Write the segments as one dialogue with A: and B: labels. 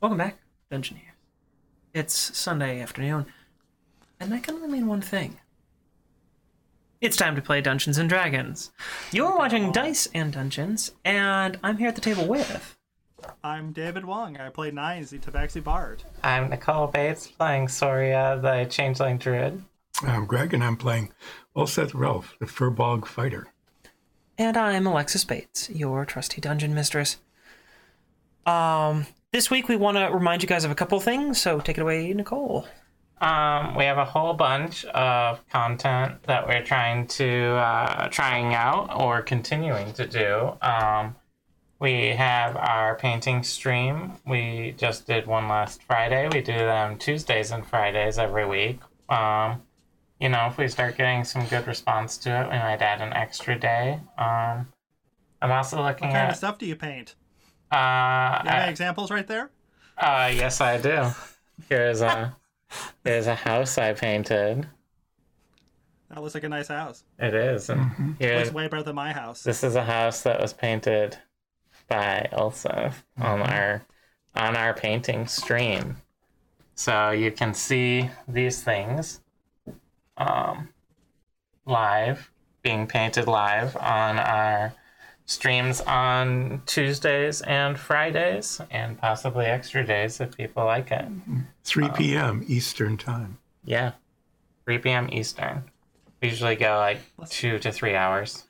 A: Welcome back, Dungeoneers. It's Sunday afternoon, and I can only mean one thing. It's time to play Dungeons and Dragons. You're watching Dice and Dungeons, and I'm here at the table with.
B: I'm David Wong. I play Nines, the Tabaxi Bard.
C: I'm Nicole Bates playing Soria, the Changeling Druid.
D: I'm Greg, and I'm playing Olseth Ralph, the Furbog fighter.
A: And I'm Alexis Bates, your trusty dungeon mistress. Um, this week we want to remind you guys of a couple things, so take it away, Nicole.
C: Um, we have a whole bunch of content that we're trying to uh, trying out or continuing to do. Um, we have our painting stream. We just did one last Friday. We do them Tuesdays and Fridays every week. Um, you know, if we start getting some good response to it, we might add an extra day. Um, I'm also looking
B: What kind of
C: at.
B: stuff do you paint?
C: Uh,
B: You have
C: I-
B: any examples right there?
C: Uh, yes, I do. Here's a here's a house I painted.
B: That looks like a nice house.
C: It is, and here's
B: Looks way better than my house.
C: this is a house that was painted by Elsa on our on our painting stream. So you can see these things um, live, being painted live on our streams on Tuesdays and Fridays, and possibly extra days if people like it.
D: 3 p.m. Eastern Time.
C: Yeah. 3 p.m. Eastern. We usually go like
B: Let's-
C: two to three hours.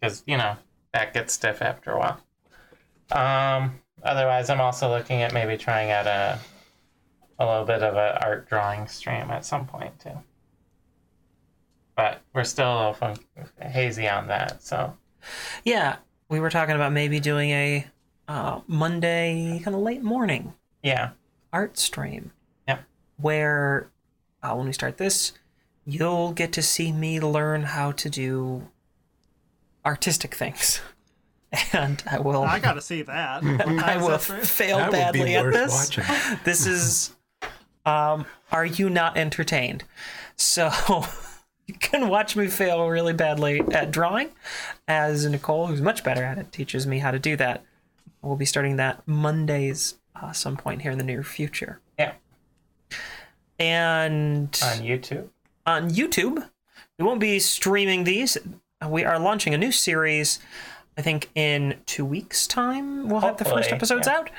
C: Because, you know, that gets stiff after a while. Um, otherwise, I'm also looking at maybe trying out a, a little bit of an art drawing stream at some point, too. But we're still a little fun- hazy on that, so.
A: Yeah, we were talking about maybe doing a uh, Monday kind of late morning
C: Yeah.
A: art stream.
C: Yep.
A: Where uh, when we start this, you'll get to see me learn how to do artistic things, and I will
B: I
A: I,
B: gotta see that. What kind of
A: will
B: stuff is-
A: fail
D: that would
A: badly
D: be
A: at
D: worth
A: this.
D: watching.
A: This is, um, are you not entertained? So. You can watch me fail really badly at drawing, as Nicole, who's much better at it, teaches me how to do that. We'll be starting that Mondays, uh, some point here in the near future
C: Yeah.
A: and
C: On YouTube.
A: on YouTube. We won't be streaming these. We are launching a new series, I think, in two weeks' time. We'll have the first
C: Hopefully,
A: episodes
C: yeah.
A: out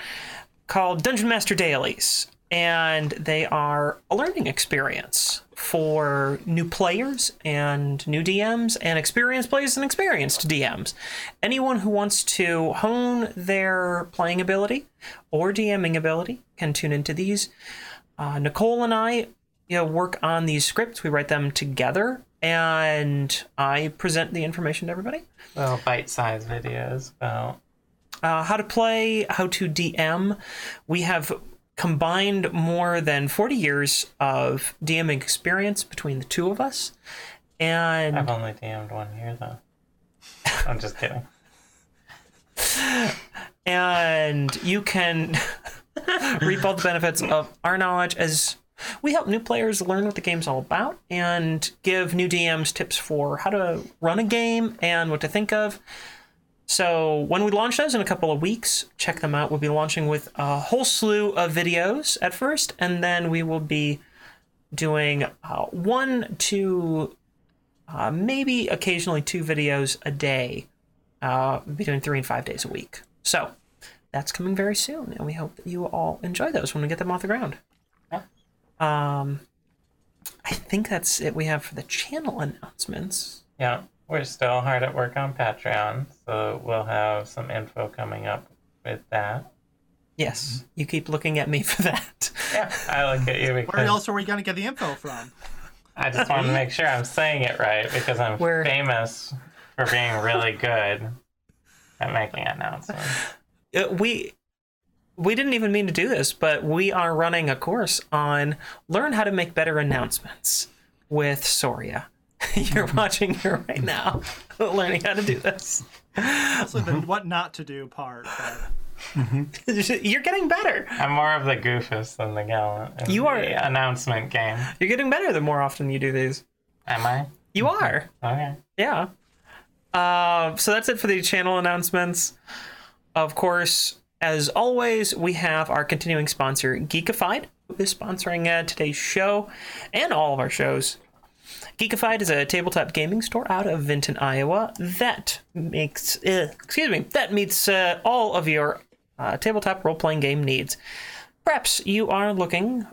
A: called Dungeon Master Dailies. And they are a learning experience for new players and new DMs and experienced players and experienced DMs. Anyone who wants to hone their playing ability or DMing ability can tune into these. Uh, Nicole and I you know, work on these scripts. We write them together, and I present the information to everybody:
C: Little bite sized videos about.
A: uh, how to play, how to DM. We have combined more than forty years of DMing experience between the two of us, and
C: I've only DM'd one here, though. I'm just kidding.
A: and you can reap all the benefits of our knowledge as we help new players learn what the game's all about and give new DMs tips for how to run a game and what to think of. So, when we launch those in a couple of weeks, check them out. We'll be launching with a whole slew of videos at first, and then we will be doing uh, one to uh, maybe occasionally two videos a day uh, between three and five days a week. So that's coming very soon, and we hope that you all enjoy those when we get them off the ground.
C: Yeah.
A: Um, I think that's it we have for the channel announcements.
C: Yeah, we're still hard at work on Patreon, so we'll have some info coming up with that.
A: Yes, you keep looking at me for that.
C: Yeah, I look at you
B: Where
C: because
B: else are we gonna get the info from?
C: I just want to make sure I'm saying it right because I'm
A: We're-
C: famous for being really good at making announcements.
A: Uh, we we didn't even mean to do this, but we are running a course on learn how to make better announcements with Soria. You're watching her right now, learning how to do this.
B: Also, the what not to do part. but
A: You're getting better.
C: I'm more of the goofus than the gallant. in
A: You are-
C: the announcement game.
A: You're getting better the more often you do these.
C: Am I?
A: You are.
C: Okay.
A: Yeah. Uh, so that's it for the channel announcements. Of course, As always, we have our continuing sponsor, Geekified, who is sponsoring uh, today's show and all of our shows. Geekified is a tabletop gaming store out of Vinton, Iowa. That makes, uh, excuse me, that meets uh, all of your uh, tabletop role playing game needs. Perhaps you are looking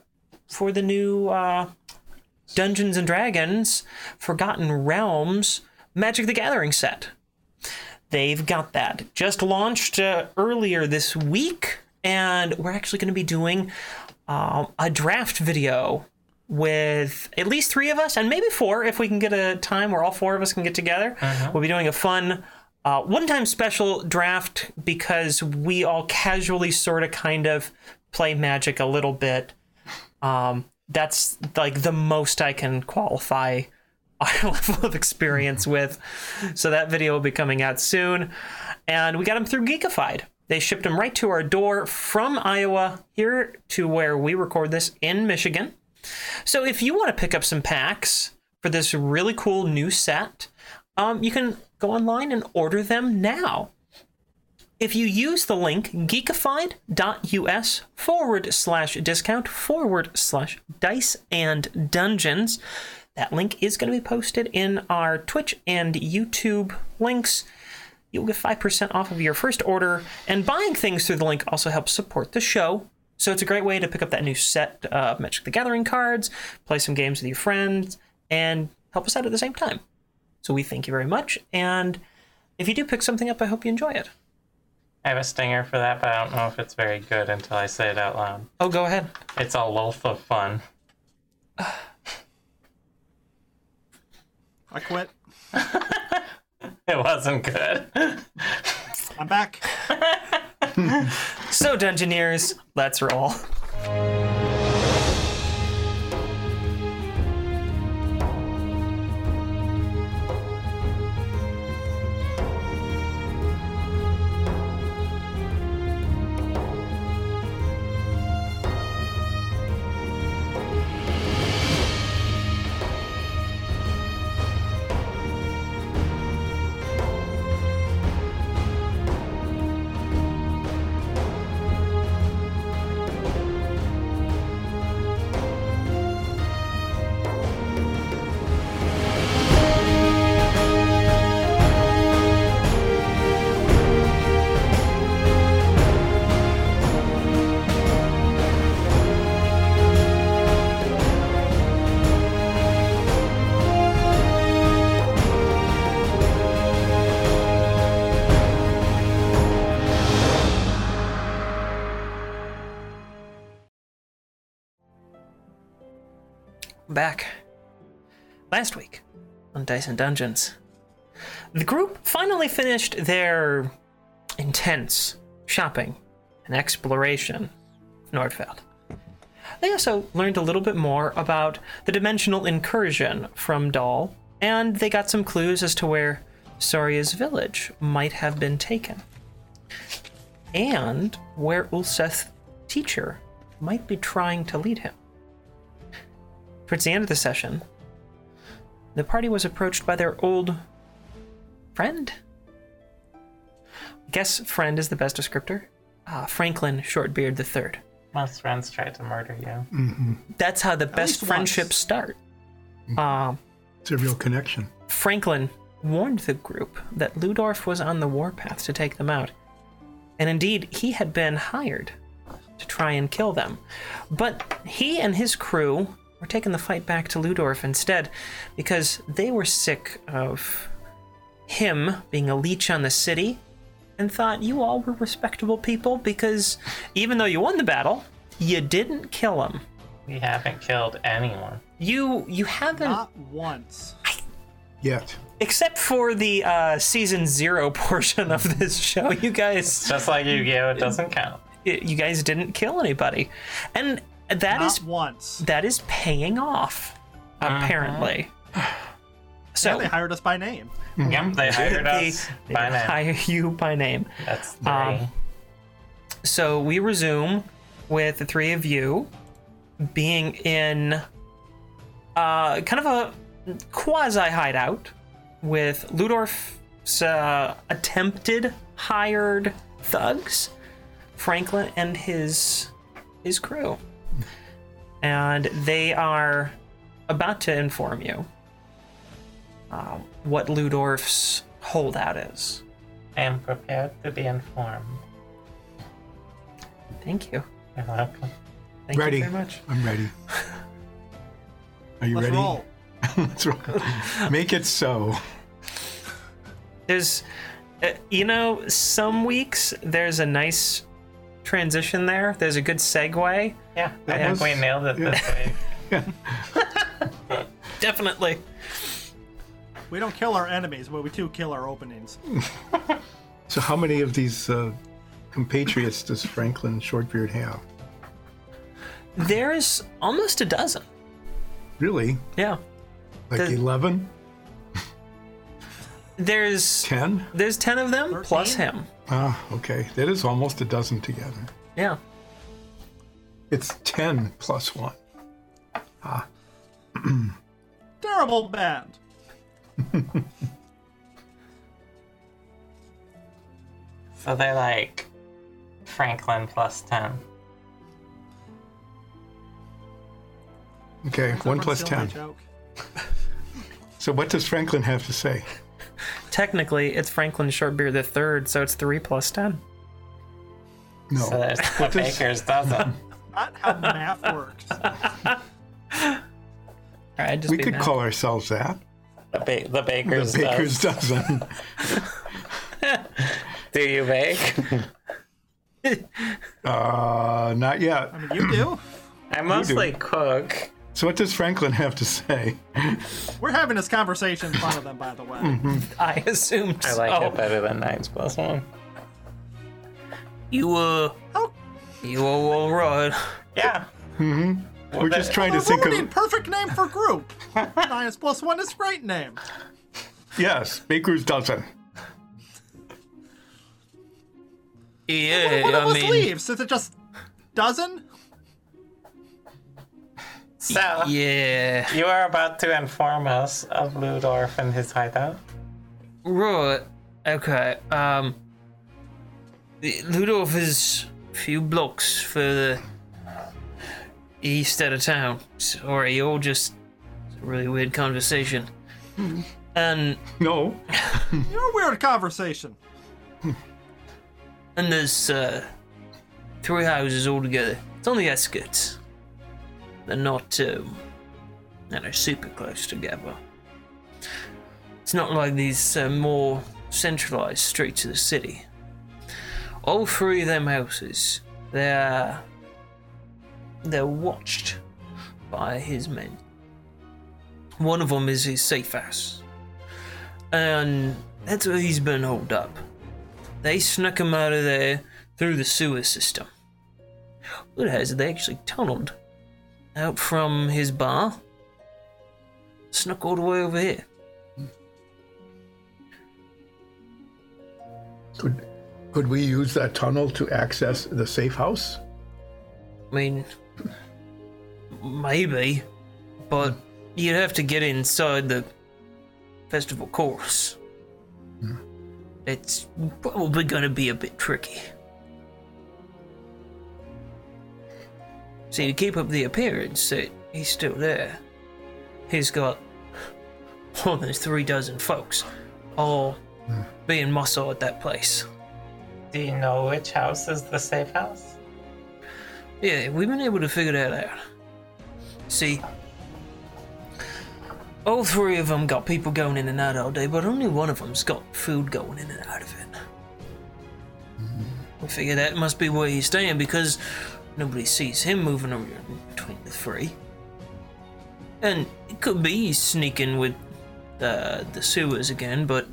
A: for the new uh, Dungeons and Dragons Forgotten Realms Magic the Gathering set. They've got that. Just launched uh, earlier this week, and we're actually going to be doing um, a draft video with at least three of us, and maybe four if we can get a time where all four of us can get together. We'll be doing a fun uh, one time special draft because we all casually sort of kind of play magic a little bit. Um, that's like the most I can qualify our level of experience with. So that video will be coming out soon. And we got them through Geekified. They shipped them right to our door from Iowa here to where we record this in Michigan. So if you want to pick up some packs for this really cool new set, um, you can go online and order them now. If you use the link geekified.us forward slash discount forward slash dice and dungeons, that link is going to be posted in our Twitch and YouTube links. You'll get 5% off of your first order, and buying things through the link also helps support the show. So it's a great way to pick up that new set of Magic the Gathering cards, play some games with your friends, and help us out at the same time. So we thank you very much, and if you do pick something up, I hope you enjoy it.
C: I have a stinger for that, but I don't know if it's very good until I say it out loud.
A: Oh, go ahead.
C: It's a loaf of fun.
B: I quit.
C: It wasn't good.
B: I'm back.
A: So, Dungeoneers, let's roll. back. Last week on Dice and Dungeons, the group finally finished their intense shopping and exploration of Nordfeld. They also learned a little bit more about the dimensional incursion from Dahl, and they got some clues as to where Soria's village might have been taken, and where Ulseth's teacher might be trying to lead him. Towards the end of the session, the party was approached by their old friend. I guess friend is the best descriptor. Uh, Franklin Shortbeard the Third.
C: Most friends tried to murder you.
A: That's how the best
B: least once.
A: friendships start. Um,
D: It's a real connection.
A: Franklin warned the group that Ludorf was on the warpath to take them out. And indeed, he had been hired to try and kill them. But he and his crew were taking the fight back to Ludorf instead because they were sick of him being a leech on the city and thought you all were respectable people because even though you won the battle, you didn't kill him.
C: We haven't killed anyone.
A: You you haven't
B: Not once.
D: Yet.
A: except for the uh, season zero portion of this show you guys
C: Just like Yu Gi Oh! It doesn't count.
A: you guys didn't kill anybody and that
B: Not
A: is
B: once.
A: that is paying off
C: Uh-huh.
A: apparently
B: Yeah,
A: so
B: they hired us by name.
C: Yep, they hired
A: they,
C: us
A: they
C: by name.
A: hire you by name
C: That's three.
A: Um, so we resume with the three of you being in uh, kind of a quasi hideout with Ludorf's uh, attempted hired thugs Franklin and his his crew, and they are about to inform you uh, what Ludorf's holdout is.
C: I am prepared to be informed.
A: Thank you.
C: You're welcome.
A: Thank
D: Ready.
A: you very much.
D: I'm ready. Are you
B: Let's
D: ready?
B: roll.
D: Let's roll. Make it so.
A: There's, uh, you know, some weeks there's a nice transition there. There's a good segue.
C: Yeah, I
D: That
C: think
D: was-
C: we nailed it
D: yeah.
C: this way.
A: Definitely.
B: We don't kill our enemies, but we do kill our openings.
D: So, how many of these uh, compatriots does Franklin Shortbeard have?
A: There's almost a dozen.
D: Really?
A: Yeah.
D: Like
A: Does-
D: 11?
A: There's
D: 10?
A: there's ten of them plus
B: Thirteen?
A: him.
D: Ah, okay. That is almost a dozen together.
A: Yeah.
D: It's 10 plus one.
B: Terrible band.
C: So they're like Franklin plus 10.
D: Okay, one
B: Everyone's
D: plus
B: stealing my
D: 10.
B: joke.
D: So, what does Franklin have to say?
A: Technically, it's Franklin Shortbeard the third, so it's three plus ten.
D: No.
C: So there's a
D: does-
C: baker's dozen.
B: Not how math works.
A: All right, just
D: we
A: be
D: could
A: mad.
D: call ourselves that.
C: The, ba- the
D: The
C: baker's,
D: baker's dozen.
C: dozen. Do you bake?
D: Uh, not yet.
B: I mean, you do.
C: I mostly cook.
D: So, what does Franklin have to say?
B: We're having this conversation in front of them, by the way.
A: I assumed.
C: I like
A: so.
C: it better than nines plus one.
A: You uh,
B: How
A: you will run.
C: Yeah. Mm-hmm.
D: We're just trying to think
B: Ruining
D: of.
B: perfect name for group. Nine is plus one is great name.
D: Yes, baker's dozen.
A: Yeah,
B: One of
A: I
B: us
A: mean,
B: leaves. Is it just dozen?
C: So,
A: yeah,
C: you are about to inform us of Ludorf and his hideout.
A: right. Okay. Um, the- Ludolf is a few blocks further east out of town. Sorry, you're just it's a really weird conversation. And
D: No.
B: Your weird conversation.
A: and there's uh, three houses all together. It's on the outskirts. They're not, um, and they're super close together. It's not like these uh, more centralized streets of the city. All three of them houses, they're they're watched by his men. One of them is his safe house, and that's where he's been holed up. They snuck him out of there through the sewer system. What has they actually tunneled out from his bar? Snuck all the way over here.
D: Could, could we use that tunnel to access the safe house?
A: I mean, maybe, but you'd have to get inside the festival course. It's probably going to be a bit tricky. See, to keep up the appearance that he's still there, he's got more than three dozen folks all being muscle at that place.
C: Do you know which house is the safe house?
A: Yeah, we've been able to figure that out. See, all three of them got people going in and out all day, but only one of them's got food going in and out of it. We figure that must be where he's staying because nobody sees him moving around between the three. And it could be he's sneaking with uh, the sewers again, but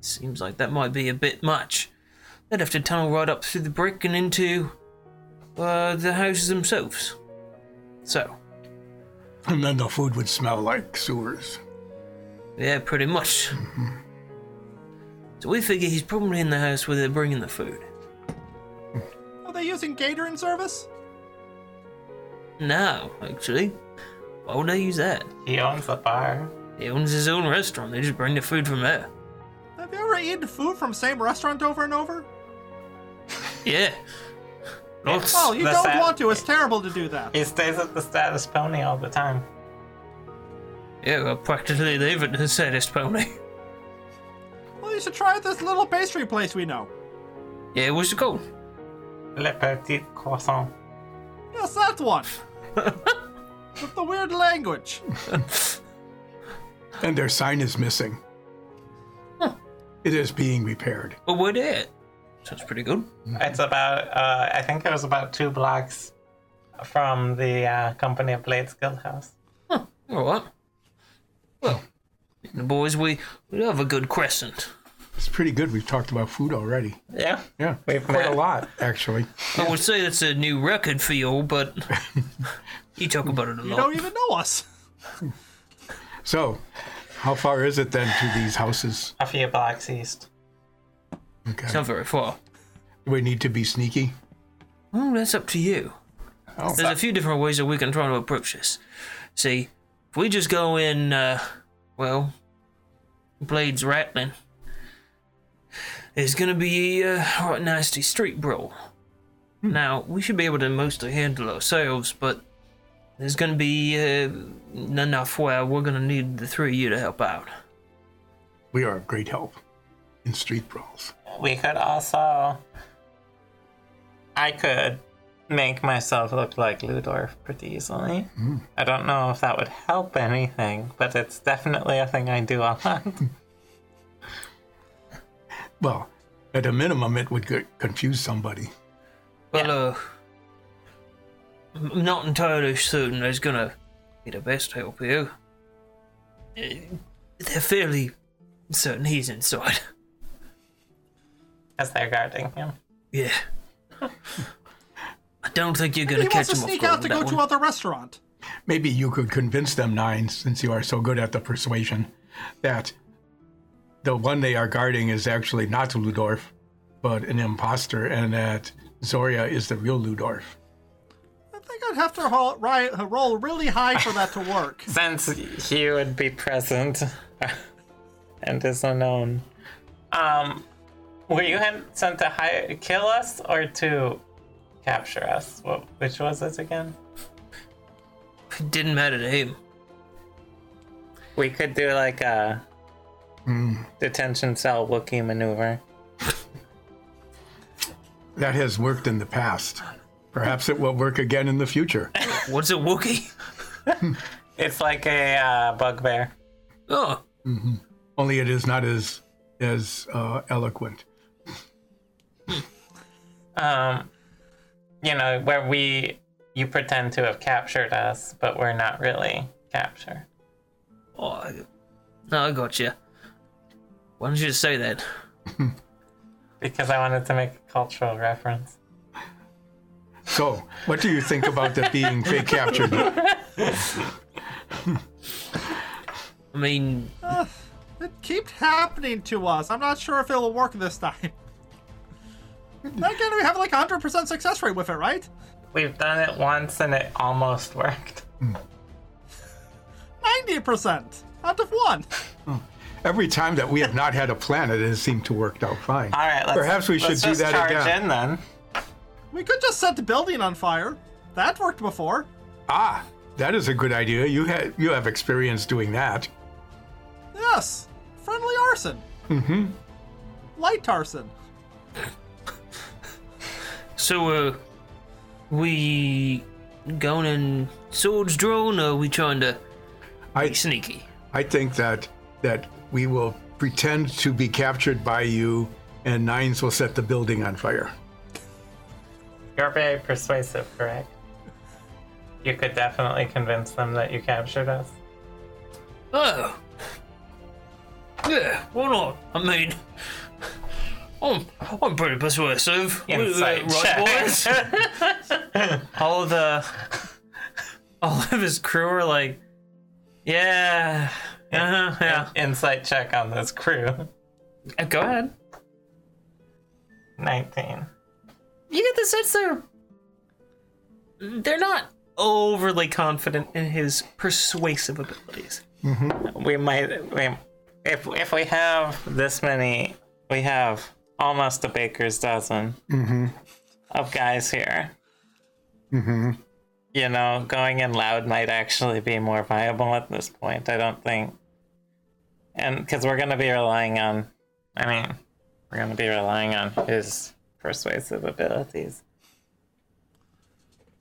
A: seems like that might be a bit much. They'd have to tunnel right up through the brick and into uh, the houses themselves. So,
D: And then the food would smell like sewers.
A: yeah, pretty much. So we figure he's probably in the house where they're bringing the food.
B: Are they using catering service?
A: No, actually. Why would they use that?
C: He owns the bar.
A: He owns his own restaurant. They just bring the food from there.
B: Have you ever eaten food from same restaurant over and over?
A: Yeah. Oops.
B: Well, Oh, you
C: That's
B: don't
C: sad.
B: want to. It's terrible to do that.
C: He stays at the status pony all the time.
A: Yeah, well, practically leave it to the saddest pony.
B: Well, you should try this little pastry place we know.
A: Yeah, where's the goal?
C: Le petit croissant.
B: Yes, that one. With the weird language.
D: And their sign is missing. It is being repaired.
A: Well, what it? Sounds pretty good.
D: Mm-hmm.
C: It's about, uh, I think it was about two blocks from the uh, Company of Blades Guild House.
A: All right. Well, the boys, we, we love a good crescent.
D: It's pretty good. We've talked about food already.
C: Yeah.
D: Yeah,
C: We've
D: quite a
C: met.
D: lot actually.
A: I would say that's a new record for you, all, but you talk about it a
B: You
A: lot.
B: don't even know us.
D: So, how far is it then to these houses?
C: A few blocks east.
D: Okay.
A: It's not very far.
D: Do we need to be sneaky?
A: Well, that's up to you.
D: Oh.
A: There's a few different ways that we can try to approach this. See, if we just go in, uh, well, blades rattling, it's gonna be uh, right nasty street brawl. Now we should be able to mostly handle ourselves, but there's gonna be uh, enough where we're gonna need the three of you to help out.
D: We are of great help in street brawls.
C: We could also. I could make myself look like Ludorf pretty easily.
D: Mm.
C: I don't know if that would help anything, but it's definitely a thing I do a lot.
D: Well, at a minimum, it would get- confuse somebody.
A: Well, uh, I'm not entirely certain there's gonna be the best help here. Uh, They're fairly certain he's inside.
C: As they're guarding him.
A: Yeah. I don't think you're gonna
B: He
A: catch
B: wants to
A: him off
B: sneak
A: guard
B: out to
A: with
B: go
A: that
B: to
A: one.
B: other restaurant.
D: Maybe you could convince them, Nine, since you are so good at the persuasion, that the one they are guarding is actually not Ludorf, but an imposter, and that Zoria is the real Ludorf.
B: I think I'd have to roll, ri- roll really high for that to work.
C: Since he would be present and is unknown. Um, were you hand- sent to hi- kill us or to capture us? What, which was it again?
A: It didn't matter to him.
C: We could do like a detention cell Wookiee maneuver.
D: That has worked in the past. Perhaps it will work again in the future.
A: What's a Wookie?
C: It's like a uh, bugbear.
A: Oh,
D: Only it is not as as uh, eloquent.
C: Um, you know, where we you pretend to have captured us, but we're not really captured.
A: oh I, no, I gotcha. Why didn't you just say that?
C: Because I wanted to make a cultural reference.
D: So, what do you think about the being fake captured?
A: I mean,
B: It keeps happening to us. I'm not sure if it'll work this time. Then Again, we have like a 100% success rate with it, right?
C: We've done it once and it almost worked.
B: 90% out of one.
D: Every time that we have not had a plan, it has seemed to work out fine.
C: All right, let's,
D: Perhaps we should
C: let's
D: do
C: just
D: that
C: charge
D: again.
C: in then.
B: We could just set the building on fire. That worked before.
D: Ah, that is a good idea. You have you have experience doing that.
B: Yes, friendly arson. Mm-hmm. Light arson.
A: so uh, we going in swords drawn, or are we trying to
D: I
A: be sneaky?
D: I think that that we will pretend to be captured by you, and Nines will set the building on fire.
C: You're very persuasive, correct? You could definitely convince them that you captured us.
A: Oh. Yeah, why not? I mean, I'm, I'm pretty persuasive.
C: Insight
A: Uh,
C: check.
A: all of the. All of his crew are like, yeah. Uh-huh, yeah.
C: Insight check on this crew.
A: Uh, Go ahead.
C: 19.
A: You get the sense they're. They're not overly confident in his persuasive abilities.
C: we might we, if if we Mm-hmm. have this many we have almost a baker's dozen of guys here.
D: Mm-hmm.
C: You know, going in loud might actually be more viable at this point. I don't think, and because we're going to be relying on, I mean, we're going to be relying on his persuasive abilities.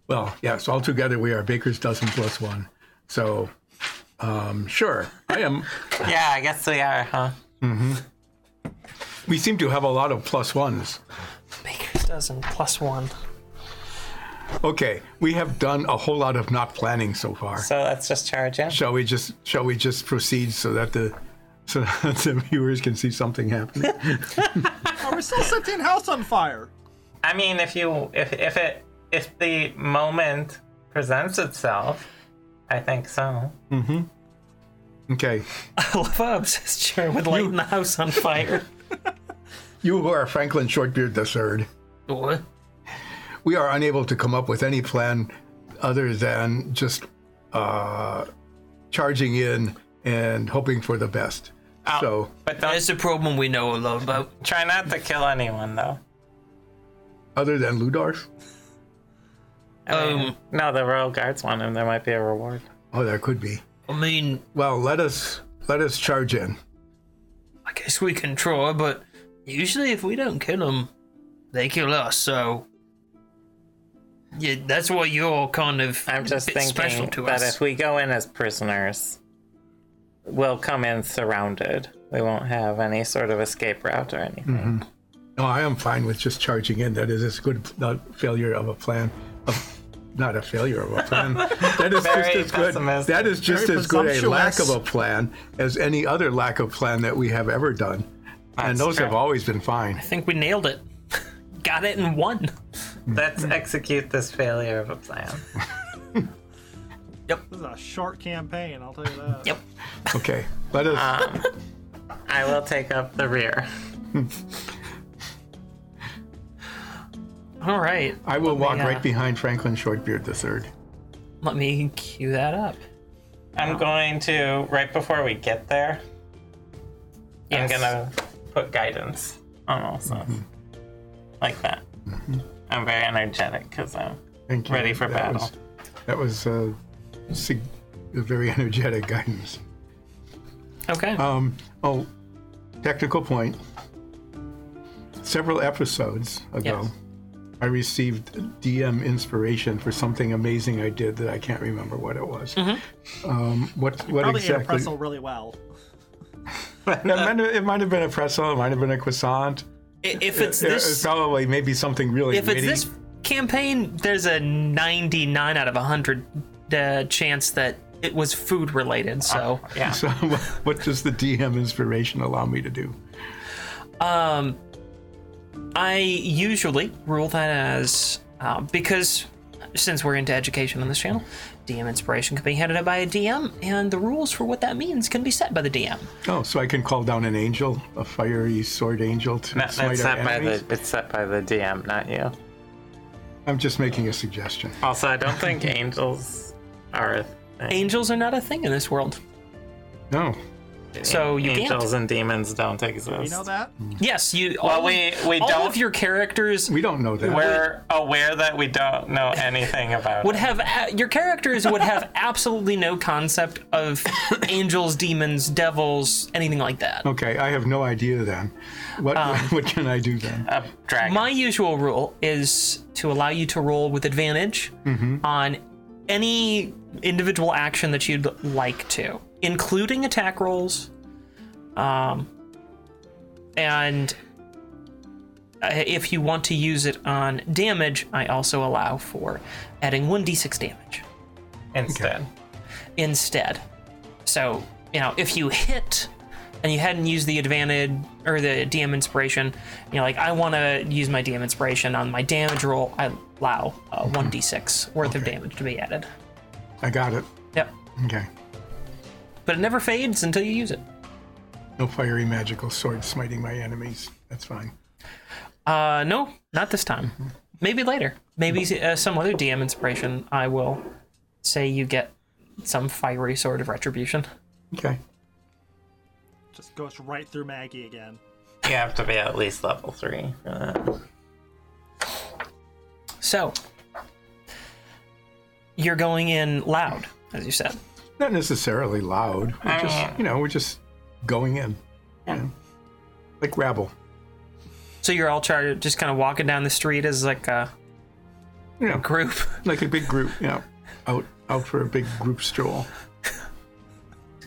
D: Well, yes, altogether we are baker's dozen plus one. So, um, sure, I am.
C: Yeah, I guess we are, huh?
D: We seem to have a lot of plus ones.
A: Baker's dozen plus one.
D: Okay, we have done a whole lot of not planning so far.
C: So let's just charge in.
D: Shall we just shall we just proceed so that the so that the viewers can see something happening?
B: Are we still setting house on fire?
C: I mean, if you if if it if the moment presents itself, I think so.
D: Okay,
A: I love how obsessed Jared with lighting the house on fire.
D: you who are Franklin Shortbeard the Third. we are unable to come up with any plan other than just uh, charging in and hoping for the best. So
C: But don't
E: That's a problem we know a lot about.
C: try not to kill anyone though.
D: other than Ludorf,
C: Oh,
E: Um,
C: No, the royal guards want him. There might be a reward.
D: oh, that could be.
E: I mean,
D: Well, let us let us charge in.
E: I guess we can try, but usually if we don't kill them, they kill us. So, yeah, that's why you're kind of
C: I'm just
E: a bit special
C: thinking
E: to
C: that
E: us.
C: if we go in as prisoners, we'll come in surrounded. We won't have any sort of escape route or anything.
D: No, I am fine with just charging in. That is a good not failure of a plan. Of, not a failure of a plan. That is
C: Very
D: just as good.
C: pessimistic.
D: That is just
B: Very
D: as good a lack of
B: presumptuous.
D: a plan as any other lack of plan that we have ever done. and
C: That's
D: those have
C: true.
D: always been fine.
A: I think we nailed it. Got it in one.
C: Let's execute this failure of a plan.
B: This is a short campaign, I'll tell you that.
A: Yep.
D: Okay, let us.
C: Uh, I will take up the rear.
A: All right.
D: I will walk
A: me, uh,
D: right behind Franklin Shortbeard III.
A: Let me cue that up.
C: I'm going to right before we get there.
A: Yes.
C: I'm gonna put guidance on also,
D: Mm-hmm.
C: like that. I'm very energetic um, because I'm
D: Thank you.
C: Ready for
D: that
C: battle.
D: Was, that was uh, sig- a very energetic guidance.
A: Okay.
D: Um, oh, technical point. Several episodes ago,
A: Yes.
D: I received DM inspiration for something amazing I did that I can't remember what it was.
A: Mm-hmm.
D: Um, what what
B: Probably ate a
D: exactly?
B: pretzel really well.
D: It might, have, it might have been a pretzel. It might have been a croissant.
A: I- if it's
D: It- it's
A: this,
D: probably maybe something really.
A: if it's
D: witty.
A: this campaign, there's a 99 out of 100 uh, chance that it was food related. So
C: yeah.
D: So, what does the DM inspiration allow me to do?
A: I usually rule that as uh, because since we're into education on this channel, DM inspiration can be handed out by a DM, and the rules for what that means can be set by the DM.
D: Oh, so I can call down an angel, a fiery sword angel to
C: No,
D: smite
C: it's
D: our
C: set by
D: enemies.
C: the it's set by the DM, not you.
D: I'm just making a suggestion.
C: Also, I don't think angels are a thing.
A: Angels are not a thing in this world.
D: No,
A: So you can't.
C: angels and demons don't exist.
B: You know that?
A: Yes, you.
C: Well,
A: all,
C: we we
A: all
C: don't.
A: of your characters
D: we don't know that.
C: we're aware that we don't know anything about.
A: would
C: it.
A: have a- your characters would have absolutely no concept of angels, demons, devils, anything like that.
D: Okay, I have no idea then. What what can I do then?
C: a dragon.
A: My usual rule is to allow you to roll with advantage on any individual action that you'd like to, including attack rolls. Um, and uh, if you want to use it on damage, I also allow for adding 1d6 damage.
C: instead.
A: instead. So, you know, if you hit and you hadn't used the advantage or the DM inspiration, you know, like I want to use my DM inspiration on my damage roll, I allow uh, 1d6 worth of damage to be added.
D: I got it.
A: Yep.
D: Okay.
A: But it never fades until you use it.
D: No fiery magical sword smiting my enemies. That's fine.
A: Uh, no, not this time. Maybe later. Maybe uh, some other DM inspiration, I will say you get some fiery sword of retribution.
D: Okay.
B: Just goes right through Maggie again.
C: You have to be at least level three for that.
A: So you're going in loud, as you said.
D: Not necessarily loud. We're just, you know, we're just going in. you know, Like rabble.
A: So you're all trying to just kind of walking down the street as like a
D: You know,
A: group.
D: like a big group, you know, out out for a big group stroll.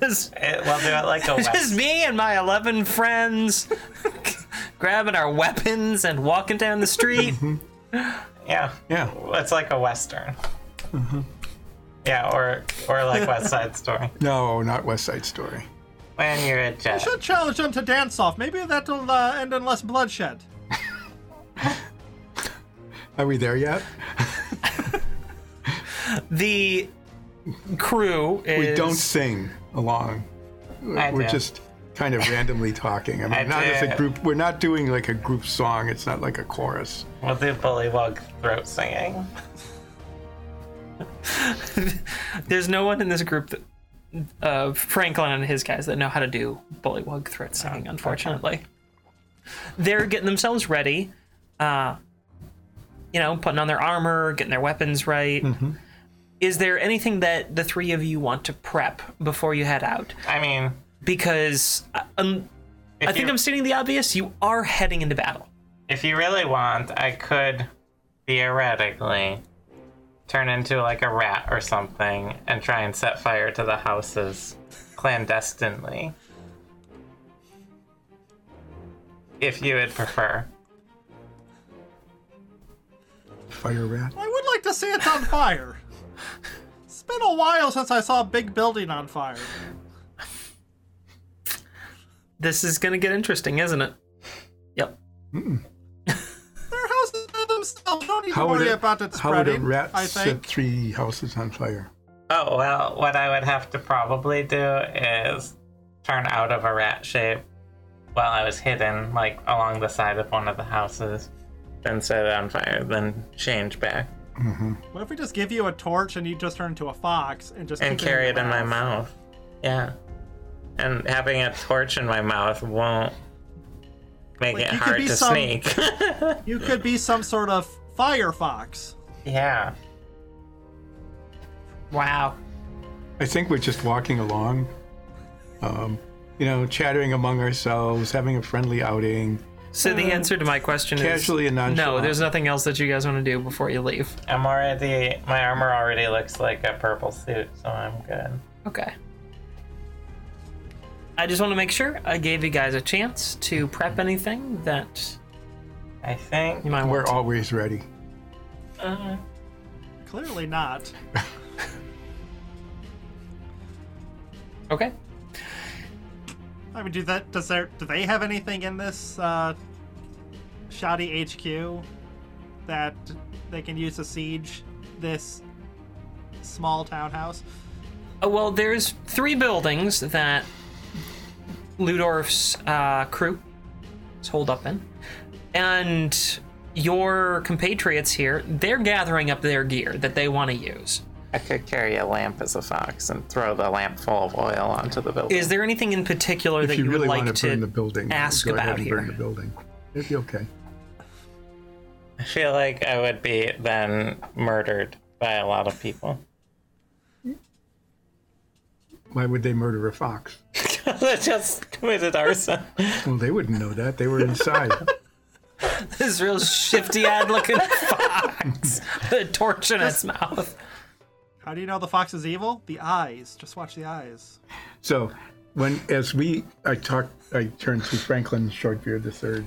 A: Just-
C: It, we'll do it like a
A: just
C: west.
A: me and my 11 friends grabbing our weapons and walking down the street.
C: Yeah.
D: Yeah.
C: It's like a western.
A: Mm-hmm.
C: Yeah, or or like West Side Story.
D: No, not West Side Story.
C: When you're a
B: I
C: jet.
B: should challenge them to dance off. Maybe that'll uh, end in less bloodshed.
D: Are we there yet?
A: the crew is
D: We don't sing along.
C: I
D: We're
C: did.
D: just kind of randomly talking. I mean,
C: I
D: not as a
C: did.
D: group. We're not doing like a group song. It's not like a chorus.
C: We'll do Bullywug throat singing.
A: there's no one in this group that uh, Franklin and his guys that know how to do bullywug threat
C: Ah,
A: singing, unfortunately. They're getting themselves ready, uh, you know, putting on their armor, getting their weapons right.
C: Mm-hmm.
A: Is there anything that the three of you want to prep before you head out?
C: I mean,
A: Because uh, um,
C: if
A: I think
C: you,
A: I'm stating the obvious, you are heading into battle.
C: if you really want, I could theoretically turn into like a rat or something and try and set fire to the houses clandestinely. If you would prefer.
D: Fire rat.
B: I would like to see it on fire. It's been a while since I saw a big building on fire.
A: This is going to get interesting, isn't it? Yep.
B: Their houses by themselves don't need to
D: How would
B: worry
D: it-
B: about it
D: How would a
B: spreading.
D: rat
B: I
D: set
B: think.
D: three houses on fire?
C: Oh, well, what I would have to probably do is turn out of a rat shape while I was hidden, like along the side of one of the houses, then set it on fire, then change back
B: What if we just give you a torch and you just turn into a fox and just
C: and
B: keep
C: carry it
B: your
C: in my
B: mouth?
C: mouth. Yeah. And having a torch in my mouth won't make
B: Like,
C: it
B: you could
C: hard
B: be
C: to
B: some-
C: sneak.
B: You could be some sort of fire fox.
C: yeah.
A: Wow.
D: I think we're just walking along, um, you know, chattering among ourselves, having a friendly outing.
A: So the answer to my question
D: Um, casually
A: is
D: and
A: no.
D: nonchalant.
A: There's nothing else that you guys want to do before you leave.
C: I'm already, my armor already looks like a purple suit, so I'm good.
A: Okay. I just want to make sure I gave you guys a chance to prep anything that
C: I think
A: you might
D: We're
A: want. to-
D: always ready.
B: Clearly not.
A: Okay.
B: I mean, do that? Does there? Do they have anything in this uh, shoddy HQ that they can use to siege this small townhouse?
A: Oh, well, there's three buildings that Ludorf's uh, crew is holed up in, and your compatriots here they're gathering up their gear that they want to use.
C: I could carry a lamp as a fox and throw the lamp full of oil onto the building.
A: Is there anything in particular that
D: if you,
A: you
D: really
A: would like
D: want to burn the building,
A: ask
D: go
A: about
D: ahead and
A: here?
D: burn the building. It'd be okay.
C: I feel like I would be then murdered by a lot of people.
D: Why would they murder a fox?
C: That just committed arson.
D: Well, they wouldn't know that. They were inside.
A: this real shifty eyed looking fox with a torch in its mouth.
B: How do you know the fox is evil? The eyes. Just watch the eyes.
D: So when as we I talked I turned to Franklin Shortbeard the third.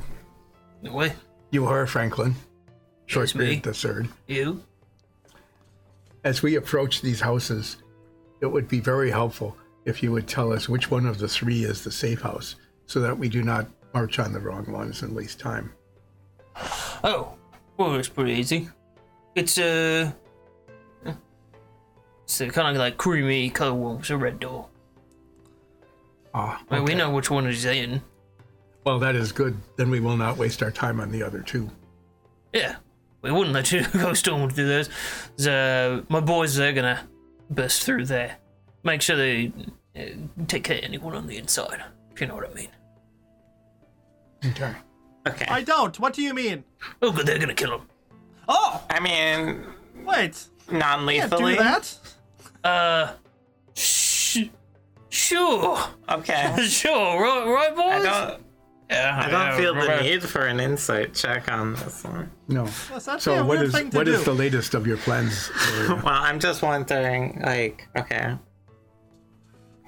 E: What?
D: You are Franklin.
E: me.
D: Shortbeard the third.
E: You?
D: As we approach these houses, it would be very helpful if you would tell us which one of the three is the safe house so that we do not march on the wrong ones and waste time.
E: Oh, well, it's pretty easy. It's uh, it's a kind of like creamy color one with a red door.
D: Ah,
E: Well, we know which one is in.
D: well, that is good. Then we will not waste our time on the other two.
E: Yeah, we wouldn't let you go storm through those. So my boys they're gonna bust through there. Make sure they uh, take care of anyone on the inside. If you know what I mean.
D: Okay.
C: Okay.
B: I don't. What do you mean?
E: Oh, good, they're gonna kill him.
B: Oh,
C: I mean,
B: wait.
C: non
B: Can't do
C: lethally.
B: that.
E: Uh, sh- sure,
C: Okay.
E: sure, right, right, boys.
C: I don't.
E: yeah,
C: I
E: yeah,
C: don't feel the
E: right.
C: need for an insight check on this one.
D: No.
B: That's actually
D: So
B: a
D: what
B: weird
D: is
B: thing to
D: what
B: do.
D: is the latest of your plans? Valeria?
C: Well, I'm just wondering, like, okay,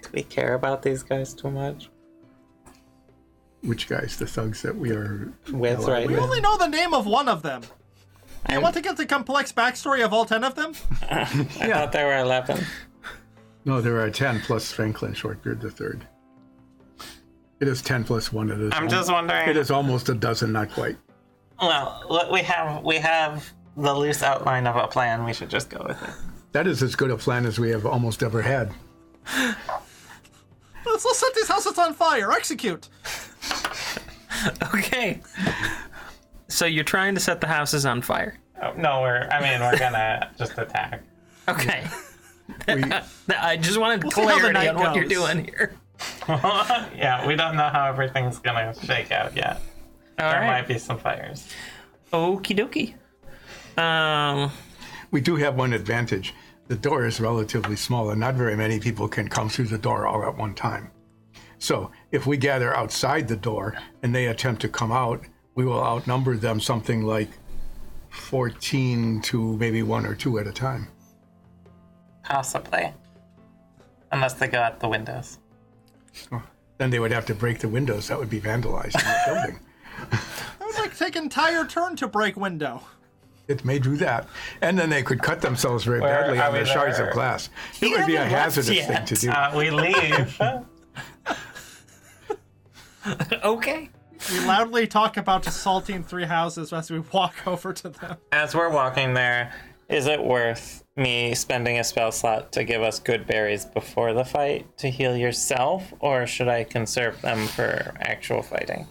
C: do we care about these guys too much?
D: Which guys? The thugs that we are
C: With
D: Hello.
C: right
B: We only know the name of one of them. You want to get the complex backstory of all ten of them?
C: I thought there were eleven.
D: No, there are ten plus Franklin Shortbeard the third. It is ten plus one. It is.
C: I'm
D: al-
C: just wondering.
D: It is almost a dozen, not quite.
C: Well, look, we have we have the loose outline of a plan. We should just go with it.
D: That is as good a plan as we have almost ever had.
B: Let's, let's set these houses on fire. Execute.
A: Okay. So you're trying to set the houses on fire.
C: Oh, no, we're. I mean, we're gonna just attack.
A: Okay.
D: We,
A: I just wanted
B: see how the
A: clarity
B: night
A: on what you're
B: goes.
A: doing here.
C: yeah, we don't know how everything's gonna shake out yet.
A: All
C: There
A: right.
C: might be some fires.
A: Okie dokie. Um,
D: we do have one advantage. The door is relatively small, and not very many people can come through the door all at one time. So, if we gather outside the door and they attempt to come out, we will outnumber them something like 14 to maybe one or two at a time.
C: Possibly. Unless they go out the windows.
D: Then they would have to break the windows. That would be vandalized in the building.
B: That would like take an entire turn to break window.
D: It may do that. And then they could cut themselves very
C: Where
D: badly
C: are
D: on
C: we
D: their shards of
C: there?
D: glass. It would be a hazardous thing
A: yet.
D: to do.
C: Uh, we leave.
A: okay.
B: We loudly talk about assaulting three houses as we walk over to them.
C: As we're walking there, is it worth me spending a spell slot to give us good berries before the fight to heal yourself, or should I conserve them for actual fighting?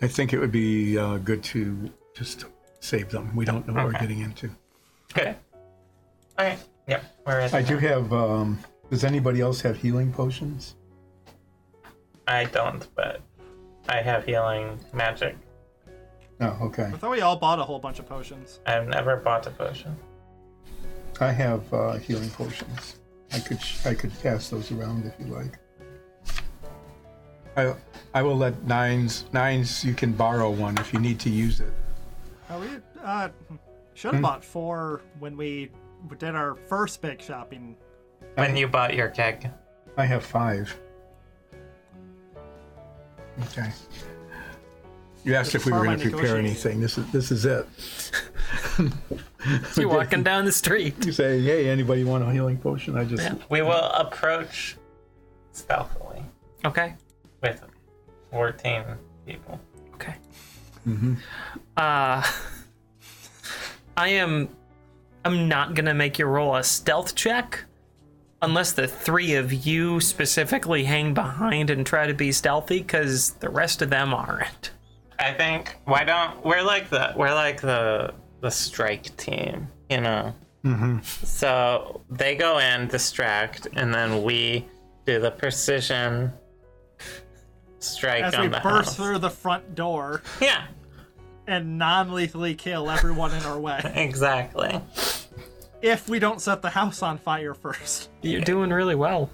D: I think it would be uh, good to just save them. We don't know what we're getting into.
C: Good. All right. Yep. Where is
D: I
C: it?
D: do have. Um, does anybody else have healing potions?
C: I don't, but I have healing magic.
D: Oh, okay.
B: I thought we all bought a whole bunch of potions.
C: I've never bought a potion.
D: I have uh, healing potions. I could sh- I could pass those around if you like. I I will let nines nines. You can borrow one if you need to use it.
B: Uh, we uh, should have bought four when we did our first big shopping.
C: When you bought your keg.
D: I have five. Okay. You asked if we were
B: Far
D: going
B: my
D: to prepare
B: negotiations.
D: anything. This is this is it.
A: You're walking down the street.
D: You say, "Hey, anybody want a healing potion?" I just
C: We will approach stealthily
A: Okay.
C: with 14 people.
A: Okay.
D: Mm-hmm.
A: Uh, I am. I'm not gonna make you roll a stealth check, unless the three of you specifically hang behind and try to be stealthy, because the rest of them aren't.
C: I think why don't we're like the we're like the the strike team, you know. Mm-hmm. So they go in, distract, and then we do the precision strike
B: As
C: on
B: we
C: the
B: burst
C: house.
B: through the front door
C: Yeah,
B: and non lethally kill everyone in our way.
C: exactly.
B: If we don't set the house on fire first.
A: You're doing really well.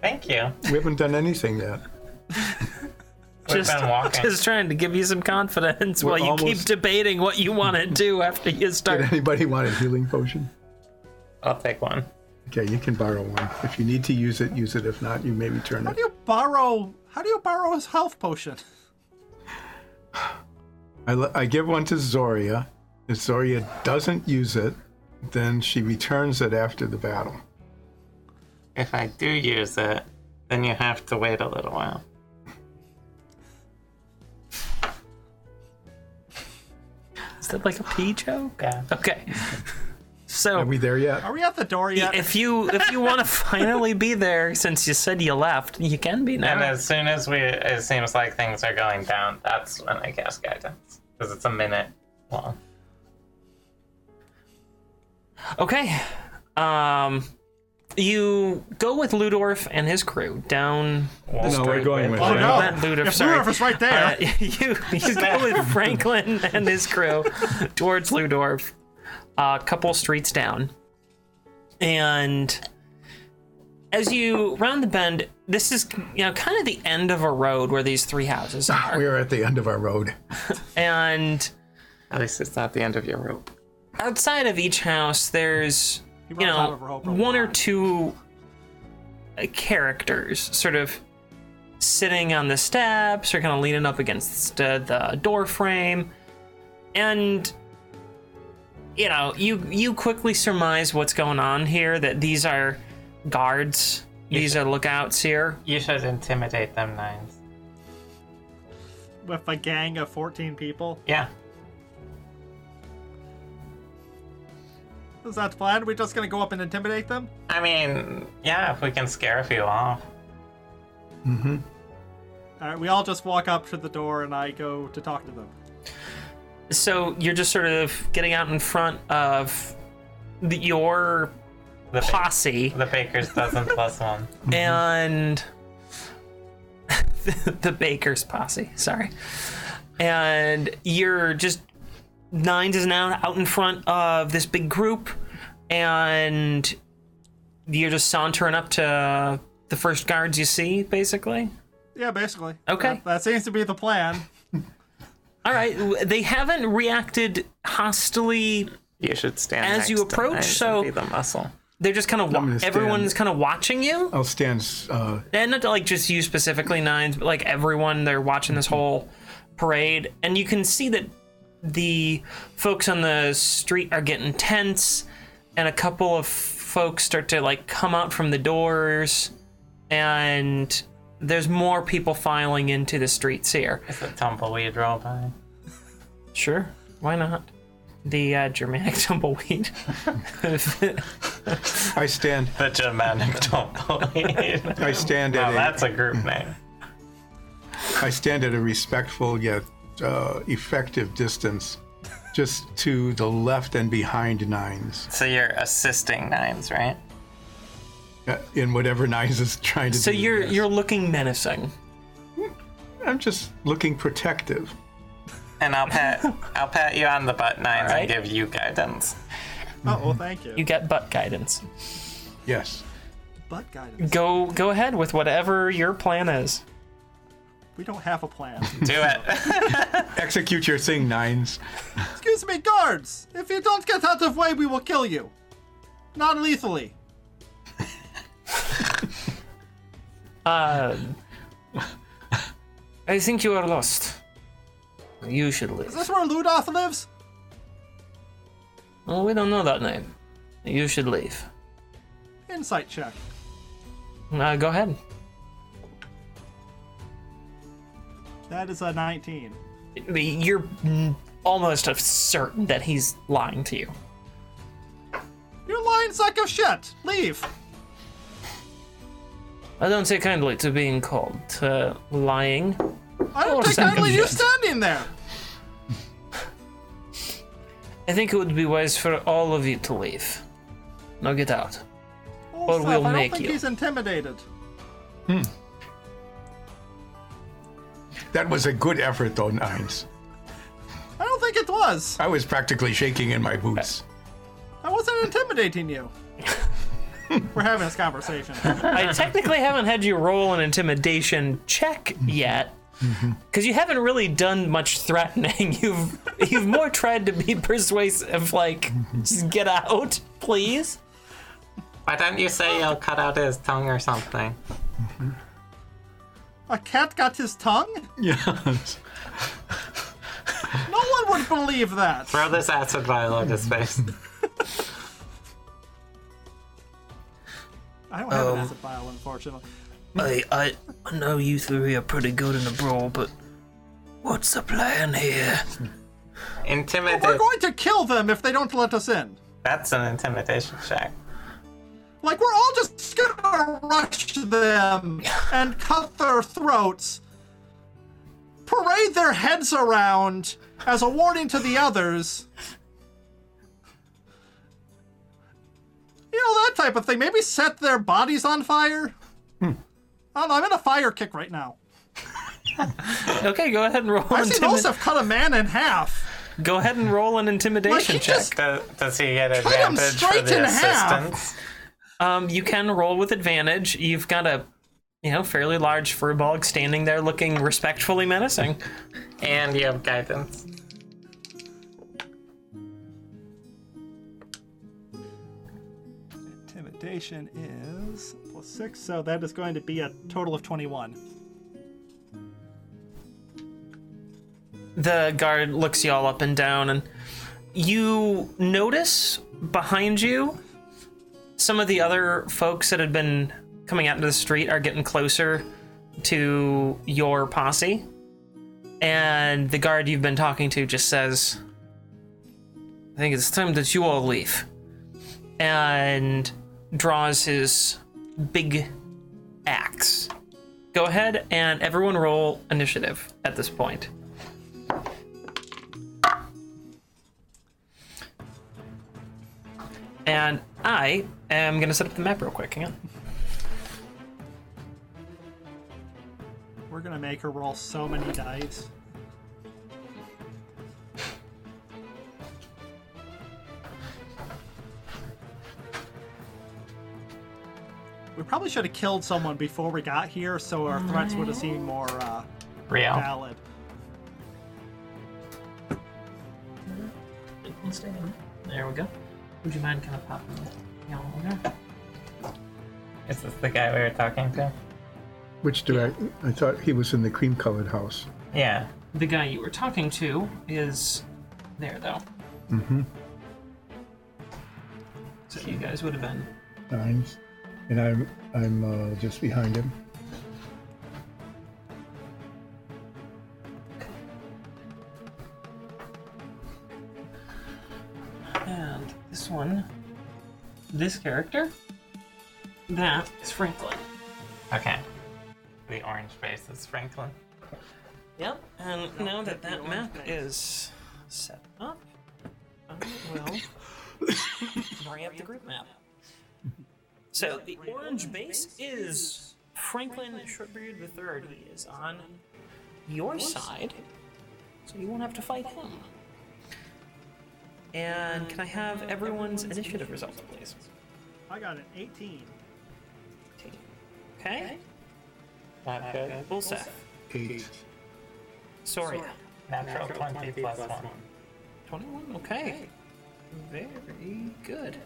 C: Thank you.
D: we haven't done anything yet.
C: We've
A: Just,
C: been walking.
A: just trying to give you some confidence
D: We're
A: while you keep
D: almost-
A: debating what you want to do after you start.
D: Anybody want a healing potion?
C: I'll take one.
D: Okay, you can borrow one. If you need to use it, use it. If not, you may return
B: How
D: it.
B: do you borrow? How do you borrow his health potion?
D: I, le- I give one to Zoria. If Zoria doesn't use it, then she returns it after the battle.
C: If I do use it, then you have to wait a little while.
A: Is that like a pee joke?
C: Yeah.
A: Okay. So
D: Are we there yet?
B: Are we at the door yet?
A: if you if you want to finally be there since you said you left you can be now
C: And as soon as we, it seems like things are going down, that's when I cast guidance because it's a minute long.
A: okay um you go with Ludorf and his crew down
C: Well,
D: No, we're going with
B: oh
D: it.
B: no!
A: That Ludov,
B: if
A: sorry.
B: Ludov is right there.
A: uh, you you go with Franklin and his crew towards Ludorf a couple streets down. And as you round the bend, this is you know kind of the end of a road where these three houses are.
D: We are at the end of our road.
A: And
C: At least it's not the end of your rope.
A: outside of each house there's you
B: on top
A: know
B: of her hope roll
A: one or
B: blind.
A: two uh, characters sort of sitting on the steps or kind of leaning up against uh, the door frame and you know you you quickly surmise what's going on here that these are guards these are lookouts here
C: You should intimidate them nines.
B: with a gang of 14 people.
C: Yeah.
B: Is that the plan? We're just gonna go up and intimidate them?
C: I mean, yeah, if we can scare a few off.
B: Alright, we all just walk up to the door and I go to talk to them.
A: so you're just sort of getting out in front of the, your
C: The, ba-
A: posse
C: the baker's dozen plus one.
A: and the baker's posse. Sorry, and you're just nines is now out in front of this big group, and you're just sauntering up to the first guards you see, basically.
B: Yeah, basically.
A: Okay.
B: That, that seems to be the plan.
A: All right, w- they haven't reacted hostily.
C: You should stand
A: As you
C: next to
A: approach,
C: Nines and
A: so-
C: be the muscle.
A: They're just kind of
D: gonna
A: wa-
D: stand.
A: everyone's kind of watching you.
D: I'll stand. Uh,
A: and not to, like just you specifically nines but like everyone they're watching this whole parade and you can see that the folks on the street are getting tense and a couple of folks start to like come out from the doors and there's more people filing into the streets here
C: Is it tumbleweed roll by?
A: sure why not the uh, germanic tumbleweed
D: I stand.
C: The Germanic tumbleweed.
D: I stand
C: now
D: at. a,
C: that's a group name.
D: I stand at a respectful yet uh, effective distance, just to the left and behind nines,
C: So you're assisting nines, right?
D: uh, in whatever nines is trying to.
A: so
D: do.
A: you're
D: Yes.
A: you're looking menacing
D: I'm just looking protective.
C: And I'll pat I'll pat you on the butt nines
A: Alright.
C: and give you guidance.
B: Oh, well, thank you.
A: you get butt guidance
D: Yes.
B: Butt guidance.
A: go go ahead with whatever your plan is
B: We don't have a plan.
C: Do it.
D: Execute your thing, nines.
B: Excuse me, guards! If you don't get out of the way, we will kill you. Non lethally.
A: Uh, I think you are lost. You should
B: Is
A: live.
B: this where Ludoth lives?
A: Oh, we don't know that name. You should leave.
B: Insight check.
A: Uh, go ahead.
B: That is a 19.
A: You're mm, almost certain that he's lying to you.
B: You're lying sack of shit! Leave!
A: I don't say kindly to being called uh, lying.
B: I don't
A: Or
B: think
A: sack
B: I
A: of
B: leave you
A: shit.
B: standing there!
A: I think it would be wise for all of you to leave. Now get out.
B: Oh,
A: we'll
B: Seth, I
A: make
B: don't think
A: you.
B: he's intimidated.
D: That was a good effort, though, nines.
B: I don't think it was.
D: I was practically shaking in my boots.
B: I wasn't intimidating you. We're having this conversation.
A: I technically haven't had you roll an intimidation check yet.
B: Mm-hmm.
A: Because you haven't really done much threatening. You've you've more tried to be persuasive, like
B: Mm-hmm.
A: just get out, please.
C: Why don't you say you'll cut out his tongue or something?
B: A cat got his tongue?
D: Yes.
B: No one would believe that.
C: Throw this acid vial at his face.
B: I don't have an acid vial, unfortunately.
E: I, I I know you three are pretty good in a brawl, but what's the plan here?
B: We're
C: Intimidate.
B: going to kill them if they don't let us in.
C: That's an intimidation check.
B: Like, we're all just gonna rush them and cut their throats, parade their heads around as a warning to the others. You know, that type of thing. Maybe set their bodies on fire. I don't know, I'm in a fire kick right now.
A: Okay, go ahead and roll.
B: I've seen
A: intimi-
B: Olsef cut a man in half.
A: Go ahead and roll an intimidation
B: Like, he
A: check.
B: just-
C: Does, does he get
B: Cut him
C: advantage for
B: straight in
C: the
B: half.
C: assistance?
A: Um, you can roll with advantage. You've got a, you know, fairly large furbog standing there, looking respectfully menacing.
C: And you have guidance.
B: Intimidation is plus six, so that is going to be a total of 21.
A: The guard looks y'all up and down, and you notice behind you some of the other folks that had been coming out into the street are getting closer to your posse. And the guard you've been talking to just says, I think it's time that you all leave. And draws his big axe. Go ahead and everyone roll initiative at this point. And I am going to set up the map real quick. Hang on.
B: We're gonna make her roll so many dice. We probably should have killed someone before we got here, so our threats would have seemed more uh,
C: Real.
B: valid.
A: There we go. Would you mind kind of popping the on there?
C: Is this the guy we were talking to?
F: Which do I? I thought he was in the cream-colored house.
C: Yeah.
A: The guy you were talking to is there, though. Mm-hmm. So you guys would have been.
F: Nines, and I'm I'm uh, just behind him.
A: And this one, this character, that is Franklin.
C: Okay. The orange face is Franklin.
A: Yep, and now that that map is set up, I will bring up the group map. So the orange base is Franklin Shortbeard III. He is on your side, so you won't have to fight him. And can I have everyone's initiative result, please?
B: I got an 18.
A: Okay,
C: Not good.
A: Bulseth,
F: Eight.
A: Soria,
C: Natural, 20 plus 1.
A: 21, okay. Very good.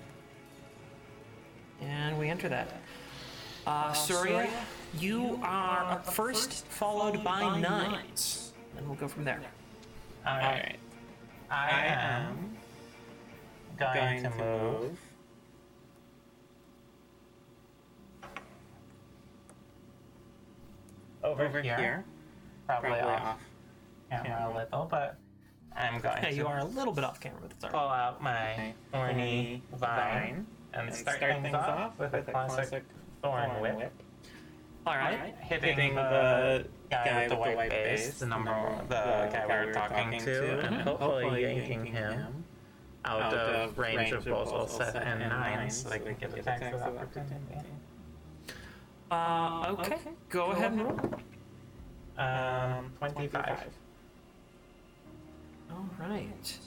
A: And we enter that. Uh, Surya, you are up first, followed by nines. And we'll go from there.
C: Alright. I am going, to move. Over, here. Probably, off, camera, a little, but I'm going
A: Yeah,
C: to
A: you are a little bit off camera, but it's all right.
C: pull out my thorny vine and, start, things off with a classic thorn whip.
A: All right.
C: hitting, the guy, with the white base, the number, the, guy, we were talking, to, and hopefully yanking him out, of range of both Ulset and nine, so they can get attacks of opportunity.
A: Uh, okay. Go, ahead and roll.
C: Um, twenty-five.
A: All right.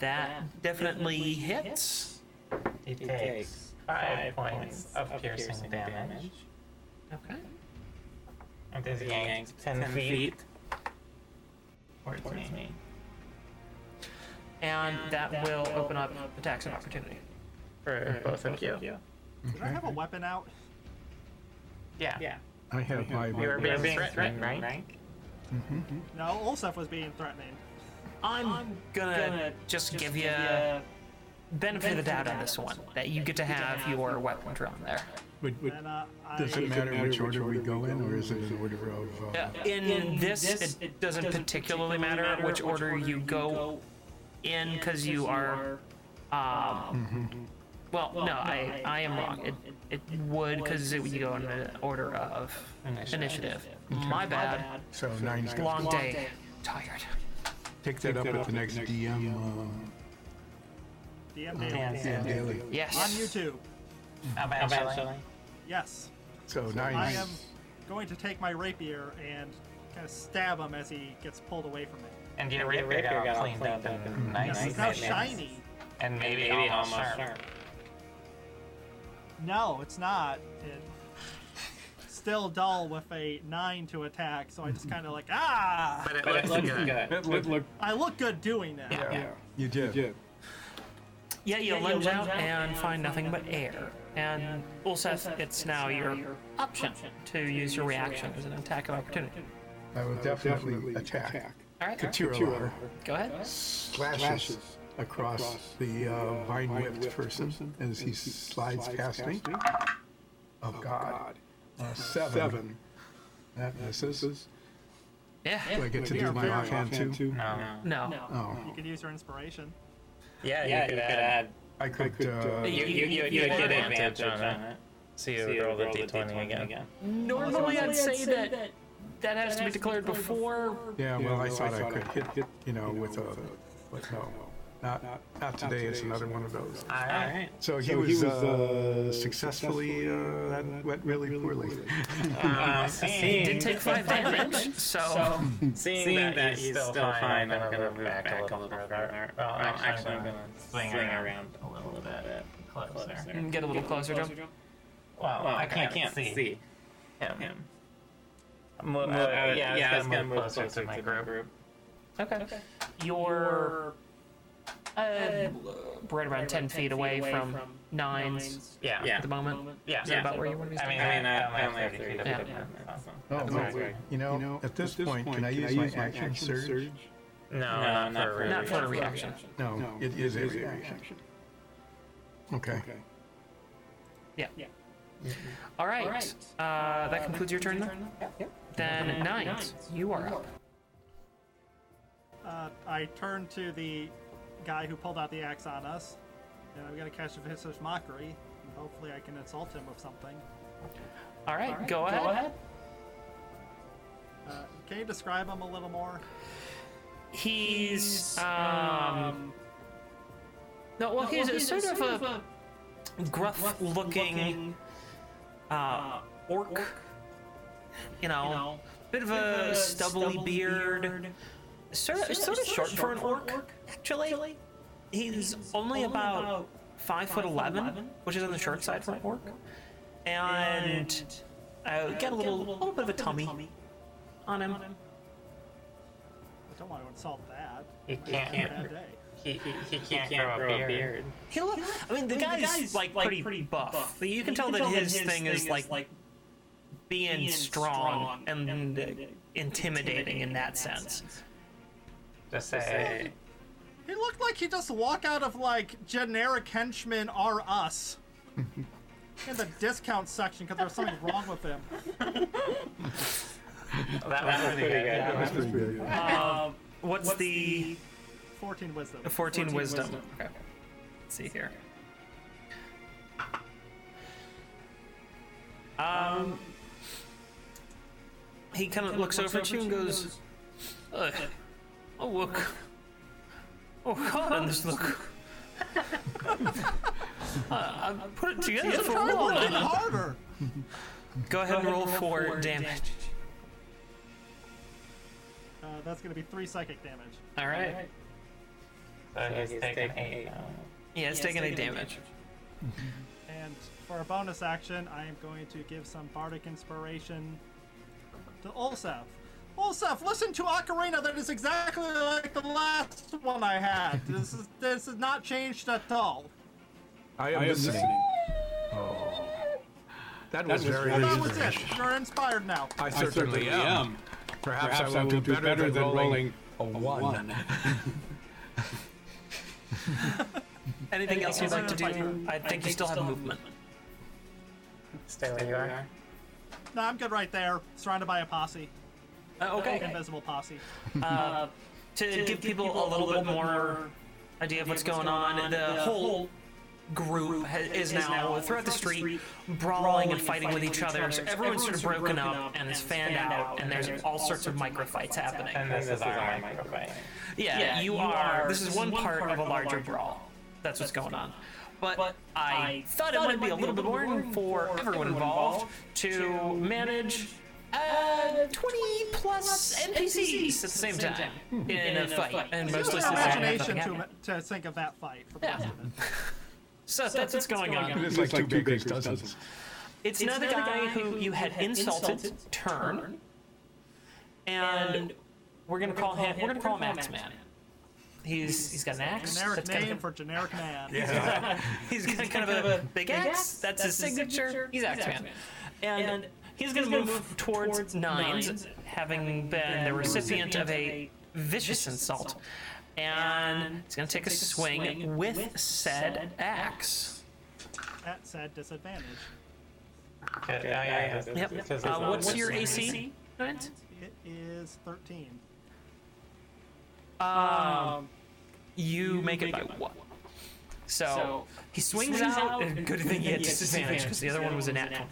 A: That definitely hits.
C: It takes five points of piercing damage,
A: Okay.
C: and is yanked ten feet towards me.
A: And that will open up attacks of opportunity.
C: For both of you.
B: Did I have a weapon out?
C: Yeah. Yeah.
F: I have my.
C: We were being
A: being
C: threatened, right?
B: No, Olsef was being threatening.
A: I'm, gonna, just, give you benefit of the doubt on this one, that you get to have your weapon drawn there.
F: Would- would-
B: And uh, I,
F: does it matter which order we go in, or is it in order of? Uh,
A: In, this, it doesn't, particularly, matter, which order, you go in, because you are. Um, well, no, I, I am wrong. It, it, would, because you go in the order of
C: Initiative.
A: initiative. My bad.
F: So nine.
A: Long day. Tired.
F: Pick that up at the next DM uh,
B: DM Daily.
C: Yeah.
F: and daily.
A: Yes.
B: On YouTube.
C: Eventually.
B: Yes.
F: So
B: I
F: nine.
B: am going to take my rapier and kind of stab him as he gets pulled away from me.
C: And your
G: your
C: rapier,
G: rapier
C: got,
G: got all
C: all cleaned
G: cleaned
C: up
G: up
C: and
B: This
C: nice.
B: is now
G: Nice.
B: shiny.
C: And maybe,
G: Maybe
C: almost,
G: almost
C: sharp.
G: sharp.
B: No, it's not. It, still dull with a nine to attack, so I just kind of like ah.
C: But it
G: But it
C: looks,
G: looks
C: good.
G: good.
D: It look, look,
B: I look good doing that.
D: yeah, you did.
F: Yeah.
A: Yeah, you
E: you
A: lunge
E: lunge
A: out
E: out
A: and
E: and
A: find
E: find
A: nothing but
E: nothing but
A: air. And Ulseth, it's now your option to use your reaction as an attack of opportunity.
F: I will definitely attack.
A: All right,
D: Katiralar
A: go ahead.
D: slashes across the uh, vine whipped person as he slides past me. Of God. Uh, Seven.
F: Seven.
D: That misses.
A: Yeah.
F: Do I get to
B: We
F: do
B: are
F: my
B: very
F: offhand too?
C: No.
A: No.
B: You
F: Oh,
B: could use your inspiration.
G: Yeah,
C: Yeah,
G: you could add.
D: I could. Uh,
G: You you you, you
C: would
G: get
C: get
G: advantage
C: advantage on
G: on it.
C: So you,
G: So you
C: roll, the d20, again.
A: Normally, I'd say that that has to be declared before.
D: yeah, well, I thought I could hit,
F: hit,
D: you know, with
F: with
D: a.
F: a-
D: But no. Not, not today,
F: today,
D: it's
F: it's
D: another one of those.
C: All
G: All
C: right.
G: right.
D: So he
F: So
D: was, uh, successfully, uh, that went really poorly.
C: Um, seeing,
A: Did take five damage, so
C: seeing,
G: Seeing
C: that, he's still, fine, I'm
G: gonna
C: going to move back, a little further. Well,
G: Well,
C: actually,
G: actually,
C: I'm
G: I'm
C: going
G: gonna
C: to swing
G: swing
C: around
G: around
C: a little bit closer.
G: Closer.
A: Mm, get a little closer to him.
C: Well,
G: Well,
C: I can't, see,
G: see
C: him.
G: him.
C: Mo- uh,
G: Uh,
C: yeah,
G: yeah,
C: I
G: it's
C: was
G: gonna
C: going to
G: move
C: move closer to my group.
A: Okay. You're uh, right around 10 feet away from nines
C: Yeah.
G: Yeah.
A: at the moment.
C: Yeah.
A: Is that about where you want to be?
C: I mean,
A: standing?
C: I, mean, I,
G: I
C: only have 30 feet of
A: Yeah.
C: movement, so.
D: Oh,
C: my
D: no.
C: word.
D: you know, at this, point, can I use my action, surge?
C: No,
G: No,
C: not,
G: not
C: for,
G: for-
C: a
A: Not for a
C: reaction.
A: reaction.
D: No,
F: No,
D: it is a reaction. Okay.
F: Okay.
A: Yeah. All right. Uh, that concludes your turn then? Then nines. You are up.
B: Uh, I turn to the guy who pulled out the axe on us, and I'm gonna catch his his mockery. And hopefully, I can insult him with something.
A: All right, go ahead.
B: Uh, can you describe him a little more?
A: He's uh, um no, well, he's, sort, of, a, gruff-looking uh, orc. You know, bit of a, stubbly, beard. Sort of, sort of short, for an orc. actually, he's, only, about, five foot eleven, which is on the short side for an orc. And uh, get a little, little bit of a tummy, on him.
B: I don't want to insult that.
C: He
B: Might have
C: can't-
B: a bad day.
C: He, he, he
G: You
C: can't, grow, a beard.
A: He look. I mean, the, guy's, like pretty, buff. You can tell that his, thing, is like being, strong, and, uh, intimidating, in that sense.
C: Just say,
B: He looked like he just walked out of like generic henchmen are us. In the discount section because there was something wrong with him.
C: "Oh, that was pretty good.
G: good.
F: That's pretty good. yeah.
A: What's, the,
B: 14 wisdom.
A: 14, wisdom? Okay. Let's see here. Um, he kind of looks over at you and goes, "Ugh. "Oh look, oh God, on this look." Uh, I put it together for a
B: Try to
A: while.
B: work it harder.
A: Go ahead and roll for damage.
B: Uh, that's going to be three psychic damage.
A: All right.
C: So he's,
G: he's
C: taking
G: taking
C: eight.
G: eight.
A: Yeah, it's taking eight damage.
B: And for a bonus action, I am going to give some bardic inspiration to Olsef. Olsef, listen to Ocarina. That is exactly like the last one I had. This is this is not changed at all.
D: I am
F: I am
D: listening.
F: listening.
D: That was very
B: Well, that was
D: inspirational.
B: it. You're inspired now.
D: I certainly am. Perhaps, I will do better, than rolling a one.
A: Anything else you'd like to
B: else you'd
A: do? I think you still have movement.
C: Stay where you are.
B: No, I'm good right there, surrounded by a posse,
A: Uh, okay.
B: invisible posse.
A: To give people a little bit more idea of what's going on, the whole group ha- is now throughout the street brawling and fighting with each other. So everyone's sort of broken up and is fanned out, and there's all sorts of micro fights happening.
C: And this is our microphone.
A: Yeah, you are. This is one part of a larger brawl. That's what's going on. But I thought it might be a little bit boring for everyone involved to manage uh, 20 plus NPCs at the same,
H: Same
A: time,
H: time.
A: in, a, fight. And
H: Use your Just listen to
A: mostly
B: Use your
H: that.
B: imagination
H: Nothing
B: to, to think of that fight for the
H: Yeah.
B: rest of it.
A: So, that's what's going, on.
I: It's like two
D: two
I: baker's
D: bakers'
I: dozens.
A: It's, another, guy, who you had insulted, turn, and, we're gonna call him. We're gonna call him Axe Man. He's he's got an axe.
B: Generic
A: That's kind
B: name
A: of,
B: for generic man.
I: Yeah.
A: he's got kind of a big axe. That's his signature. He's Axe Man, and he's gonna move towards nines, having been the recipient of a vicious insult, and he's gonna take a swing with said axe.
B: That said, disadvantage.
C: Okay, oh, yeah, yeah.
A: Yep.
C: Because it's
A: Uh,
C: all
A: what's
C: the
A: your
C: same.
A: AC? Nines?
B: It is 13.
A: Um, you, make, it by one. So, he swings, out, and good thing he had disadvantage because the other one was a nat 20.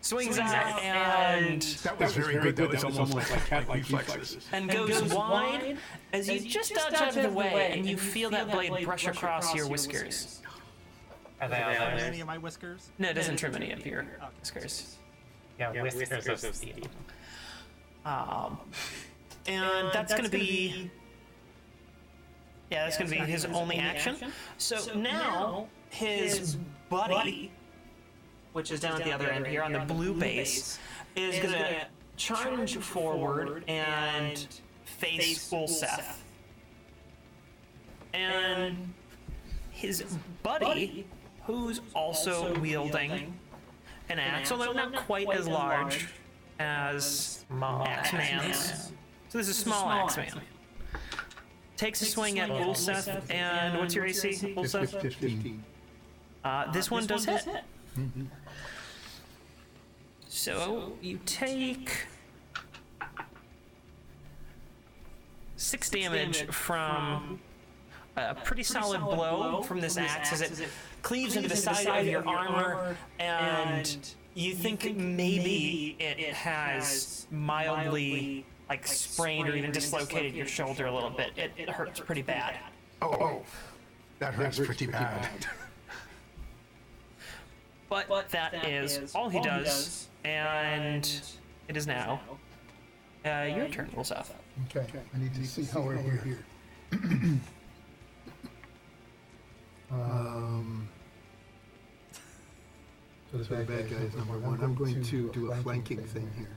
A: Swings, out and,
I: That was very good. That was almost like cat-like reflexes.
A: and goes wide as you just dodge out of the way and you feel that blade brush across your whiskers.
C: Are they all
B: Are there
C: there?
B: any of my whiskers?
A: No, it doesn't trim any of your whiskers.
C: Yeah, whiskers of steel.
A: Um, And that's going to be, yeah, that's going to
E: gonna
A: be his only action. So now his
E: his
A: buddy,
E: buddy,
A: which is down at the other end here on the blue base, is
E: is
A: going to
E: gonna
A: charge forward and face Ulseth. And his buddy,
E: Buddy,
A: who's also wielding an axe, although not quite as large as Axe Man's. So this is Small Axe Man. Takes a swing at
E: swing at
A: Ulseth,
E: Ulseth,
A: and what's your
E: and what's
A: AC,
E: your AC?
A: Ulseth?
D: Fifteen.
A: Uh, this one does hit.
E: hit.
A: So you take six damage
E: damage
A: from a pretty solid blow
E: solid blow
A: from this
E: from this
A: axe as
E: axe as
A: it
E: it
A: cleaves into the
E: into the
A: side
E: side
A: of
E: of
A: your
E: your
A: armor
E: armor,
A: and
E: and
A: you think
E: think
A: maybe
E: maybe
A: it
E: it
A: has
E: has
A: mildly
E: mildly,
A: like sprained or even dislocated your shoulder a little bit. It, it hurts pretty bad.
I: Oh, oh, that hurts pretty bad.
A: But that is all he does, and it is now uh, your turn, Wolseth.
D: Okay, I need to see how we're here. Um. So the bad guy is number one. I'm going to do a flanking thing here.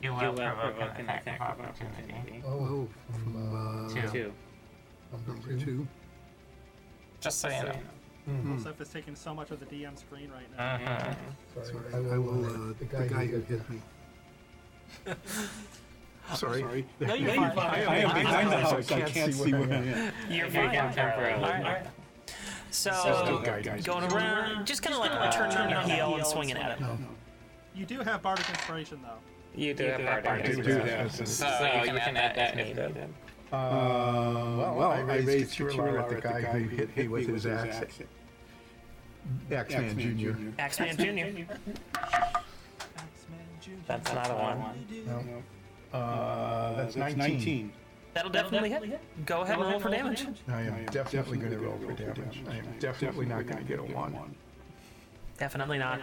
C: You will provoke an attack of opportunity.
D: Oh, from, uh,
C: Two.
D: from number two.
C: Just so you know.
B: Joseph is taking so much of the DM screen right now.
C: Uh-huh.
D: I I will, uh, the guy who hit me. Sorry. No,
A: you're fine.
D: I am behind the house, I can't see where I am.
A: You're
C: You're
A: fine.
C: getting temporarily.
A: So,
D: Good guy, guys.
A: going around, just kind of like turn on your heel and swinging at him.
B: You do have Bardic Inspiration, though.
C: You do have part
I: Do that.
C: So you can add that if needed.
D: Uh, well, I raised
I: Chihuahua
D: Chihuahua at the guy who hit me with his axe. Axeman Junior.
A: Axeman Jr.
B: X-Men Junior.
A: That's not a one.
D: Uh, that's nineteen.
A: That'll definitely hit. Go ahead and roll for damage.
D: I am definitely gonna roll for damage. I am definitely not gonna get a one.
A: Definitely not.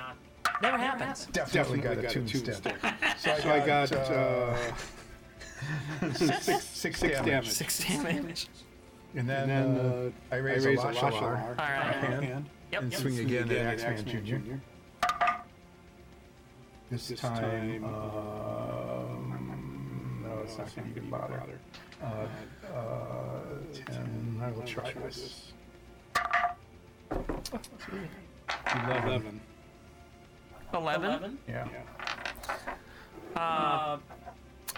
A: Never happens.
D: Definitely got a two step. So I got, uh, six, six damage.
A: Six damage.
D: And then, uh, I raise a Lashalar
A: All right.
D: hand
A: Yep.
D: and swing again at Axeman Junior. This time, um, no, it's not gonna even bother. Uh, uh, ten, I will try this. Eleven.
A: Eleven.
D: Yeah.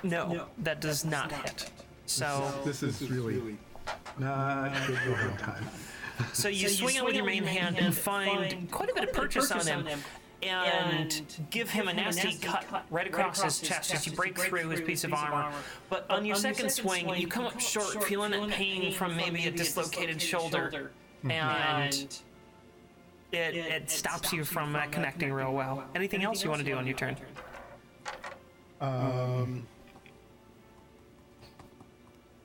A: No, that does not hit. So,
D: This is really not good over time.
A: so you swing it with your main hand and find quite a bit of purchase on him. And give him a nasty cut right across his chest as you break through his piece of armor. But on your second swing, you come up short, feeling that pain from maybe a dislocated shoulder. And
E: and
A: it, it stops you from uh, connecting real well. Anything else you want to do on your turn?
D: Um,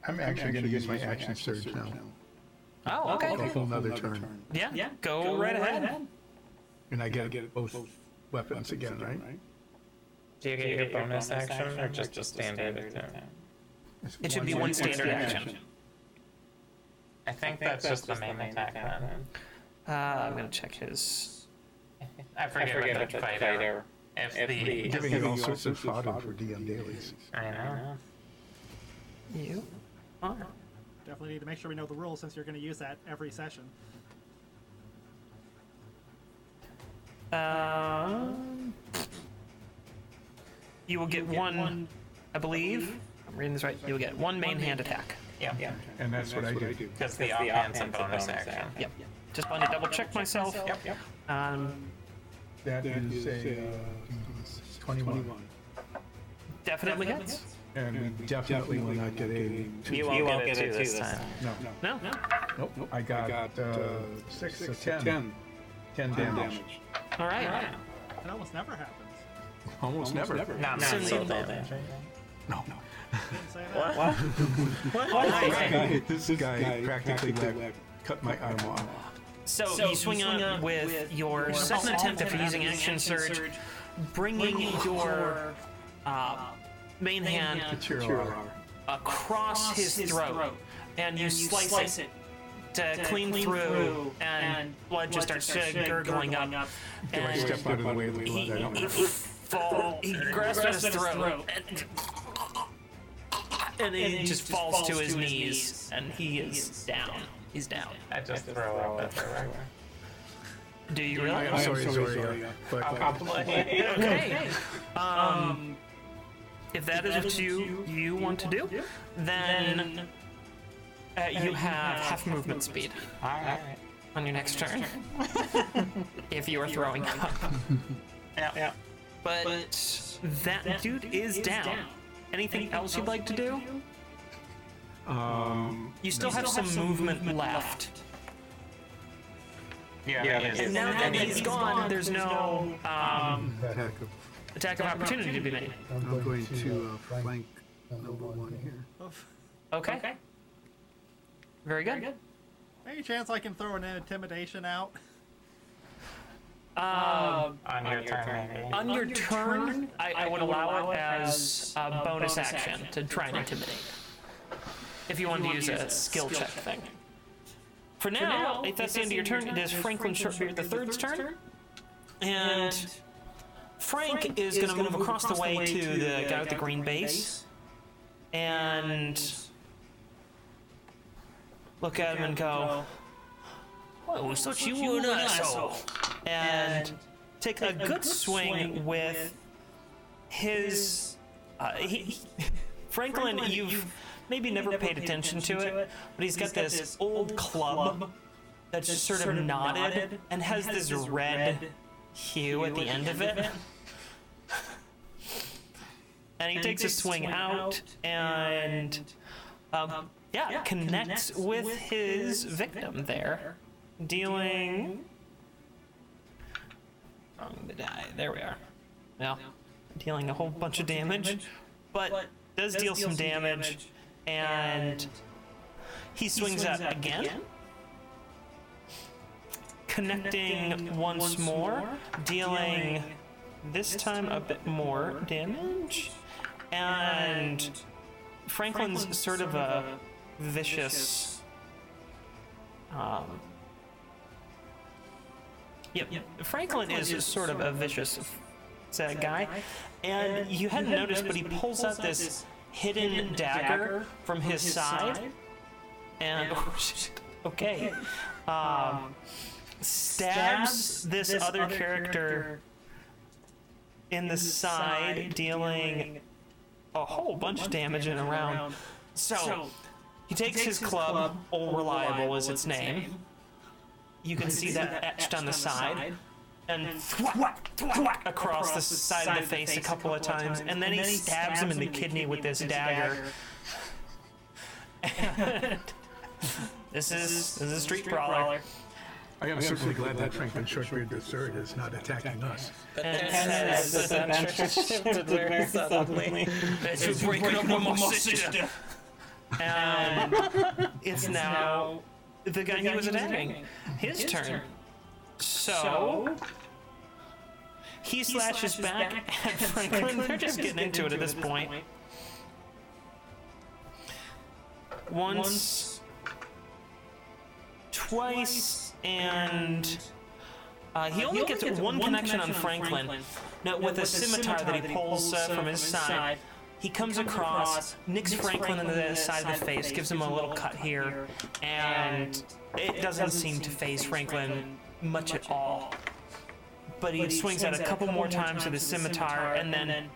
D: I'm actually going to use my action surge now.
A: Oh, okay.
D: Go another turn.
A: Yeah, go right ahead.
D: And I got to get both weapons again, right?
C: Do you get, your, bonus, action, or just a standard, attack?
A: It should be one standard action.
C: I think that's, just the main attack. then.
A: Uh, I'm gonna check his.
C: I forget, what the fighter. If, the,
F: Giving you all
D: you
F: sorts of fodder for DM dailies.
C: I know.
A: You are.
B: Definitely need to make sure we know the rules since you're going to use that every session.
A: Um, you will get, one, I believe. I'm reading this right. You will get one main hand attack.
C: Yeah. Yeah.
D: And that's what I
F: That's what I
D: do.
F: do.
C: Because the offhand's a bonus, action.
A: Yep. Just wanted to double check myself.
C: Yep. Yep.
A: Um,
D: That
F: That is
D: is a uh,
F: a
D: 21.
F: Twenty-one.
A: definitely hits.
D: And we
F: Definitely
D: definitely will not get a.
F: You
G: You won't get it two this time.
D: No.
A: No. no.
D: Nope. I
F: I
D: got
F: got
D: uh,
F: uh,
D: six to
F: six
D: 10. 10 damage.
F: damage.
A: All right.
B: It almost never happens.
D: Almost never.
C: Not
A: So
C: mental
A: leave
C: damage.
D: No.
B: Didn't say that.
F: Guy- This guy
D: Guy
F: practically
D: practically
F: leg.
D: cut my arm off.
A: So, you swing on, with, your, second attempt after using action surge, bringing your uh, main hand
D: Cheer
F: Sure.
A: across his throat, and you, slice, it to clean through, and blood just starts to gurgling up.
D: I
A: And
D: step out of the way of the blood. I don't
A: he,
D: know.
A: he fall, he grasps at his throat, and, and he just falls to his knees, and he is down. He's down.
C: I just throw up at the right
A: Do you really?
D: I'm sorry,
F: sorry,
D: Zoria.
F: Zoria.
D: But uh,
C: way.
A: Okay. Um, if that is what you, you, want to do, then uh, you have half movement speed
C: Alright.
A: on your next turn. if you are throwing up.
C: Yeah. Yeah.
A: But, that, dude, is, down. Anything, else you'd like to do? you still have some movement, left.
C: Yeah.
G: yeah.
A: Now that
G: that
A: he's gone, there's, no, um,
F: That heck of-
A: attack of opportunity to be made.
F: I'm going to uh, flank number one here.
A: Okay. Very good.
B: Any chance I can throw an intimidation out?
C: On your turn, maybe.
A: Um, On your turn, I, I would allow it as a bonus, action, to try and intimidate. If you wanted to use, a skill, check, thing. For now, if that's the end of your turn, it is Franklin Shortbeard the third's turn. And Frank, is going to move across the way to the guy with the green base and look at him and go, Well, we thought you were an asshole. And take a good swing with his. uh, he- he- Franklin, you've maybe never paid attention to it, but he's got this old club that's just sort of knotted and has this red hue at the end of it. And he takes a swing out and. Um, yeah, connects, with, his, victim, there, dealing. Wrong the die. There we are. Well, dealing a whole bunch of damage, but, does, deal, some damage, and, he swings, out again, connecting, once, more, dealing, this, time, a bit more damage, and. Franklin's, sort of a vicious. Um, yep. Franklin, is, sort of a vicious uh, guy. And, you hadn't noticed, but he pulls out this hidden, dagger, from his, side. And. oh, shit. okay. Um, stabs, this, other, character, in the, side, dealing a whole bunch of damage in a round. So, he takes, his, club, All Reliable is its name. You can see that etched on the side. And thwack, thwack across the side of the face a couple of times. And then he stabs him in the kidney with this dagger. This is, this is a street brawler.
D: I am certainly glad that Franklin Shortbeard the third is not attacking us.
A: And it says, It's breaking up with my sister. And it's now the guy he was attacking. His turn. So He, slashes, back, at Franklin. They're just getting into it at this point. Once,
E: Once,
A: twice, and uh, he, only gets, one, connection, on Franklin. No, with, a scimitar, that he pulls uh, from his side. He comes,
G: comes
A: across,
G: across,
A: nicks Franklin in the side of the face, gives him a little cut here, and it doesn't seem to phase Franklin much at all. But he swings at a couple more times with his scimitar, and then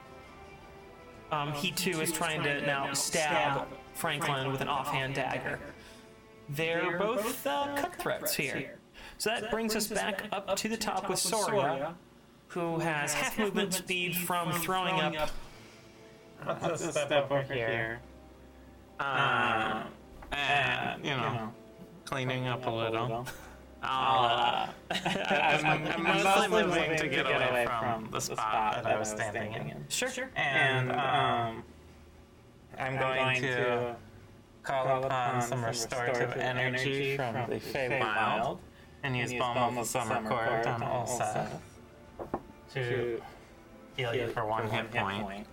A: um, he too is trying to now stab Franklin with an offhand dagger. They're both uh, cutthroats here. So that brings us back up to the top with Soria, who has half movement speed from throwing up
C: Let's step, over here. Uh, and, you know, cleaning up a little. Uh, I'm, I'm mostly moving to get away from the spot that I was standing in.
A: Sure. sure.
C: And um, I'm going to call upon some restorative energy from the Feywild and use Balm of the Summer Court on Ulsa to heal you for one hit point.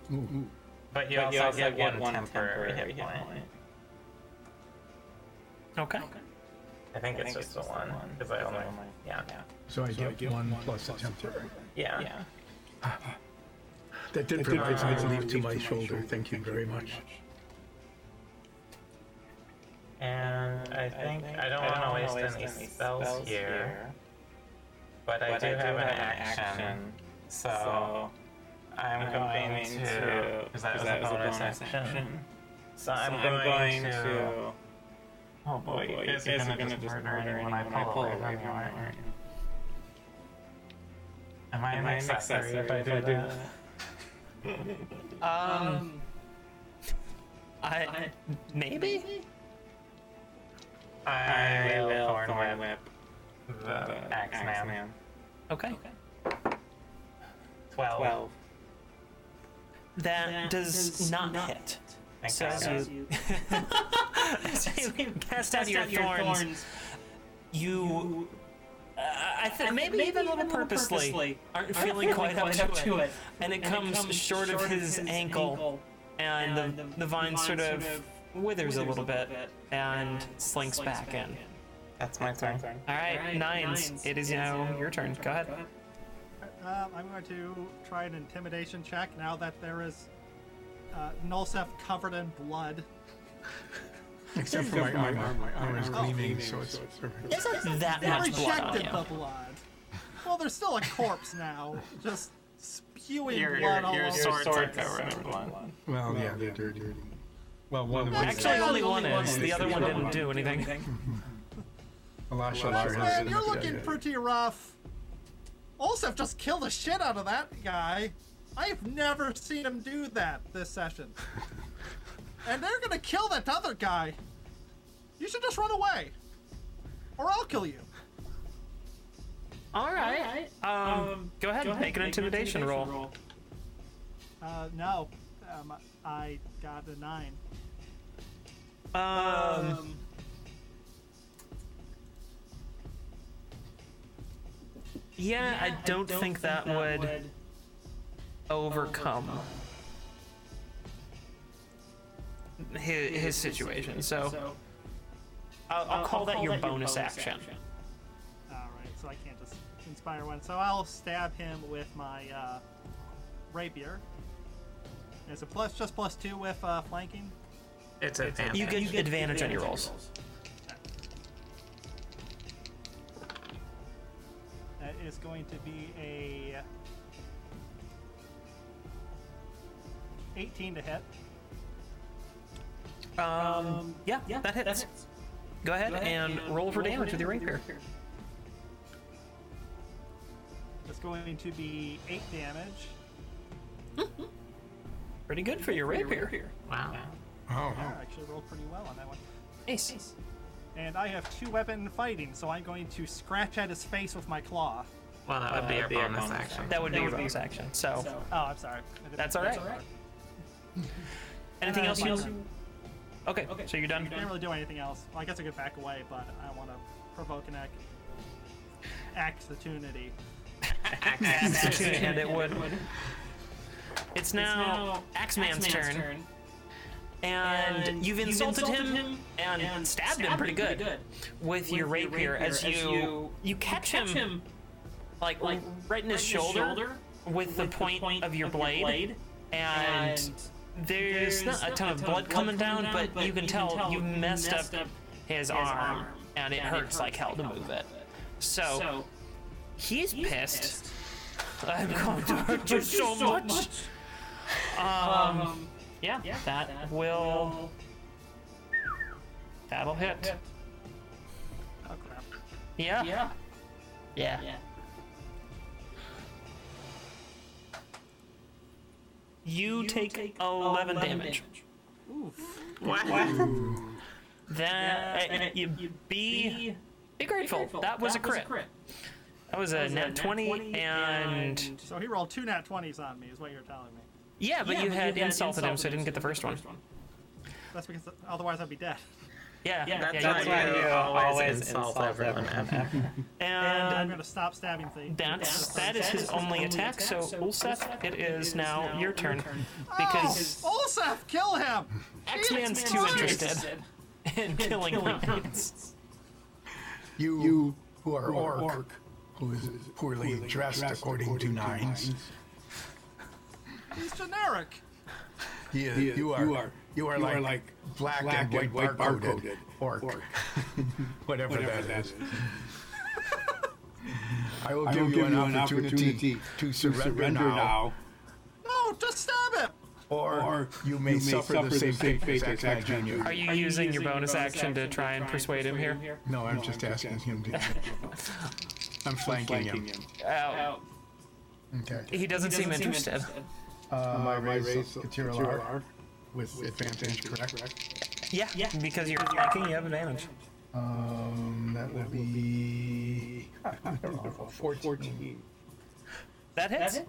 C: But you also get one temporary hit point.
A: Okay.
C: I think it's just the one because I only yeah yeah
D: So I get one plus a temporary.
C: yeah.
D: That did provide some relief to my shoulder. Thank you very much.
C: And I think I don't want to waste any spells here, but I do have an action, so I'm going to because that was a bonus action. So I'm going to. Oh boy, you guys are gonna just murder anyone I pull away from you, aren't you? Am I an accessory if I do that?
A: Um, I maybe.
C: I will thorn whip the axe man.
A: Okay.
C: Twelve.
A: That does, not, hit.
C: Thank
A: So
C: God.
A: as you, as you cast out your
G: out your
A: thorns, you, uh, I think maybe, even a little purposely, aren't feeling quite up to it, and it comes, short, of his, ankle, and, the, the, vine sort of withers a little bit and slinks, back, in.
C: That's my turn.
A: All right, nines, It is now your turn. Go ahead.
B: Um, I'm going to try an intimidation check now that there is uh, Nulsef covered in blood.
D: Except for my armor.
F: armor.
D: My armor is
F: Oh.
D: gleaming, so it's perfect.
A: That, much blood on
B: Rejected
A: you.
B: the blood. Well, there's still a corpse now, just spewing
C: Your,
B: blood
C: your,
B: all
C: your
B: over.
C: sword
B: the
C: covered
B: place.
C: in blood.
D: Well, yeah, they're dirty. Well, one of them.
A: Actually, only one is. The
D: is.
A: other one didn't do anything.
D: Elisha sure has
B: Man,
D: it.
B: you're looking pretty rough. Olsef just killed the shit out of that guy. I've never seen him do that this session. and they're gonna kill that other guy. You should just run away. Or I'll kill you.
A: All right. Um, go ahead. make an intimidation, roll.
B: Uh, no. Um, I got a nine.
A: Um, yeah, I don't, think, that, would, overcome, his, his situation. So, I'll, I'll, call that your bonus, action.
B: Alright, so I can't just inspire one. So I'll stab him with my uh, rapier. And it's a plus, just plus two with uh, flanking.
C: It's advanced.
A: You get, advantage, on your rolls.
B: That is going to be a 18 to hit.
A: Um, yeah, that hits. Go ahead, and, roll for damage with your rapier.
B: That's going to be 8 damage.
A: Pretty good for your rapier.
C: Wow.
B: Yeah,
D: Oh,
B: I actually rolled pretty well on that one.
A: Ace.
B: And I have two weapon fighting, so I'm going to scratch at his face with my claw.
C: Well, that would be our bonus, action.
A: That would be your bonus action. So,
B: Oh, I'm sorry. I didn't-
A: that's all right. Anything Uh, else? You... Okay. So you're done.
B: I didn't really do anything else. Well, I guess I could back away, but I want to provoke an act. Actunity.
A: and it would. It's now, Axeman's, turn, and,
G: And
A: you've insulted, him, and, stabbed, him pretty good, with,
G: with
A: your
G: your
A: rapier, as you
G: rapier as
A: you,
G: you-
A: catch,
G: Catch
A: him,
G: him
A: like,
G: like
A: right in his shoulder, with, the, point of your blade, and, there's, not a ton of blood coming down, but, you can tell you messed, up
G: his
A: his, arm, and it
G: and
A: hurts like hell to move it. So,
G: So
A: he's,
G: he's
A: pissed.
G: pissed.
A: I'm going to hurt you
G: Thank
A: so, much.
G: Um,
A: Yeah,
G: yeah,
A: that, will that'll hit.
G: hit.
B: Oh, crap.
A: Yeah. yeah,
G: Yeah, yeah.
A: You,
G: You
A: take, 11, damage.
C: What?
A: That
G: and it-
A: you,
G: you
A: be,
G: be
A: be grateful. That was a crit. That was a
G: was a
A: nat
G: nat
A: 20,
G: 20
A: and,
G: and-
B: So he rolled two nat 20s on me, is what you're telling me.
A: yeah, but
G: Yeah,
A: you had insulted him,
G: insulted
A: so I didn't get the first one.
B: That's because otherwise I'd be dead.
A: Yeah,
G: Yeah,
A: yeah,
G: that's
A: you
C: That's
A: were-
G: right.
C: why you always insult everyone.
B: I'm
A: and
B: gonna stop stabbing things.
A: that's that is his only attack. So Ulseth, it is now your turn because
B: Oh, Olsef, kill him!
A: X-Man's too interested in killing Remains.
D: You, you who are orc, who is poorly, dressed, according, to nines.
B: He's generic.
D: He is,
F: He is-
D: you, are, you
F: you
D: are
F: are-
D: like,
F: you are like black
D: black, and white,
F: and white
D: barcoded,
F: barcoded
D: orc,
F: orc.
D: whatever,
F: Whatever
D: that
F: that
D: is.
F: is.
D: I will
F: I
D: give,
F: will
D: you, an, opportunity to surrender, now,
B: No, just stab him!
D: or, you may suffer, the same fate, as X-Men you.
A: Are you using, your bonus, action, to try and persuade him here?
D: No, I'm just asking him to. I'm flanking him.
A: Oh,
G: Oh,
D: Okay.
A: he
G: doesn't
A: doesn't, seem interested.
D: Uh, my raise
F: raise
D: Katira
F: Katira
D: Lar with advantage, correct?
A: Yeah,
G: Yeah.
A: because you're flanking, you have advantage.
D: Um, that would be. I don't know, 14.
A: That hits.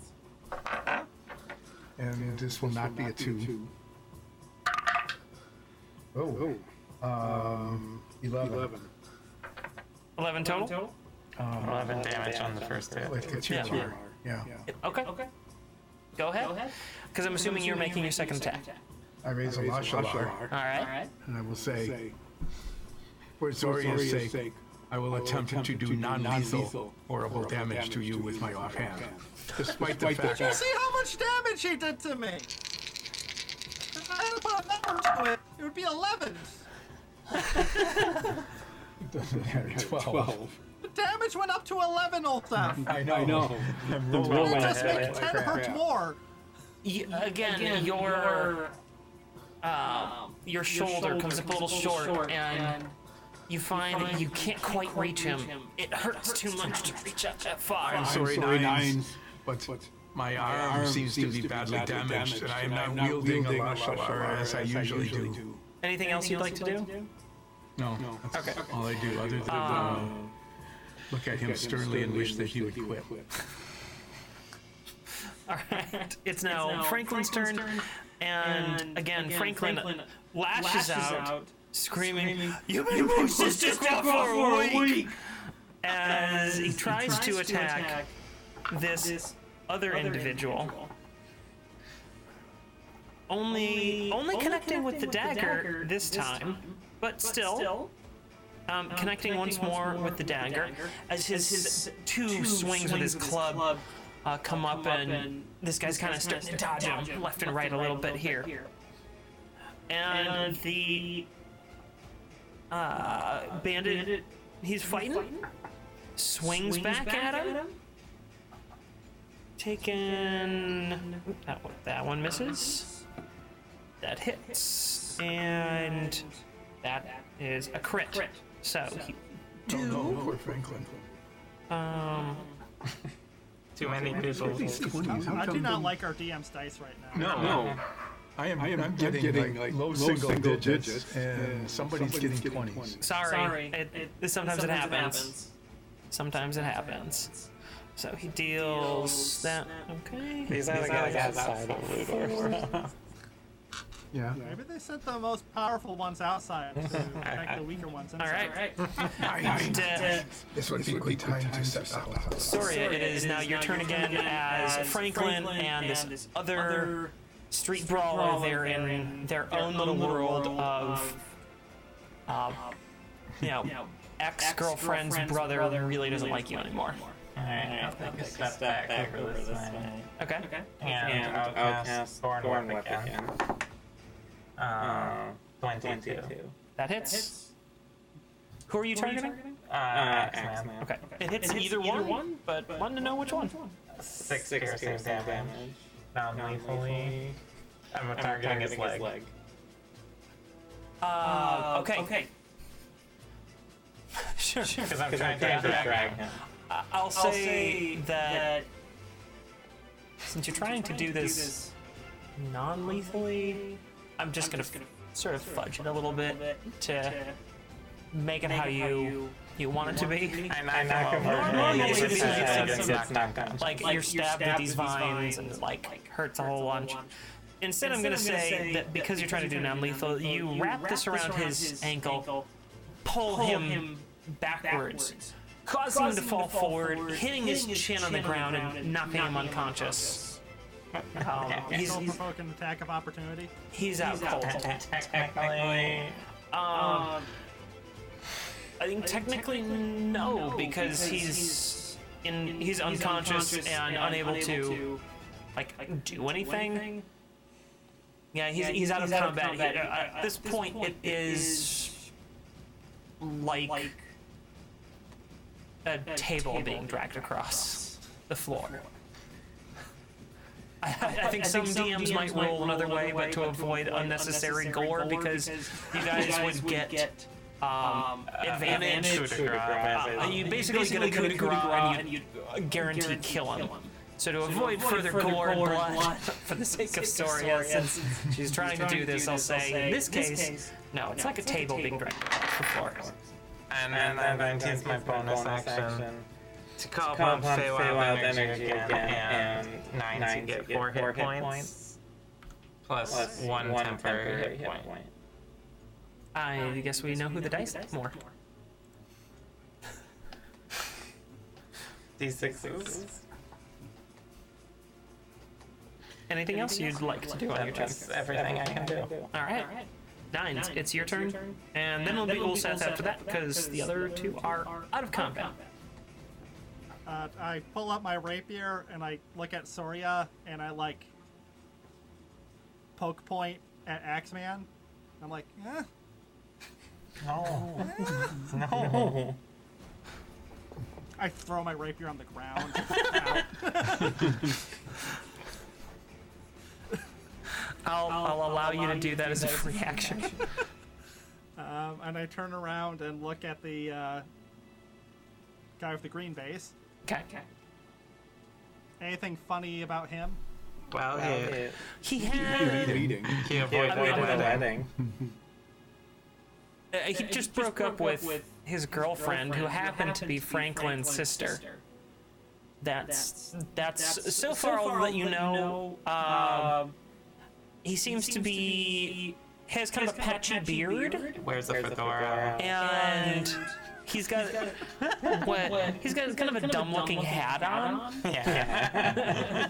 G: That hits.
D: And this will not be a 2. Oh, Um,
F: Oh,
D: 11.
F: 11.
A: 11 total?
G: Total.
C: 11 damage on the first hit.
D: With
A: Yeah.
D: Katira Lar, yeah.
F: Yeah.
A: Okay.
G: Okay.
A: Go
G: Go ahead.
A: ahead. Because I'm assuming you're making your second attack.
D: I raise a Lashalar,
A: All
G: All
A: right.
G: right.
D: and I will say,
F: Say,
D: for
F: for
D: Zoria's sake, I will
F: I will
D: attempt to do non-lethal horrible damage to you with my offhand, despite the fact
B: You see how much damage he did to me! If I had to put a number to it, it would be 11.
D: that 12.
B: The damage went up to 11, Olsef.
D: I know. I
F: No.
D: am rolling.
B: It just
D: like
B: make 10
D: crap.
B: hurt more.
A: Y- again,
G: Again,
A: your,
G: your
A: um, your shoulder, comes up a little short, and, you find that
G: find
A: you
G: you
A: can't quite reach him. It hurts too much to reach up that far.
D: I'm sorry,
F: sorry,
D: nines,
F: Nines,
D: but
F: but
D: my arm seems to be badly damaged, and I am not wielding a Lashalar as I usually do.
A: Anything else you'd like to do?
D: No, that's all I do, other than um, look at him sternly and wish that he would quit.
A: All right. It's now,
G: now
A: Franklin's, turn.
G: Franklin's turn,
A: And,
G: and
A: again,
G: again,
A: Franklin,
G: Franklin
A: lashes,
G: lashes
A: out,
G: out,
A: screaming,
G: screaming,
A: You've been my sister's
G: Just
A: for a week!
G: week.
A: As he tries,
G: Tries
A: to attack, this,
G: this
A: other,
G: other
A: individual,
G: individual.
A: Only, only,
G: Only
A: connecting with the dagger, this, time, but,
G: but
A: still,
G: still
A: um, connecting,
G: connecting
A: once more with the dagger, as his,
G: his
A: two, swings, with his club, uh, come, up, and, this guy's kind of starting to dodge him left, and right a little bit here. And,
G: And
A: the uh, bandit,
G: Did it
A: he's fighting,
G: fighting?
A: swings, back, at him. Taken. Oop, That one, that one misses. That hits. And that is a crit.
G: Crit.
A: So he,
D: No, no, poor Franklin.
A: um,
C: Too many people.
D: These 20s, how
B: I do
D: come
B: not
D: them-
B: like our DM's dice right now.
D: No,
C: No.
D: I am. I am I'm getting, like, low, single, digits, and, somebody's, getting 20s.
A: sorry.
G: Sorry.
A: It, sometimes, it happens. Sometimes it happens. So he
G: Deals
A: deals that.
G: that-
A: Okay.
C: These are the guys outside of Ludor.
F: Yeah.
B: Maybe they sent the most powerful ones outside to protect the weaker ones inside.
A: All right. And, uh,
G: This would be a good time to set up.
A: Soria, it is, now your turn again as Franklin, and this, other, street brawler. They're in their own little world of, uh, you know, ex girlfriend's brother really doesn't like you anymore.
C: Alright, I'll take a step back over this way.
A: Okay.
C: And I'll cast Thorn Whip again. Um, 22.
A: That hits. Who are you targeting?
C: Uh, Axeman.
A: Okay. It hits either one, but wanted to know which one.
C: Six, six piercing damage. Non-lethally. I'm targeting his leg.
A: Uh, okay. Okay. Sure.
C: Because I'm trying to drag him.
A: I'll say that since you're trying to do this non-lethally, I'm just gonna f- sort of fudge it a little bit to make it how you you want it to be.
C: I knock him over.
A: Normally,
C: and he
A: this is-
C: gets
A: this is-
C: knocked unconscious.
A: Like you're stabbed with these vines and like hurts a whole bunch. Instead, I'm gonna say that because you're trying to do non-lethal, you wrap this around his ankle, pull him backwards. Causing him to fall forward, hitting his chin on the ground, and knocking him unconscious. Um, he's,
B: Don't
A: he's
B: provoke an attack of opportunity.
A: He's out cold.
C: Technically,
A: Um, I think technically no, because he's in he's unconscious and unable to like do anything. Yeah, he's he's out of combat. He- uh, At this point, it is like a table being dragged across the floor. I, I think some DMs might roll another way, but to avoid unnecessary gore, because you guys would get um, advantage.
C: coup de grace.
A: Uh, you basically, get a coup de grace and you guarantee, kill him. So to avoid further gore and blood, for the sake of Soria, since she's trying to do this, I'll say, in this case, no, it's like a table being dragged across the floor.
C: And then I'm going to use my bonus action to call upon Feywild Energy again, and nine to get four hit points, plus one temporary hit point.
A: I guess we know who the dice is more.
C: D6s.
A: Anything else you'd like to do on your turn?
C: That's everything I can do.
A: All right. Nine, it's your turn. And then it'll be Ulseth after that, because the other two are out of combat.
B: Uh, I pull out my rapier and I look at Soria and I like poke point at Axeman. I'm like, eh.
C: No. No.
B: I throw my rapier on the ground.
A: I'll, I'll allow you to do that as a free action.
B: um, and I turn around and look at the uh, guy with the green base.
A: Okay.
B: Anything funny about him?
C: Well, he,
A: He had.
F: Leading.
C: he avoided
A: avoided
C: the
A: the
C: wedding.
A: Uh, he just, broke, up with, his girlfriend, who happened to be Franklin's, sister. That's, that's so far I'll let you know. um, he seems to be has kind of a patchy, beard,
C: Where's the fedora?
A: and he's got, what, he's got kind of a dumb looking hat on.
C: Yeah.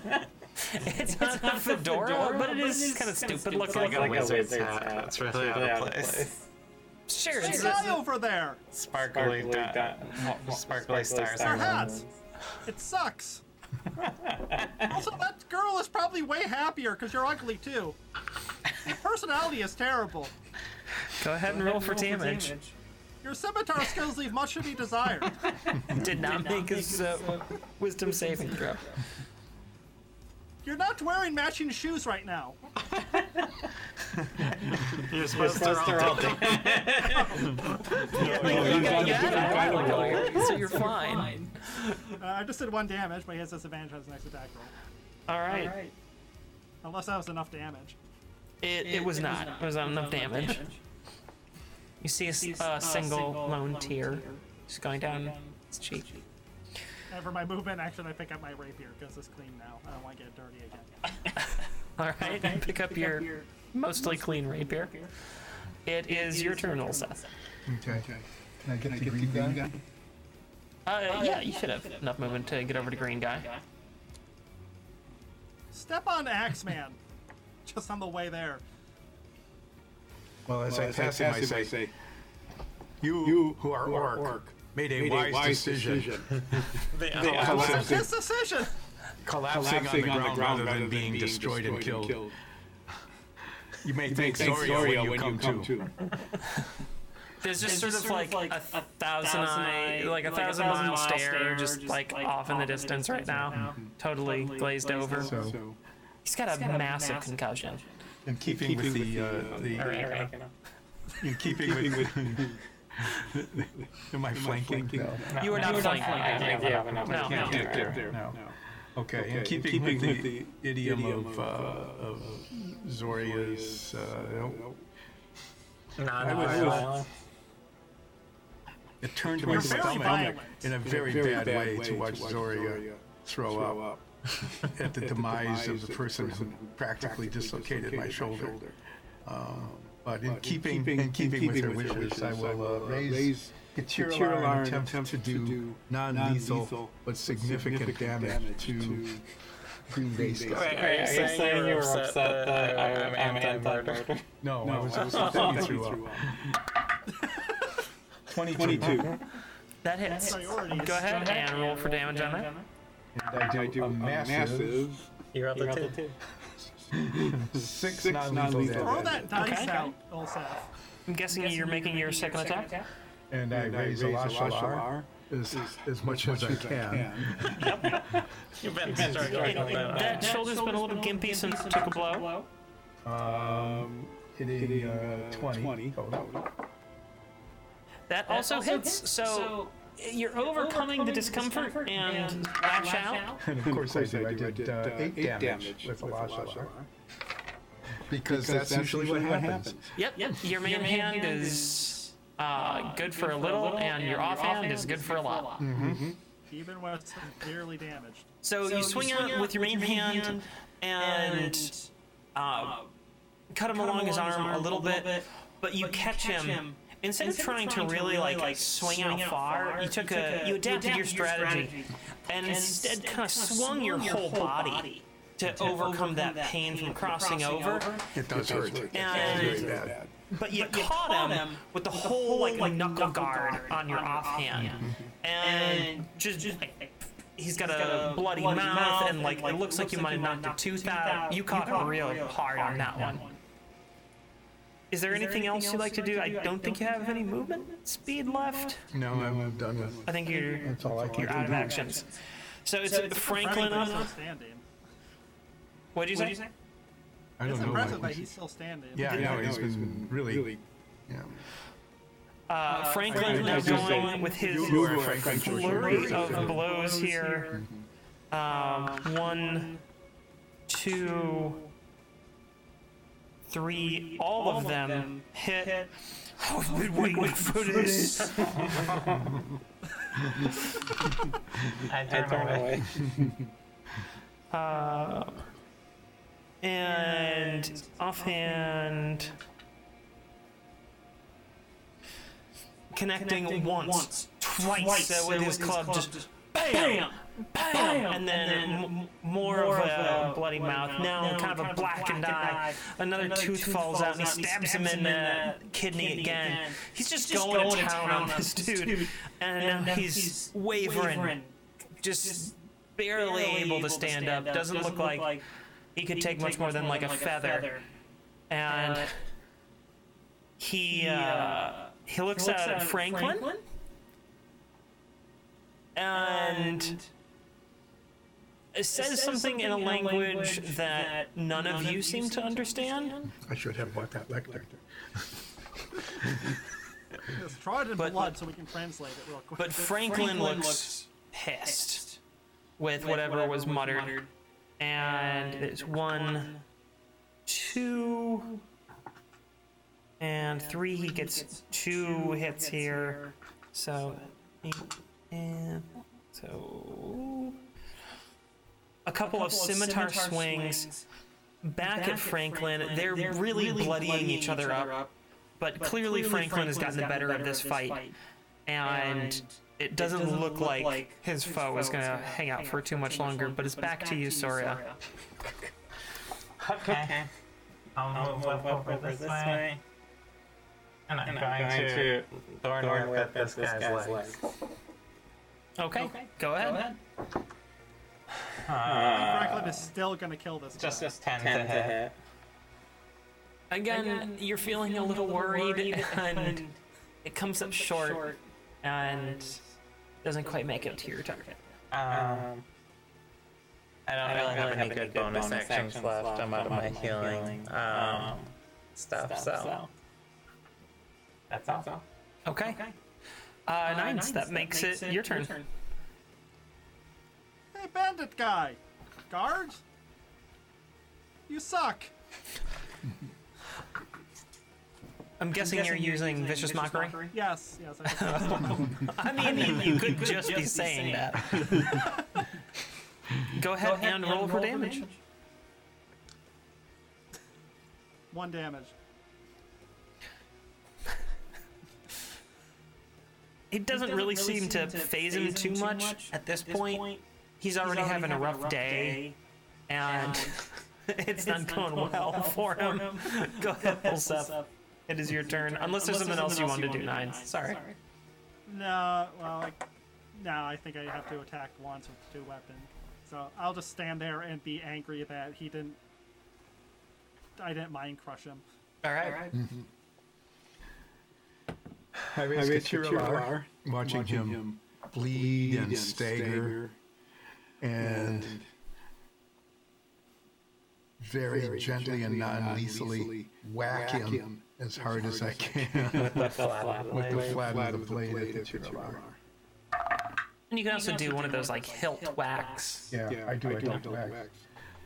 A: It's not a fedora, but it is kind of stupid looking.
C: like a wizard's hat. That's really out of place.
A: Sure,
B: Hey,
A: it's a-
B: guy over there!
C: Sparkly, dot- sparkly, stars.
B: Our hats! It sucks! also, that girl is probably way happier because you're ugly too. Your personality is terrible.
A: go ahead and roll for damage.
B: Your scimitar skills leave much to be desired.
A: Did not make his uh, wisdom saving throw.
B: You're not wearing matching shoes right now.
C: You're supposed to roll damage.
A: So you're fine.
B: Uh, I just did one damage, but he has disadvantage on his next attack roll.
A: All right.
B: Unless that was enough damage.
A: It, it was not. It was not enough damage. You see a s- a single lone tear just going down its cheek.
B: And for my movement action, I pick up my rapier because it's clean now. I don't want to get dirty again.
A: All right. Pick up your mostly clean rapier. It is your turn, Olseth.
F: Okay. Can I get the green guy?
A: Uh, yeah, you should have enough movement to get over to green guy.
B: Step on Axeman. Just on the way there.
D: Well, as I
G: As I
D: pass him, I
G: pass him, I
D: say,
G: say,
D: you,
G: you
D: who are orc, made a
G: made
D: wise, decision,
A: The,
G: Collapsing,
B: This decision.
D: collapsing,
G: collapsing
D: on, the ground rather than being destroyed, and killed. You may
G: Thank
D: thank Zoria when, you come to.
A: There's just sort
E: just
A: of
E: sort
A: like
E: of
A: a
E: like a
A: thousand
E: thousand
A: eye, like
E: eye-
A: a
E: like a
A: thousand
E: thousand
A: mile
E: mile
A: stare,
E: stare
A: just
E: just
A: like
E: like
A: off in the
E: off in the
A: distance right
E: distance right
A: now, totally
E: Totally
A: glazed
E: glazed
A: over.
E: over.
F: So,
G: So,
A: He's got a
E: got a
A: massive
E: massive
A: concussion.
F: in keeping, with the, uh,
D: the
C: All right, all right, enough.
F: in keeping with,
D: am I flanking?
G: thinking, no,
C: No,
A: You were
C: no,
A: not
C: no,
A: flanking.
C: I think you have enough.
A: No.
C: You
A: No.
C: can't
D: Can't
C: do it.
D: get
G: there,
D: No.
G: no.
D: Okay,
G: Okay,
D: in
G: in
D: keeping,
G: keeping with
D: with, the idiom, of, uh, of Zoria's, uh,
C: No,
D: was-
C: no, no.
D: it turned my
B: very
D: stomach
B: violent.
D: in a very, bad, way, to watch, Zoria throw, up, at the demise of the person who practically dislocated my shoulder. But in keeping, in keeping with her wishes, I will uh, raise Gatirilar and attempt to do non-lethal but significant damage to Green Bay Sky.
C: Wait, are you saying you were upset that I'm anti-murder?
D: No, I was just
G: He
D: thinking
G: threw
D: through
G: up.
D: uh,
G: 22.
A: That hits.
B: Priorities.
A: Go ahead and roll for damage on that.
D: and I do a massive
C: You rolled the two.
D: six
G: six
D: non-lethal
G: non-lethal
B: Throw
D: damage.
B: that dice
A: Okay.
B: out, Olseth.
A: I'm guessing you're making your second attack.
D: And I raise Alashalar as, as much as I can.
C: You've been struggling with
A: That
C: that.
A: shoulder's been a little gimpy since it took a blow.
D: Hitting uh, 20 total.
A: That also hits, so you're overcoming the discomfort and lash out.
D: And of course I do. I did uh, eight damage
G: damage
D: with
G: with
D: Alashalar.
G: Alashalar.
D: Because that's usually what happens.
A: Yep. Your main, hand, is uh, good for a little, and your offhand is good for a lot.
B: Even when it's severely damaged.
A: So, you swing, out, with your main, hand, and, uh, cut him along his arm, a little bit, but you catch him. Instead, of trying, to really like, swing, out far, you took a you adapted your strategy, and instead kind of swung your whole body to overcome that pain from crossing over.
D: It does hurt.
A: And
D: Very bad.
A: but you caught, him, with the whole like knuckle, guard, on your offhand, and just, just he's got, a, bloody mouth, and like it looks like you might have knocked a tooth out. You caught him real hard on that one. Is there anything else you'd like to do? I don't think you have any movement speed left.
D: No, I'm done with
A: I think you're
D: That's all I can
A: you're out of
D: do.
A: actions. So it's Franklin
B: Franklin's
A: up.
B: still standing.
A: What'd you say?
D: I
B: It's
D: don't know.
B: impressive that
D: Mike.
B: he's still standing.
D: Yeah, I
G: Yeah,
D: know. He's been really. yeah.
A: Uh, Franklin now
G: I do say-
A: going with his
D: You are Frank
A: flurry
D: George.
A: of blows here. Um, one, two, three. All of them hit. Oh, I've been waiting for this.
C: I turn away.
A: Uh, And offhand, connecting once, twice so with his club, just bam, bam, and then m- more of a bloody mouth. Now kind of a blackened eye. Another tooth falls out, and he stabs him in the kidney again. He's just going to town on this dude, and now he's wavering, just barely able to stand up. Doesn't look like he could take much more than like a feather. And he uh, he looks out at Franklin and says something in a language that none of you seem to understand.
D: I should have bought that lectern.
B: Just draw it in
A: But-
B: blood so we can translate it real quick.
A: But Franklin looks pissed with whatever was muttered. And it's one, two, and three. He gets two hits here. So, eight, and so a couple, of scimitar, swings, back, at Franklin, they're, really, bloodying, each other up, but, clearly Franklin has gotten the better, of this fight, and, it doesn't, look like, his foe is going to hang out for too much longer, but it's back to you, Soria.
C: Okay. I'll move up over this way. And I'm going to thorn whip at this guy's leg.
A: Okay, go ahead.
B: Franklin is still gonna kill this. guy.
C: Just just 10 Uh, to hit.
A: Again, you're feeling, a little worried, and it comes up short, and doesn't quite make it to your target.
C: Um, I don't really have any good bonus actions left. I'm out of my healing um, stuff, so. That's all.
A: Okay. Uh, nines, that makes it your turn.
B: Hey, bandit guy, guard, you suck.
A: I'm guessing, you're using, Vicious Mockery?
B: Yes, yes. I
A: I mean, you, could just, be saying, that. Go ahead, and, roll, for damage.
B: One damage.
A: It doesn't, really, seem, to phase him too much, at this, point. He's already, having, a rough, day, and it's not going, well, for him. Go ahead, pull up. It is your turn, unless there's something else you want to do, Nines. Sorry.
B: No, well, I, no. I think I have to attack once with two weapon. So I'll just stand there and be angry that he didn't. I didn't mind crush him.
A: All right.
F: I raised Kachiralar,
D: watching,
G: Watching
D: him,
G: him
D: bleed and, stagger, and,
G: and
D: very,
G: very
D: gently and
G: gently and
D: non-lethally
G: non-lethally
D: whack
G: whack
D: him,
G: him
D: as hard as, I can,
C: With the flat of the
D: with the
C: blade.
D: flat,
G: flat
D: of the blade, at Kachiralar.
A: And you can also do one of those, like, hilt whacks.
D: Yeah, I do adult wax.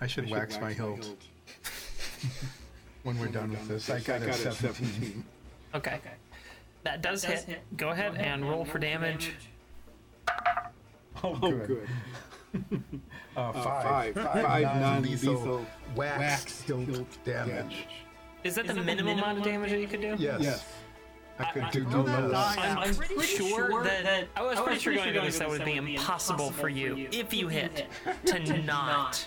D: I should wax my hilt when we're done with this. I got a 17.
A: Okay. That does, hit.
E: hit.
A: Go ahead and roll for damage.
D: Oh,
G: Good.
D: good. Uh,
G: Five.
D: Five.
G: Five non-lethal
D: non-lethal wax
G: wax
D: hilt
G: hilt
D: damage.
A: Is that the minimum amount of damage that you could do?
D: Yes.
G: Yes.
D: I could do
B: Oh,
D: no
B: that
D: less.
B: die.
A: I'm, I'm pretty, sure, that, I was pretty sure going into this that would be impossible for you, if you hit, to not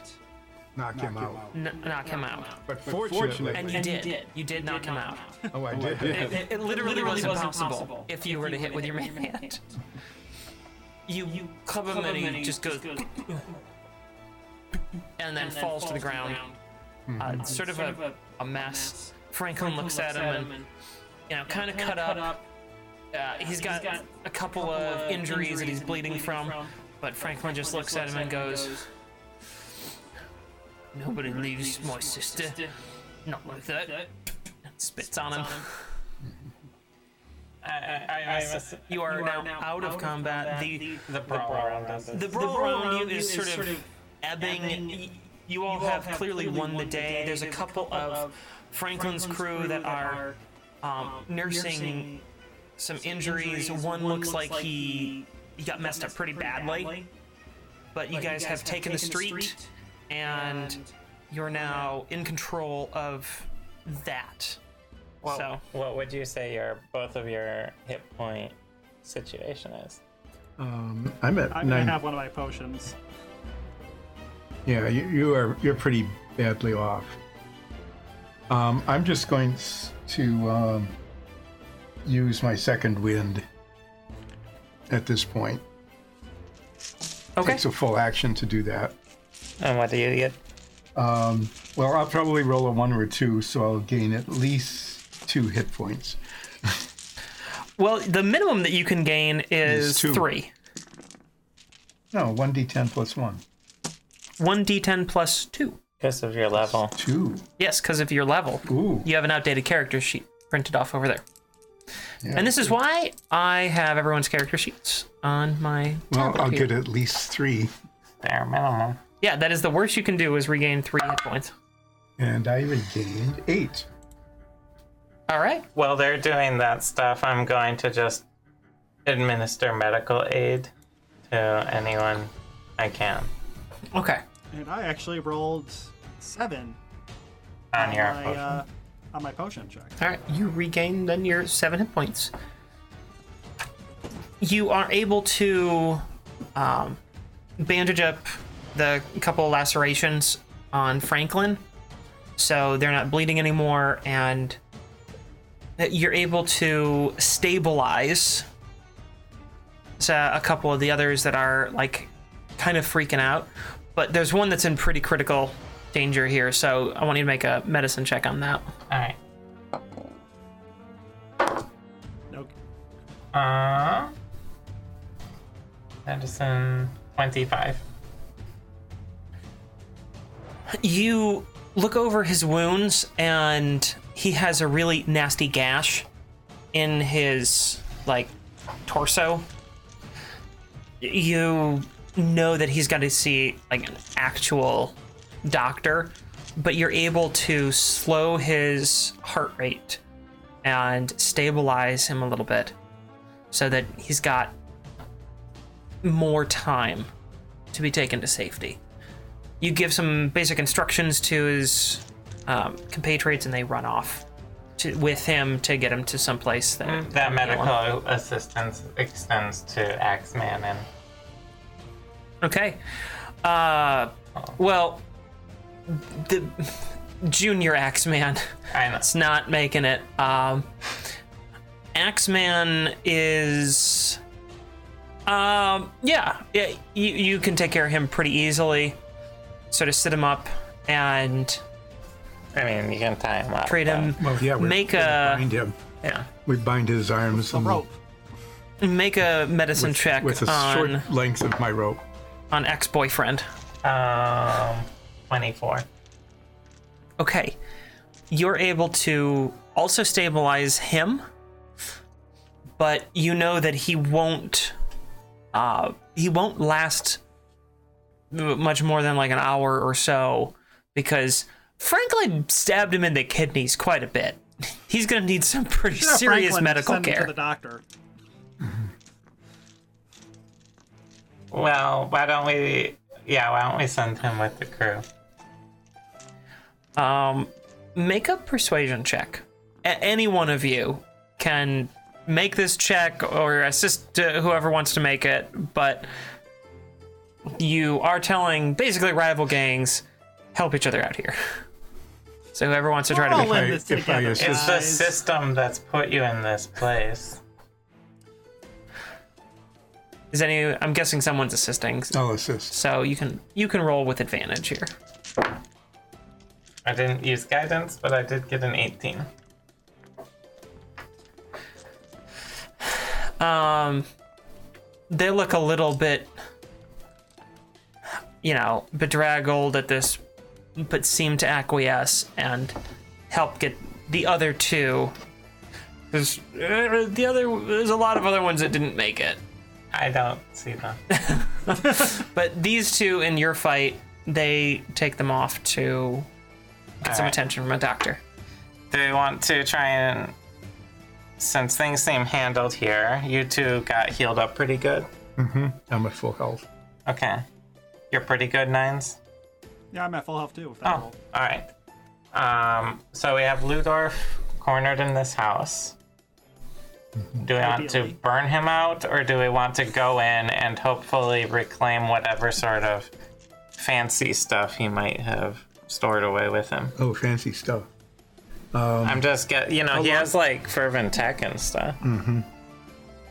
D: Knock him out.
A: kn- knock him out.
D: But
A: And
D: fortunately,
A: you did. You did knock him out.
D: oh, I did.
A: It, it literally, was impossible if you were to hit with your main hand. You, club him and he just goes and then falls to the ground. Uh, it's sort of a, a mess. Franklin looks at him and, you know, kind of cut up. Uh, he's got a couple of injuries that he's bleeding from, but Franklin just looks at him and goes, Nobody leaves my sister. Not like that. Spits on him.
C: I, I, I, I miss
A: You are now out of combat. The
C: the brawl around us.
A: the brawl around you is sort of ebbing. Y- You all have clearly won the day. There's a couple of Franklin's crew that are um, nursing some injuries. One looks like he he got messed up pretty badly, but you guys have taken the street and you're now in control of that.
C: What,
A: So-
C: what would you say your both of your hit point situation is?
D: Um, I'm at
B: I'm
D: nine.
B: gonna have one of my potions.
D: Yeah, you, you are. You're pretty badly off. Um, I'm just going s- to um, use my second wind at this point.
A: Okay.
D: Takes a full action to do that.
C: And what do you get?
D: Well, I'll probably roll a one or a two, so I'll gain at least two hit points.
A: Well, the minimum that you can gain is
D: Is two.
A: three.
D: No, one d10 plus one.
A: One d10 plus two.
C: Because of your level.
D: Two.
A: Yes, because of your level.
D: Ooh.
A: You have an outdated character sheet printed off over there.
D: Yeah.
A: And this is why I have everyone's character sheets on my.
D: Well, I'll
A: here.
D: get at least three,
C: Bare minimum.
A: Yeah, that is the worst you can do is regain three hit points.
D: and I regained eight.
A: All right.
C: While they're doing that stuff, I'm going to just administer medical aid to anyone I can.
A: Okay.
B: And I actually rolled seven
C: on your
B: my,
C: potion.
B: uh, on my potion check.
A: All right, you regain then your seven hit points. You are able to um, bandage up the couple lacerations on Franklin, so they're not bleeding anymore, and that you're able to stabilize so a couple of the others that are like kind of freaking out. But there's one that's in pretty critical danger here, so I want you to make a medicine check on that.
C: All right.
B: No,
C: Uh, medicine 25.
A: you look over his wounds and he has a really nasty gash in his like torso you know that he's got to see like an actual doctor but you're able to slow his heart rate and stabilize him a little bit so that he's got more time to be taken to safety you give some basic instructions to his um, compatriots and they run off to, with him to get him to someplace that,
C: That
A: he'll heal him.
C: medical assistance extends to Axeman and
A: Okay. Uh, well, the junior Axeman
C: I know.
A: is not making it. Um, Axeman is. Um, yeah, yeah you, you can take care of him pretty easily. Sort of sit him up and
C: I mean, you can tie him up.
A: treat him.
F: Well, yeah, we
A: Make uh,
F: we
A: a-
F: bind him.
A: Yeah.
F: We bind his arms
B: the
F: and
D: Hmm.
B: rope.
A: Make a medicine check
D: with a
A: on,
D: short length of my rope.
A: on ex boyfriend.
C: but, Um, 24.
A: Okay. You're able to also stabilize him, but you know that he won't uh he won't last much more than like an hour or so because Franklin stabbed him in the kidneys quite a bit. He's going to need some pretty
B: Should have
A: serious
B: Franklin
A: medical
B: send him
A: care.
B: to the doctor.
C: Well, why don't we? Yeah, why don't we send him with the crew?
A: Um, make a persuasion check. A- any one of you can make this check or assist uh, whoever wants to make it, but you are telling basically rival gangs help each other out here. So whoever wants to try
B: We're
A: to
B: all
A: make
B: in this
D: if I
B: together,
D: assist-
C: It's the
B: guys.
C: system that's put you in this place.
A: is any I'm guessing someone's assisting.
D: I'll assist.
A: So you can you can roll with advantage here.
C: I didn't use guidance, but I did get an 18.
A: Um, they look a little bit, you know, bedraggled at this, but seem to acquiesce and help get the other two. There's uh, the other. There's a lot of other ones that didn't make it,
C: I don't see them.
A: but these two in your fight, they take them off to get some
C: Alright.
A: attention from a doctor.
C: Do we want to try and. Since things seem handled here, you two got healed up pretty good.
D: I'm at full health.
C: Okay. You're pretty good, Nines?
B: Yeah, I'm at full health too. If that
C: Oh,
B: will-
C: all right. Um, so we have Ludorf cornered in this house. Do we want to
B: Ideally.
C: burn him out, or do we want to go in and hopefully reclaim whatever sort of fancy stuff he might have stored away with him?
F: oh, fancy stuff.
D: Um,
C: I'm just get you know he has like fervent tech and stuff.
D: Mm.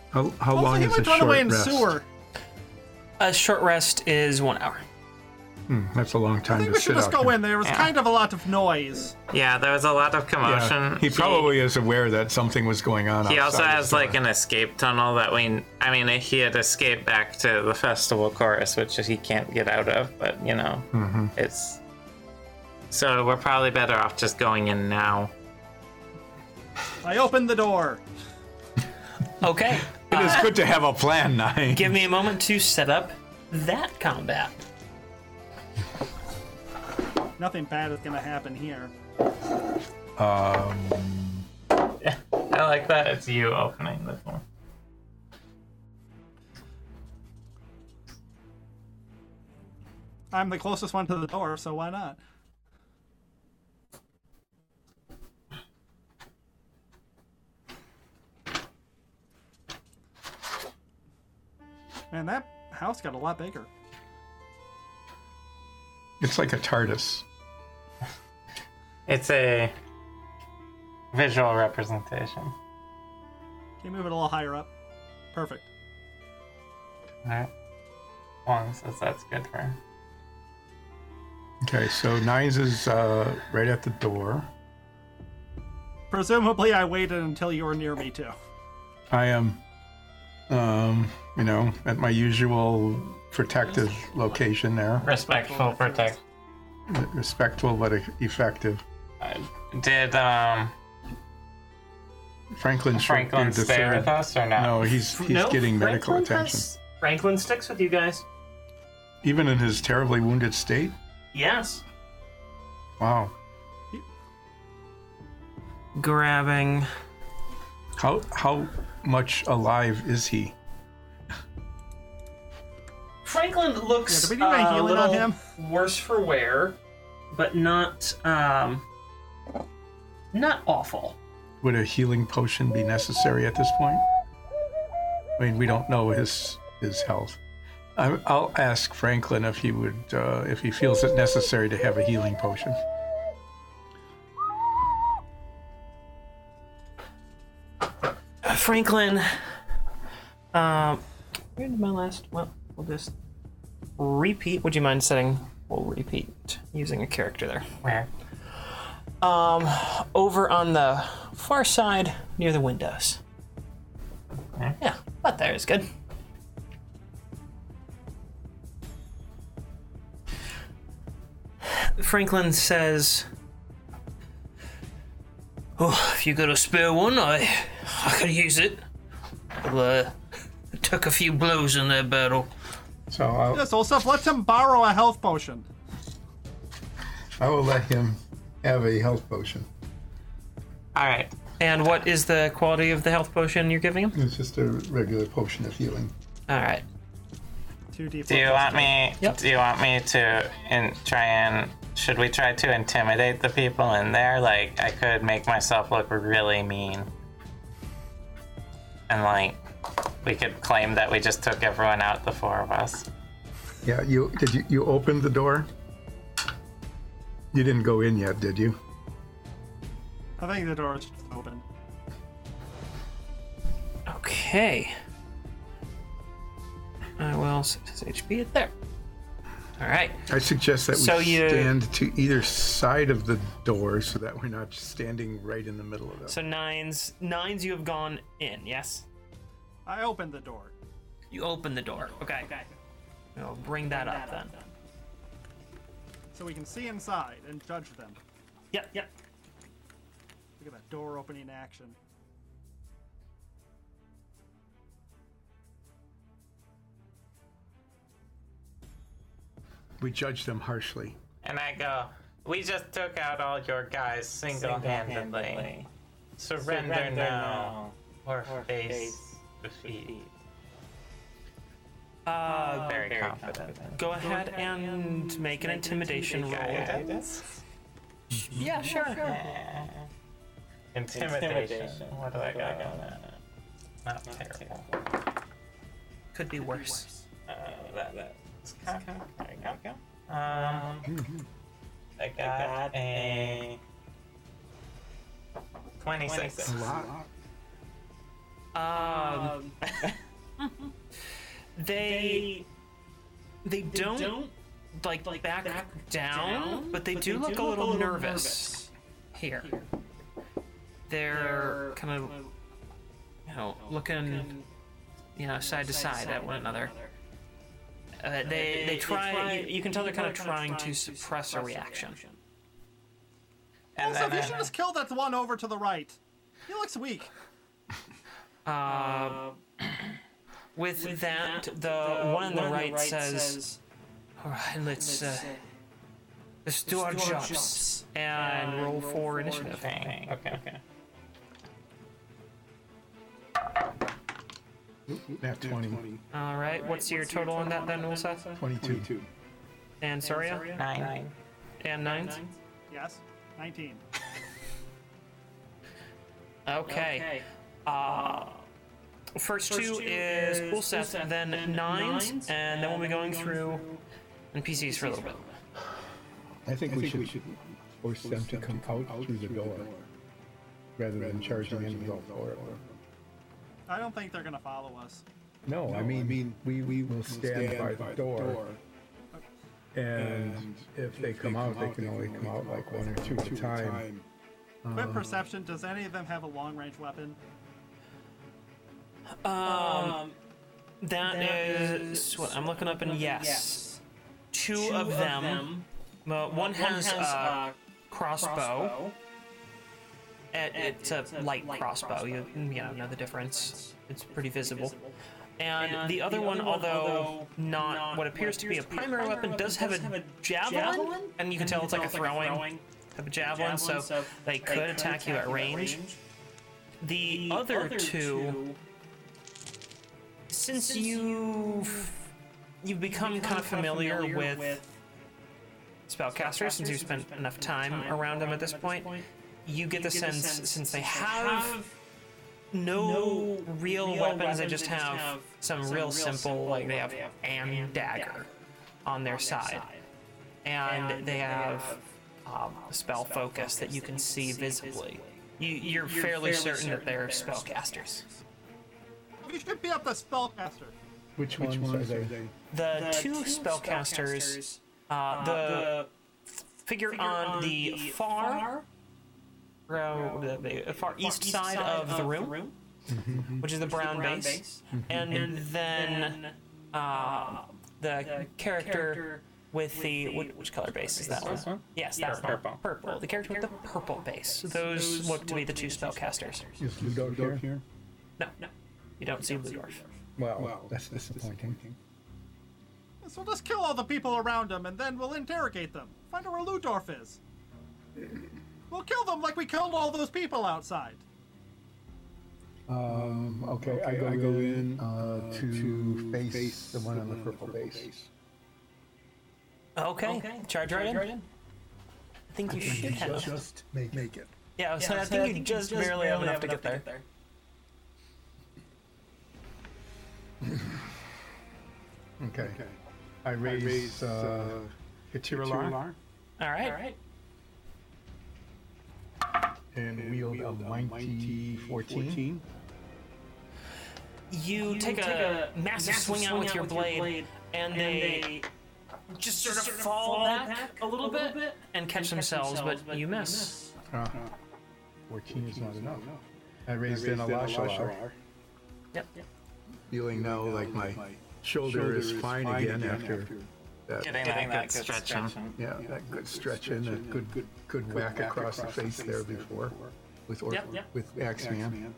F: How, how
B: Also,
F: long
B: he
F: is a
B: went
F: short
B: runaway in
F: rest?
B: sewer.
A: A short rest is one hour.
F: Hmm, that's a long time
B: I think
F: to
B: we
F: sit
B: should just
F: out
B: go in. There was kind of a lot of noise.
C: Yeah, there was a lot of commotion.
D: Yeah, he probably is aware that something was going on.
C: He also
D: outside
C: has
D: his
C: like
D: door.
C: an escape tunnel that we. I mean, he had escaped back to the festival chorus, which he can't get out of. But you know,
D: Mm-hmm.
C: it's. So we're probably better off just going in now.
B: I opened the door.
A: Okay,
D: It
C: uh,
D: is good to have a plan, Nine.
A: give me a moment to set up that combat.
B: Nothing bad is gonna happen here.
D: Um,
C: I like that it's you opening the door.
B: I'm the closest one to the door, so why not? Man, that house got a lot bigger.
D: It's like a TARDIS.
C: It's a visual representation.
B: Can you move it a little higher up? Perfect.
C: Alright. Wong says that's good for him.
D: Okay, so Nines is uh, right at the door.
B: Presumably, I waited until you were near me too.
D: I am, um, you know, at my usual protective location there.
C: Respectful protect.
D: Respectful but effective.
C: uh, Did um,
D: Franklin should
C: Franklin
D: be the
C: stay
D: third.
C: with us or no?
D: No, he's he's
E: No,
D: getting medical
E: Franklin
D: attention.
E: has- Franklin sticks with you guys.
D: Even in his terribly wounded state?
E: Yes.
D: Wow.
A: Grabbing.
D: How how much alive is he?
A: Franklin looks
B: Yeah, do we do any
A: uh, a
B: healing
A: little
B: on
A: worse for wear, but not um, not awful.
D: Would a healing potion be necessary at this point? I mean, we don't know his his health. I, I'll ask Franklin if he would uh, if he feels it necessary to have a healing potion.
A: Uh, Franklin. Um, where did my last? Well, we'll just repeat. Would you mind setting? We'll repeat using a character there.
C: Where?
A: Over on the far side near the windows. Yeah, about there is good. Franklin says,
E: Oh, if you got a spare one, I I could use it. Well, uh, took a few blows in that battle.
D: So I'll,
B: Yes, Olsef, let him borrow a health potion.
F: I will let him have a health potion.
C: Alright.
A: and what is the quality of the health potion you're giving him?
F: It's just a regular potion of healing.
A: All right.
B: Two D4.
C: Do you want me
A: Yep.
C: do you want me to in, try and should we try to intimidate the people in there? Like I could make myself look really mean. And like we could claim that we just took everyone out, the four of us.
D: yeah, you did you, you opened the door? You didn't go in yet, did you?
B: I think the door is open.
A: Okay. I will s- s- HP it there. All right.
D: I suggest that we
A: So you-
D: stand to either side of the door so that we're not standing right in the middle of it.
A: So nines, nines, you have gone in. Yes.
B: I opened the door.
E: You open the door.
A: Okay. Okay. We'll bring that up then.
B: so we can see inside and judge them.
A: Yep. Yep.
B: Look at that door opening action.
D: we judged them harshly.
C: And I go, We just took out all your guys single handedly. Surrender, now, or, face defeat.
A: Uh,
C: Oh, Very, confident.
A: go ahead and make an intimidation roll.
C: Yeah, that's-
A: Yeah. Sure.
C: Intimidation. What do I got on that? Not terrible.
A: Could be worse.
C: Uh, that, that. There you go. Um, I got a 26.
A: Um. they. They don't, like, back, down, but they do look a little, nervous, here. They're, kind of, you know, looking, you know, side to side, at one another. Uh, they, they try. you, you can tell they're kind of trying, to suppress a reaction.
C: And
B: Also,
C: then,
B: you
C: uh,
B: should just kill that one over to the right. He looks weak.
A: Uh, With, that, the, one on the right, says, "All right, let's uh, let's do our jobs, and, roll for initiative."
C: Dang, Okay, okay.
D: Nat 20,
A: All right, what's your total on that then, Ulsa?
D: 22.
A: And Soria?
C: Nine.
A: And nines?
B: Yes, 19.
A: Okay. Uh, First, two, is Ulseth, then, nines, and then we'll be going, through, NPCs for a little bit.
I: I think
G: I
I: we
G: think we
I: should
G: should
I: force them to come out through the door rather than charging in the door.
B: I don't think they're gonna follow us.
I: No, I mean, we, we will stand by the door and if they come out, they can only come out like one or two at a time.
B: Quick perception. Does any of them have a long range weapon?
A: that is, what I'm looking up, and yes, two, of them. uh, one, has, a crossbow. It- it's, a, light, crossbow. You, you know, know the difference. It's, pretty visible. And, the other one, although not, what appears to be a primary weapon, does have a javelin, and you can tell it's like a throwing, type of javelin, so, they could attack, you at range. The, other, two since, you've you've become, kind of familiar, with, spellcasters, since you've spent, enough time, around them at this point, you get the sense since they have no, real weapons, they just have, some, real simple, like they have and dagger, on their, side, and, they, have, um, a spell focus that you can see visibly. You, you're, fairly, certain, that they're spellcasters.
B: We should be up the spellcaster.
I: Which ones are they?
A: The, two, spellcasters, uh, the, figure, on, the, far, row, the, the far east, side, of, the room, which is the brown, base, and, then, uh, the, character, with the, what, which color base is that one?
C: This one?
A: Yes, that one.
C: Purple.
A: Purple. The character with the purple base. Those, look to be the two spellcasters.
I: Is Ludorf here?
A: No, no, you don't see Ludorf.
I: Well, that's disappointing.
B: So just kill all the people around them, and then we'll interrogate them. Find out where Ludorf is. We'll kill them like we killed all those people outside.
I: Um, okay, I go in uh, to face the one on the purple base.
A: Okay, charge right in. I think you should have. enough.
I: Just make make it.
A: Yeah, so I think you just, barely have enough to get there.
I: Okay. I raise, uh, Hitiralar
A: All right.
I: and wield a mighty 14.
A: You, take, a, massive, swing, out with your blade, and, they, just sort of fall, back, a little bit and catch themselves, but, you miss.
I: 14 is not enough. I raised in a Lashalar,
A: Yep.
I: feeling now like my shoulder is fine again after
C: Getting,
A: Getting
C: that,
A: that
C: good stretching.
I: yeah, that good stretch and that good good good whack across the face there before with or-
A: Yep, yep.
I: with Axeman.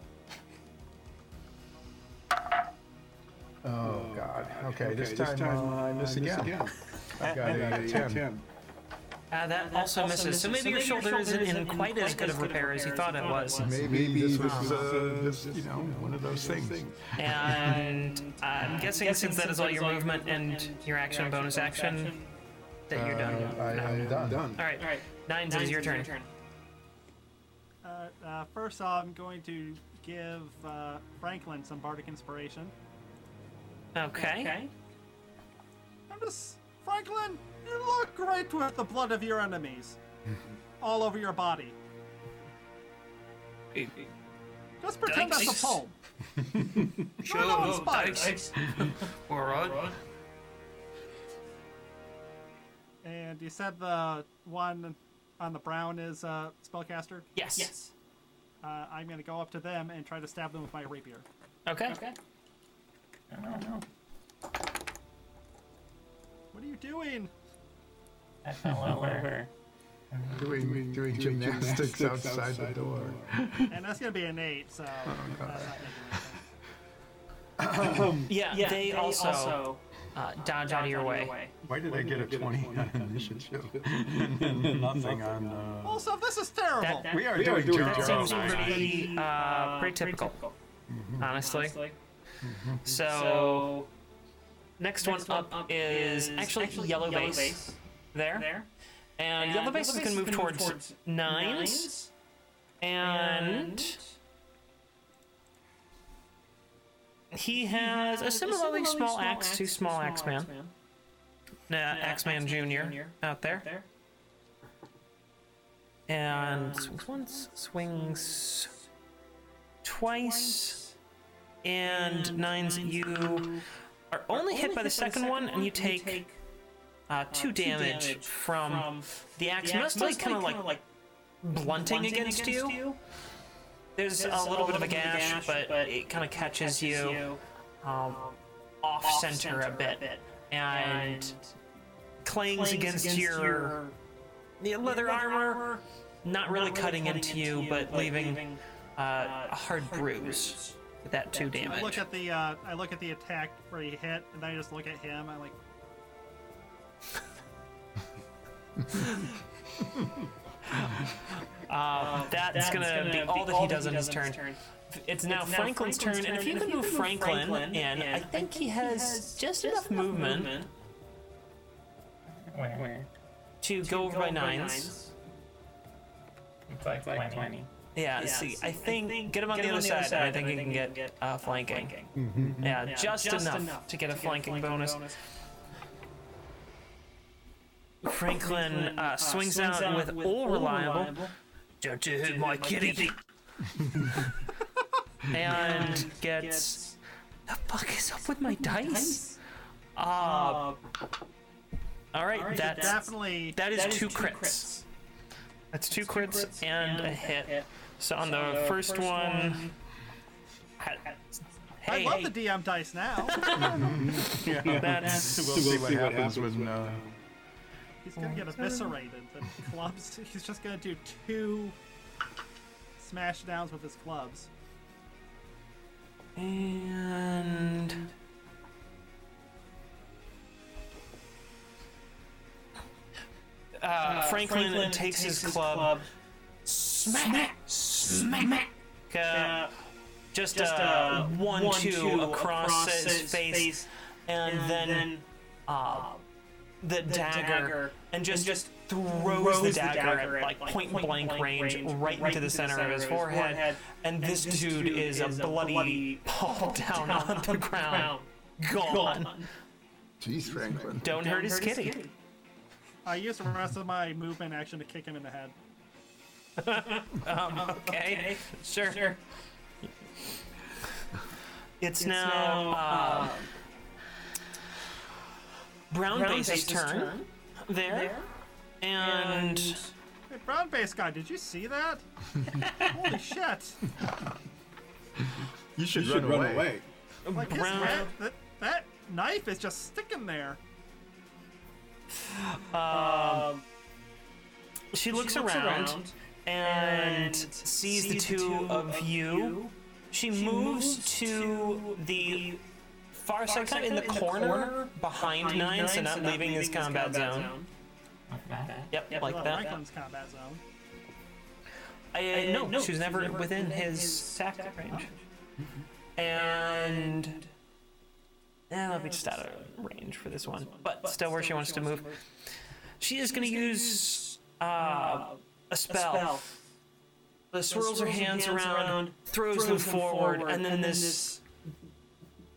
I: Oh God. Okay, this time uh, I miss again. I got a uh, 10.
A: Uh, that also, misses. So maybe your shoulder isn't in quite as good of repair as you thought it was.
I: Maybe this was uh, this, you know one of those things.
A: And I'm guessing since that is all your movement and your action bonus action, that you're done.
I: Uh, I, I'm done.
A: All right. Nines, is your turn.
B: Uh, uh, first, I'm going to give uh, Franklin some bardic inspiration.
A: Okay.
B: I'm just Franklin. You look great with the blood of your enemies all over your body. Just pretend that's
E: Dikes.
B: a poem. sure, no,
A: oh,
B: no, inspired.
E: All right.
B: And you said the one on the brown is uh, spellcaster.
A: Yes.
B: Uh, I'm going to go up to them and try to stab them with my rapier.
A: Okay. Okay.
B: What are you doing?
C: I fell over.
I: Doing, doing, gymnastics, outside, the door.
B: And that's going to be an eight, so that's not gonna do anything.
A: Yeah, they, also, uh, dodge, out of your way.
I: Why did I get a 20 on initiative? Nothing on. Uh,
B: Also, this is terrible.
I: we are doing, doing
A: That
I: jar-
A: seems pretty, uh, pretty typical, honestly. So, next, one up, is actually, yellow, base, there. And, yellow base is going to move towards, nines. And, He has a similarly small axe to Small Axe Man. Nah, Axeman Jr. out there.
E: There.
A: And swings once, swings twice, and nines. You are only hit by the second one, and you take uh, two damage from the axe, mostly kind of like blunting against you. There's a little bit of a gash, but it kind of catches you off center a bit and clangs against your the leather armor, not really cutting into you, but leaving uh, a hard bruise with that two
B: I look
A: damage.
B: at the uh, I look at the attack where he hit, and then I just look at him. I like.
A: That's gonna be all that he does in his turn. It's now Franklin's turn, and if you can move Franklin in, I think he has just enough movement
C: Where? Where?
A: to go over by nines.
C: It's like, 20.
A: Yeah, see, I think get him on the other side, and I think you can get uh, flanking. Yeah, just enough to get a flanking bonus. Franklin uh, swings out with all reliable.
E: Don't you hurt my kitty.
A: and gets the fuck is up with my dice? Uh, Ah, all right, that's
B: Definitely.
A: that is two crits. That's two crits and a hit. So on the first one, ha-
B: I love
A: hey,
B: the DM dice now.
A: that's
F: We'll see what happens when. Uh,
B: He's gonna get eviscerated. The clubs. He's just gonna do two smash downs with his clubs.
A: and uh, Franklin, takes, his, club, smack, smack, uh, just, uh, one, two, across, his, face, and, then, uh, the, dagger,
E: dagger,
A: and just, just throws,
E: throws
A: the dagger, at like point blank range, right into the center of his forehead. and, this, dude, is, a bloody, paw down, on the ground. Gone.
I: Jeez, Franklin.
A: Don't, hurt his kitty.
B: I used the rest of my movement action to kick him in the head.
A: Okay. Sure. It's, now, uh, Brown, Base's turn, there. And,
B: Hey, brown face guy, did you see that? Holy shit!
F: you should,
I: should
F: run,
I: run
F: away.
I: away.
B: Like his
A: Brown-
B: hand- that, that knife is just sticking there.
A: she looks, around, and, sees, the two, of, you. She, moves, to, the far side, kind of in the corner, behind, nine, so not leaving his combat, zone.
C: Like that.
A: Yep, like
B: Well,
A: that.
B: Franklin's combat zone.
A: I, no, she was never within, his, tactic range. And. Yeah, let me just out of range for this one, but, still where she wants to move. She is going to use uh, a spell. That swirls, her hands, around, throws, them forward, and then this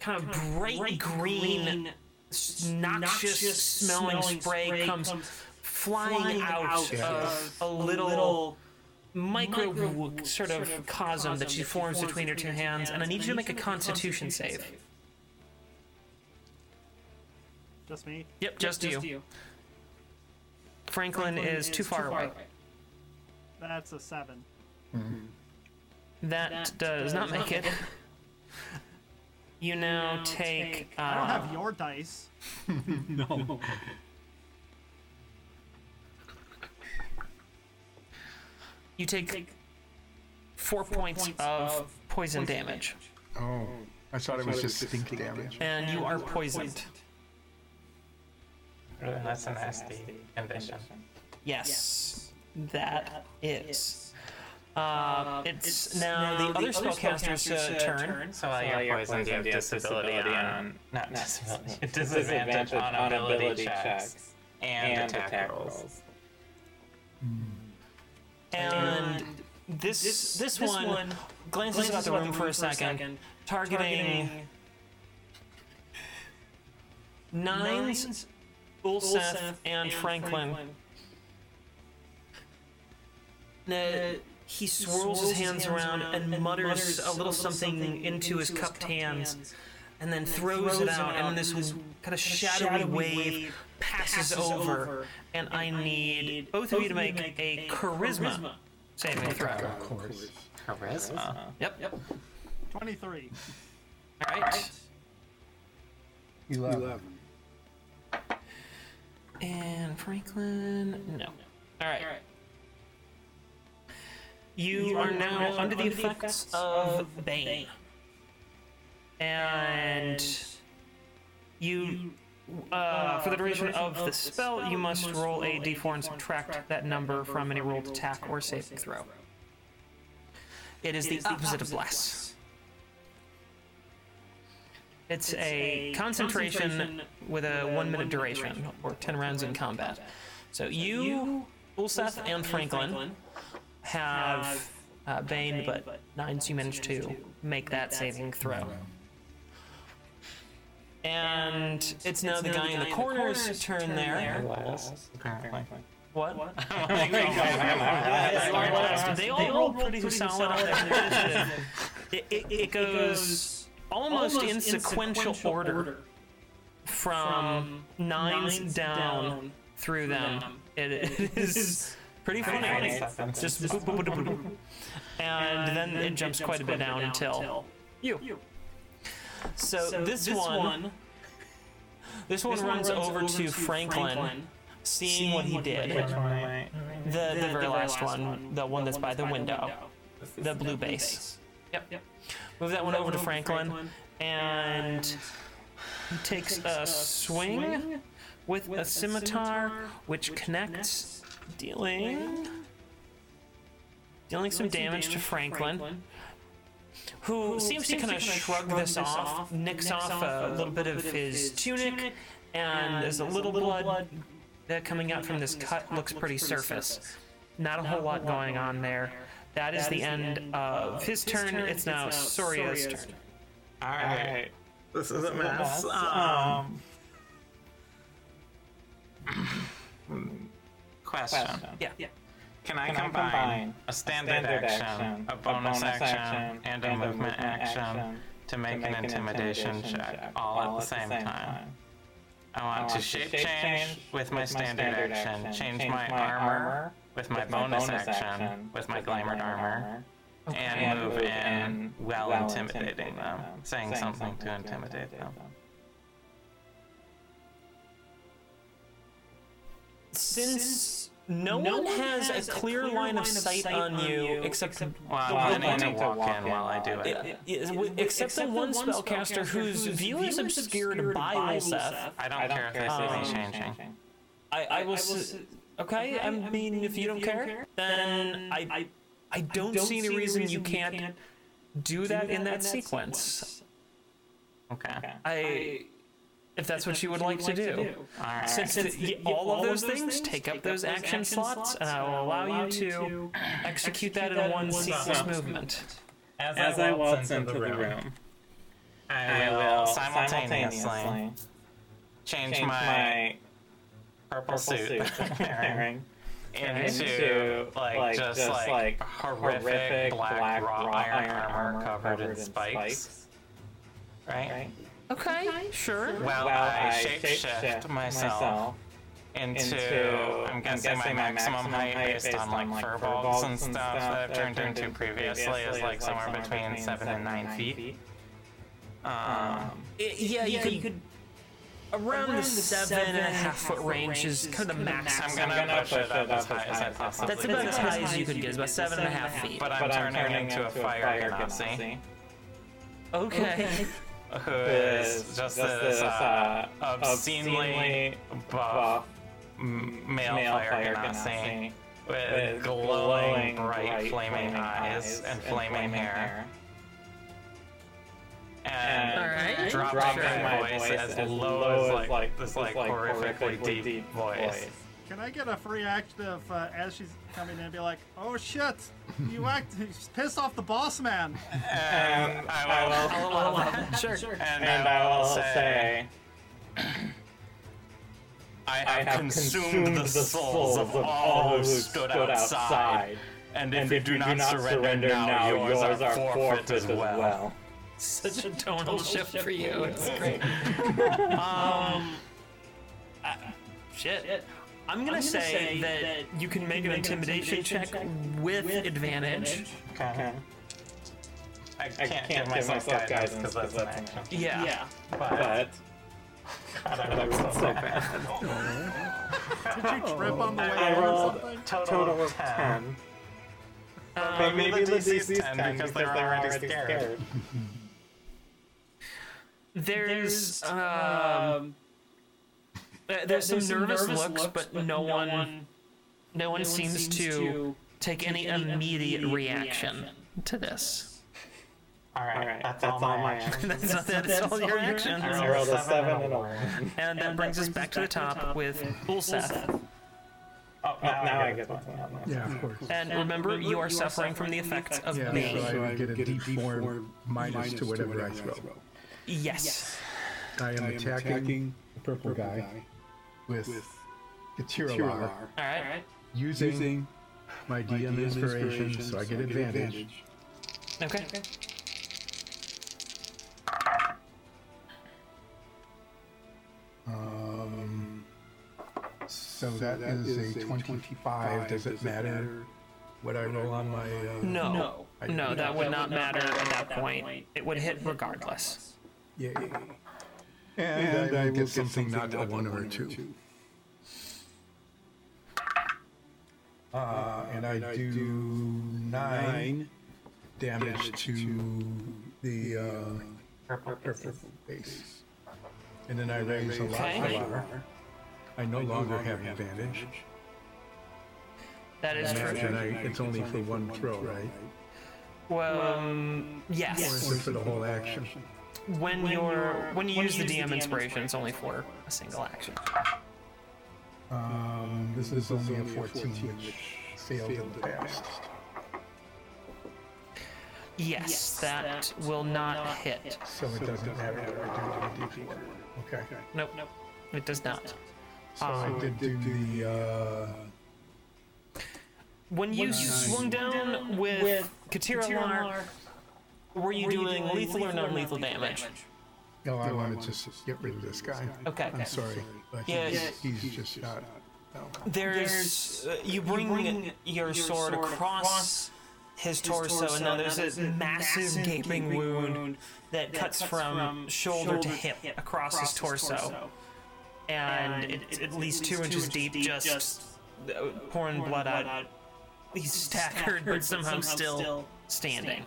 A: kind of bright, green, s- noxious smelling, spray, comes, flying, out, of a little, micro, w- sort of cosm, that she forms between her two hands, and I need you to make a constitution, save.
B: Just me.
A: Yep, just, you. Franklin, is, too far, away.
B: That's a seven.
A: That, does, not make it. You now, take.
B: I don't
A: uh,
B: have your dice.
A: You take, four, points, of poison, damage,
D: Oh, I thought it was just stink damage.
A: and, you are poisoned.
C: Really, that's a nasty condition.
A: Yes, that is. Uh, it's, now, the other spellcaster's uh, turn.
C: So while you're poisoned, you have disability on. Not disability. Disadvantage on ability checks and attack rolls.
A: And this this, one glances about the room for a second, targeting, Nines,
E: Nines,
A: Ulseth,
E: Ulseth,
A: and,
E: and
A: Franklin.
E: Franklin.
A: Now, he swirls his hands around and mutters a little something into his cupped hands, and then throws it out, and this kind of shadowy wave passes over. And I need both of you to make a charisma saving throw.
F: Of course.
C: Charisma.
A: Yep. All
B: 23.
A: right.
F: Eleven.
A: And Franklin, no. All right.
E: right.
A: You, are now under the effects of Bane. And you, uh, for the duration of the spell, you must roll a d4 and subtract that number from any rolled attack or saving throw. It is the opposite of bless. It's, a,
E: a
A: concentration,
E: concentration
A: with a one, minute
E: one-minute
A: duration,
E: duration,
A: or 10 rounds in combat. So, you,
E: you,
A: Ulseth, and Franklin, have,
E: have,
A: uh, Bane,
E: Bane,
A: but,
E: but
A: Nines you managed to make, that, saving throw. And it's, now the guy in the corner's turn there.
C: Less, apparently.
A: What?
E: They
A: They all rolled pretty solid on their initiative. It, it, it goes almost,
E: almost
A: in sequential order, from, nines, down, through them.
E: them.
A: It, it is pretty funny. Just boop, boop, boop, boop, boop. and, then, it jumps, quite a bit down, until you. So,
E: So
A: this, one, this one
E: this
A: runs, over, to Franklin, seeing, what he did.
C: Which one am I?
A: The, the, very last one, the one that's by the window, the blue base. Yep.
E: Yep.
A: Move that one over to Franklin,
E: Franklin,
A: and he takes, a, swing, with, a scimitar, which, connects, dealing dealing some damage, to Franklin, who, seems, to kind of shrug this off, nicks off a little bit of his tunic, and there's a little blood that coming out from this cut looks pretty surface. Not a whole lot going on there. That is the end of his turn. It's now Soria's turn.
C: All right.
J: This is a mess.
C: Um. Question.
A: Yeah.
E: Yeah.
C: Can I combine, a standard, action, a bonus, action, and a movement, action, to make, an intimidation, check, all at the same time? I want, to shape change with my standard, action, change my armor with my bonus action, with my glamored armor, and move in while intimidating them, saying something to intimidate them.
A: Since no, one has, a clear line of sight on you except
C: Well, I'm planning to walk in while I do
A: It-
C: it.
A: it- it- with- except the one spellcaster whose view is obscured by Ulseth.
C: I don't care if they see me changing.
A: I, I will. s okay, I mean, if you don't care, then I, I don't see any reason you can't do that in that sequence.
C: Okay.
A: I, if that's what you would like to do.
C: All right.
A: Since it's the- all of those things, take up those action slots, and I will allow you to execute that in one seamless movement.
C: As,
J: As I waltz into the room,
C: I will simultaneously change
J: change
C: my
J: my
C: purple
J: purple
C: suit
J: suit that I'm
C: wearing
J: wearing
C: into like just like horrific black raw iron armor covered in spikes, right?
A: Okay, sure.
C: While
J: While
C: I
J: I
C: shapeshift
J: shapeshift
C: myself
J: myself
C: into I'm guessing my maximum height based on like fur bulbs and stuff that I've turned into previously is like somewhere between seven and nine feet. Um,
A: Yeah, you could, around the seven and a half foot range is kind of the max.
C: I'm gonna push it up as high as I possibly
A: That's about
C: can.
A: as high as you could get, is about seven and a half feet.
C: But I'm
J: but I'm
C: turning, into a fire
J: ganassi
C: ganassi,
A: Okay.
C: who is just this uh, obscenely
J: obscenely
C: buff
J: buff
C: m- male,
J: male
C: fire
J: fire
C: ganassi
J: ganassi
C: with glowing bright flaming eyes and flaming hair. And
A: Alright.
C: dropping
J: dropping
C: my
J: my
C: voice as low as like this like horrifically deep voice.
B: Can I get a free act of uh, as she's coming in and be like, oh shit, you act, you piss off the boss man.
C: And I will
A: I'll allow that. Sure.
C: and
J: And
C: I
J: I
C: will
J: will
C: say
J: I have, consumed, the souls of all who stood outside. And if, you do not, surrender now, yours are forfeit as well.
E: Such a tonal shift for you. It's great.
A: Um,
E: Shit.
A: I'm gonna,
E: gonna
A: say,
E: say
A: that, you can make an intimidation, check, with, advantage.
C: Okay. I can't,
K: can't
C: give
K: give
C: myself
K: myself
C: guidance
K: guidance
C: because that's an
K: because that's
C: action.
A: Yeah.
E: Yeah.
C: But. God, I rolled so bad.
B: Did you trip on the way
C: I
B: in or
C: rolled
B: something?
C: total of 10. But maybe the DC's 10 because they were already scared.
A: There's um, uh, there's, some, nervous, looks, but, no one, no one seems, to take any immediate reaction, to this.
C: Alright, that's all my action.
A: That's not that. It's all your action.
C: I rolled a 7 and a 1.
A: And that brings us back to the top with Ulseth.
C: Oh, now, now I get one.
D: Yeah, of course.
A: And remember, you are suffering from the effects of
D: Yeah, so
A: me.
D: I would get a d4 minus to whatever I throw.
A: Yes.
D: I am attacking the purple guy with Gatiralar
A: All right.
D: using my DM inspiration, so I get advantage.
A: Okay.
D: Um, so that is a 25. Does it matter what I roll on my? Uh,
A: No.
D: I-
A: No, that would not matter at that point. It would hit regardless.
D: Yeah. yeah, yeah. And, I will get something, not a one or a two. Uh, and I do nine damage to the uh,
C: Purple.
D: purple base. And then I raise a lot
A: Okay.
D: higher. I no longer have advantage.
A: That is true.
D: And I, it's only for one throw, right?
A: Well, um,
D: Or is
A: yes.
D: it for the whole action?
A: When you're when you use the DM inspiration, it's only for a single action.
D: Um, this is only a 14, which failed in the past.
A: Yes, that will not hit.
D: So it doesn't matter what I do to the d4. Okay.
A: Nope. Nope. It does not.
D: So I did do the, uh,
A: When you swung down with Katira Lunar, were you doing lethal or non-lethal damage?
D: no, I wanted to s- get rid of this guy.
A: Okay.
D: I'm sorry, but
A: Yeah,
D: he's, he's just not,
A: There's uh, you bring, your, sword, across his torso, and now there's a massive gaping wound, that, cuts, from, shoulder to hip, across his torso, and, it's at least two inches deep, just, uh, pouring blood, out. He's staggered, but somehow still standing.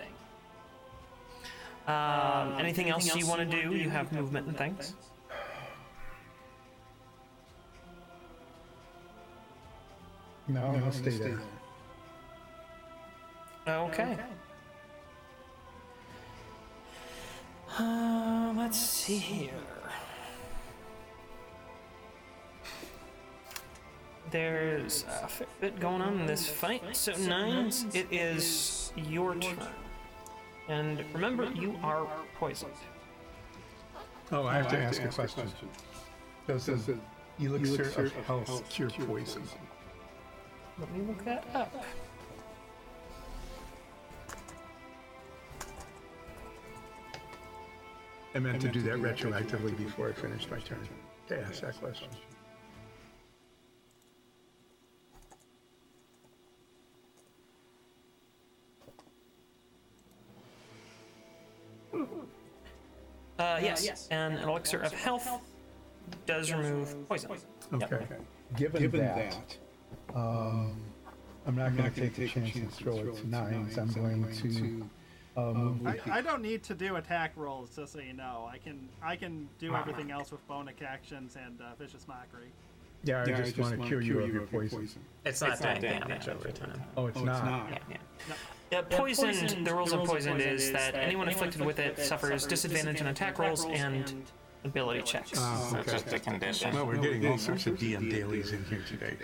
A: Um, anything else you want to do? You have movement and things.
D: no, I'll stay there.
A: Okay. Um, let's see here. There's a fair bit going on in this fight. So, Nines, it is your turn. And remember, you are poisoned.
D: Oh, I have to ask a question. Does the elixir of health cure poison?
A: Let me look that up.
D: I meant to do that retroactively before I finished my turn, to ask that question.
A: Uh, yes. And an elixir of health does remove poison.
D: Okay. Given that, um, I'm not gonna take the chance and throw it to nines, I'm going to, uh, move
B: I,
D: with the
B: I don't need to do attack rolls, just so you know. I can I can do everything else with bonic actions and uh, vicious mockery.
D: Yeah, I just want to cure you of your poison.
C: It's not that damage over time.
D: Oh, it's not.
A: Yeah, poisoned,
E: poisoned-
A: the rules
E: the
A: of
E: rules of
A: poisoned
E: poisoned
A: is that anyone afflicted with it suffers disadvantage on attack rolls and ability checks.
D: Ah,
C: It's just a condition.
I: Well, we're getting all sorts of DM dailies in here today.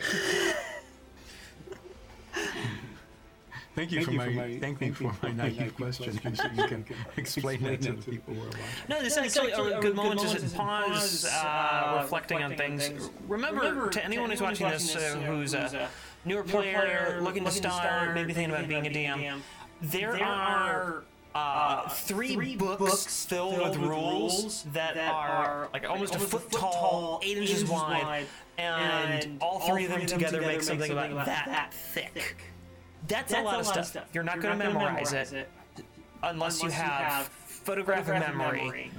D: Thank you for my thank you for my naive question. I'm sure you can explain that to the people who are watching.
A: No, this is actually a good moment to just pause, uh, reflecting on things. Remember, to anyone who's watching this, uh, who's a newer player looking to start, maybe thinking about being a DM, there are uh, three books filled with rules that are like almost a foot tall, eight inches wide, and all three of them together make something about that thick. That's a lot of stuff. You're not going to memorize it unless you have photographic memory.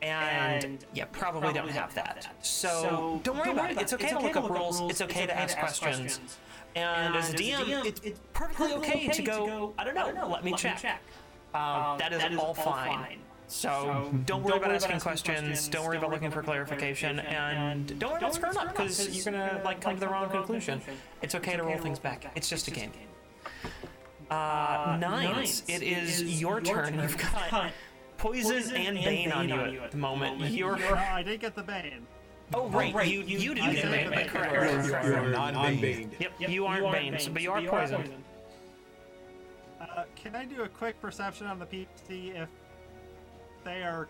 A: And yeah, probably don't have that. So don't worry about it. It's okay to look up rules. It's okay to ask questions. And as a DM, it's perfectly okay to go. I don't know. Let me check. Um, that is all fine. So don't worry about asking questions. Don't worry about looking for clarification, and don't worry about screwing up because you're gonna like come to the wrong conclusion. It's okay to roll things back. It's just a game. Uh, nines. It is your turn. You've got poison and bane on you at the moment. You're
B: No, I did get the bane.
A: oh right. You you didn't
B: did
A: get
B: get the
A: bane.
B: bane.
A: Correct.
D: You're, you're non-banned.
A: Yep. You aren't bane, so- but you are poisoned.
B: Uh, can I do a quick perception on the people to see if they are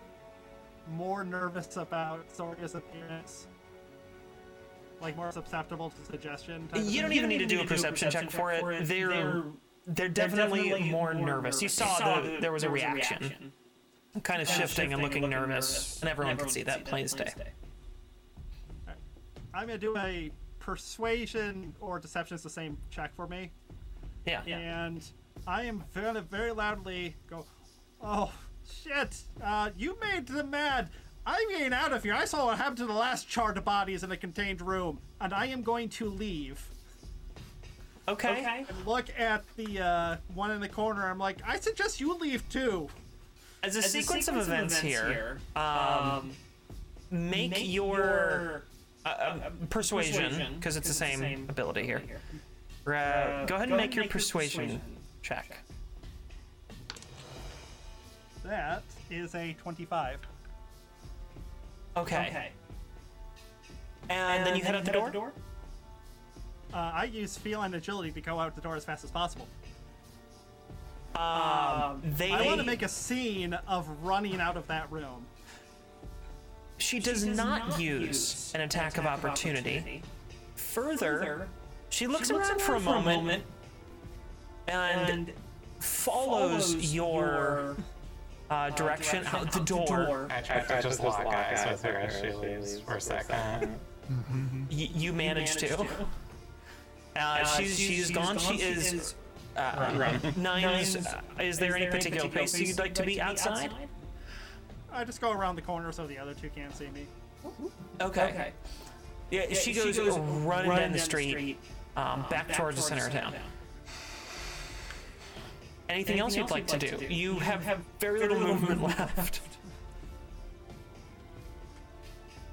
B: more nervous about Soria's appearance? Like more susceptible to suggestion? type of
A: You don't
B: thing?
A: even need to do a perception check for it. They're they're definitely more nervous. You saw the, there was a reaction, kind of shifting and looking nervous, and everyone could see that plain as day.
B: I'm gonna do a persuasion or deception is the same check for me,
A: Yeah.
B: and I am very, very loudly go, "Oh shit! Uh, you made them mad. I'm getting out of here. I saw what happened to the last charred bodies in a contained room, and I am going to leave."
A: Okay.
B: I look at the uh, one in the corner. I'm like, I suggest you leave too.
A: As a, sequence, of events, here, um, make, your, uh, uh, persuasion because it's the same, ability here. Uh, go ahead and make your persuasion, check.
B: That is a 25.
A: Okay. And, then you head out the door.
B: Uh, I use feel and agility to go out the door as fast as possible.
A: They.
B: I want to make a scene of running out of that room.
A: she does, not, use, an attack, of opportunity. Further, she looks around, for a moment, and, follows, your uh, direction, out the door.
C: I tried to just lock eyes with her as she leaves for a second.
A: Y- you manage to. Uh, she's, she's gone. She is. uh, Nines, uh, is there any particular place you'd like to be outside?
B: I just go around the corner so the other two can't see me.
A: Okay. Yeah, she, goes running, down, the street, um, back, towards the center of town. Anything, else you'd like to do? You, have, very little movement left.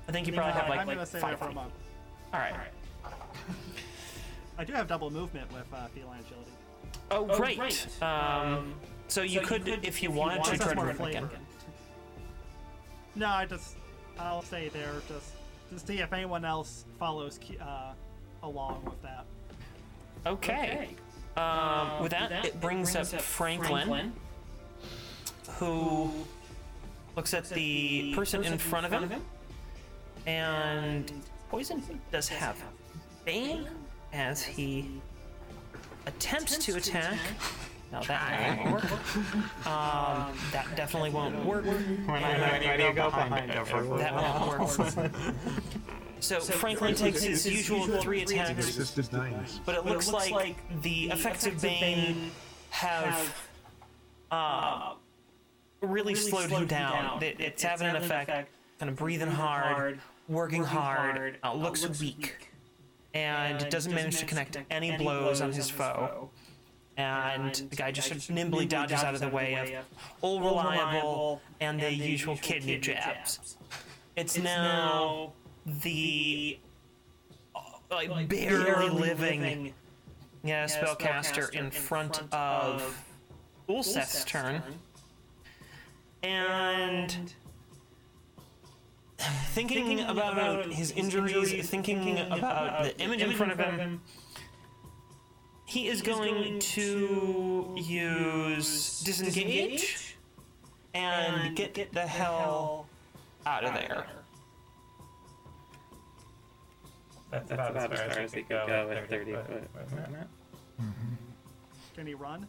A: I think you probably have
B: Uh,
A: like,
B: I'm gonna
A: like
B: stay
A: five.
B: there for a
A: feet.
B: moment.
A: All right.
B: I do have double movement with uh, feline agility.
A: Oh, great. Um, so you could, if you wanted to,
B: Plus
A: try
B: that's
A: to
B: more
A: run again.
B: flavor. No, I just I'll stay there just to see if anyone else follows cu- uh, along with that.
A: Okay. Um, with that, it brings, up, Franklin, who looks at the person, in front of him, and Poison does have Bane as he attempts to attack. Now that won't work. Um, that definitely won't work.
C: When I when you go behind over.
A: That won't work. So Franklin takes his usual three attacks
D: This is nines.
A: but it looks, like, the, effects of Bane, have, uh, really, slowed, him down. It- it's, having an effect, kind of breathing hard, working hard, uh, looks, weak, and, doesn't, manage to connect any blows on his foe. And, the guy just sort of nimbly dodges out of the way of all reliable and the usual kidney jabs. It's, now the like, barely, living, yeah, spellcaster, in front, of Ulseth's turn. And thinking, about, his injuries, thinking, about, the image in front of him, He is going, to, use disengage, and, get, the, hell out of there.
C: That's, about, as far as
J: we
C: it could go at 30
J: foot,
C: foot, wasn't it?
B: Can he run?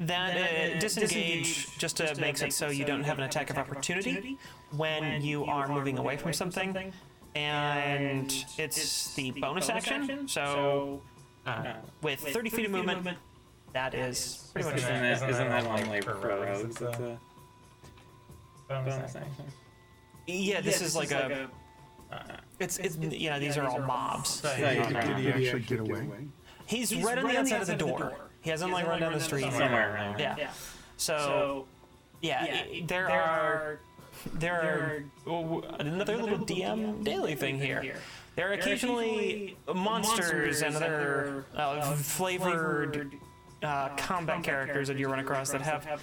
A: That,
E: That,
A: uh,
E: uh,
A: disengage,
E: disengage
A: just to make it so you don't have an attack of opportunity when you are moving away from something. And it's the bonus action. So
C: Uh,
A: with 30 feet of movement, that is pretty much
C: Isn't
A: it.
C: that, isn't that
J: one
C: on like for roads? It's a bonus
J: bonus
C: action.
A: Yeah, this is like a.
C: Uh,
A: It's it's yeah. These are all mobs.
C: so you
J: Did
C: can-
J: he
F: Did he actually get away?
A: He's right on the outside of the door. He hasn't like run down the street.
C: somewhere around.
A: Yeah. So yeah, i- there are there are oh, another little DM daily thing here. There are occasionally monsters and other uh, flavored uh, combat characters that you run across that have uh,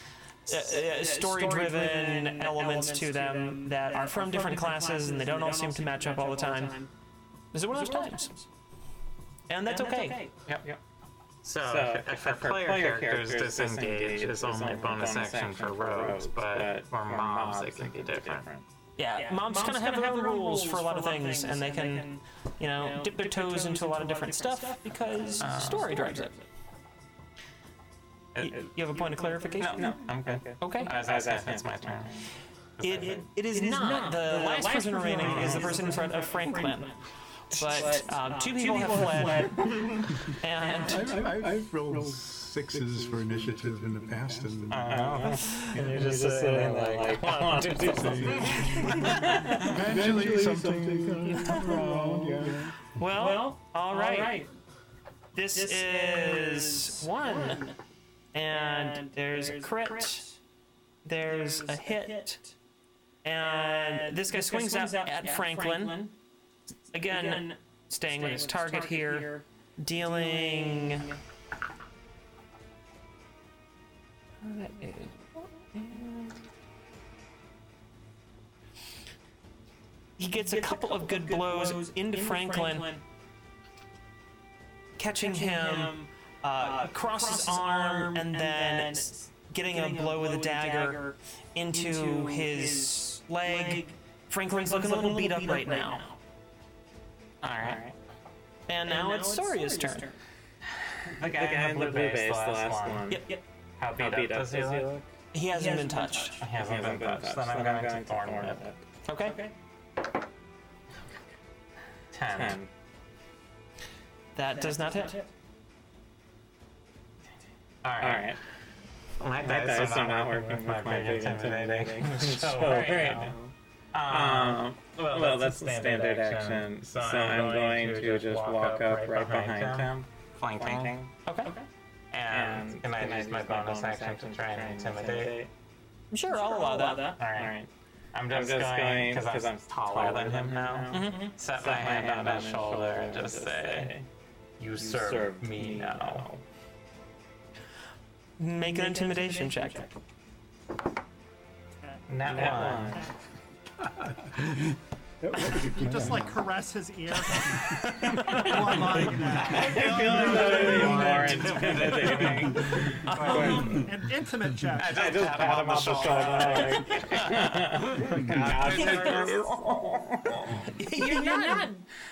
A: uh, story-driven elements to them that are from different classes and they don't all seem to match up all the time. Is it one of those times? And that's okay.
C: Yep. Yep. So,
J: So,
C: if, if a player, character's disengage, it's only bonus action for rogues, but for mobs it can be different.
A: Yeah, mobs kind of have their own rules for a lot of things, and they can, you know, dip their toes into a lot of different stuff because story drives it.
C: It-
A: You have a point of
C: no,
A: clarification?
C: no, I'm good.
A: Okay.
C: I was asking, it's my turn.
A: It, it, it is not. The last person remaining is the person in front of Franklin. But um, two people have fled, and
F: I've, I've, rolled, sixes for initiative in the past,
D: Uh,
F: and
C: Oh, And you're Uh, just sitting there like, I want to do something.
F: eventually something's gonna come around. Yeah.
A: well, all right. This is one, and there's a crit. There's a hit. And this guy swings out at Franklin. Again, staying with his target here, dealing. Oh, that is- He gets a couple of good blows into Franklin, catching him, uh, across his arm, and then s- getting a blow with a dagger into his leg. Franklin's looking a little beat up right now.
C: Alright.
A: And now it's Soria's turn.
C: The guy in the blue base, the last one.
A: Yep, yep.
C: How beat up does he look?
A: He hasn't been touched.
C: He hasn't been touched. Then I'm going to thorn whip.
A: Okay.
C: Ten.
A: That does not hit.
C: Alright. My dice are not working with my big intimidating. So, right now. Um, well, that's the standard action. So I'm going to just walk up right behind him. Flanking.
A: Okay.
C: And Um, can I use my bonus action to try and intimidate?
A: Sure, I'll allow that.
C: Alright. I'm just going, because I'm taller than him now, Mm-hmm. set my hand on his shoulder and just say, You serve me now.
A: Make an intimidation check.
C: Nat one.
B: You just like caress his ear. One line now.
C: more intimidating.
B: An intimate check.
C: I just pat him on the shoulder.
A: you're, not,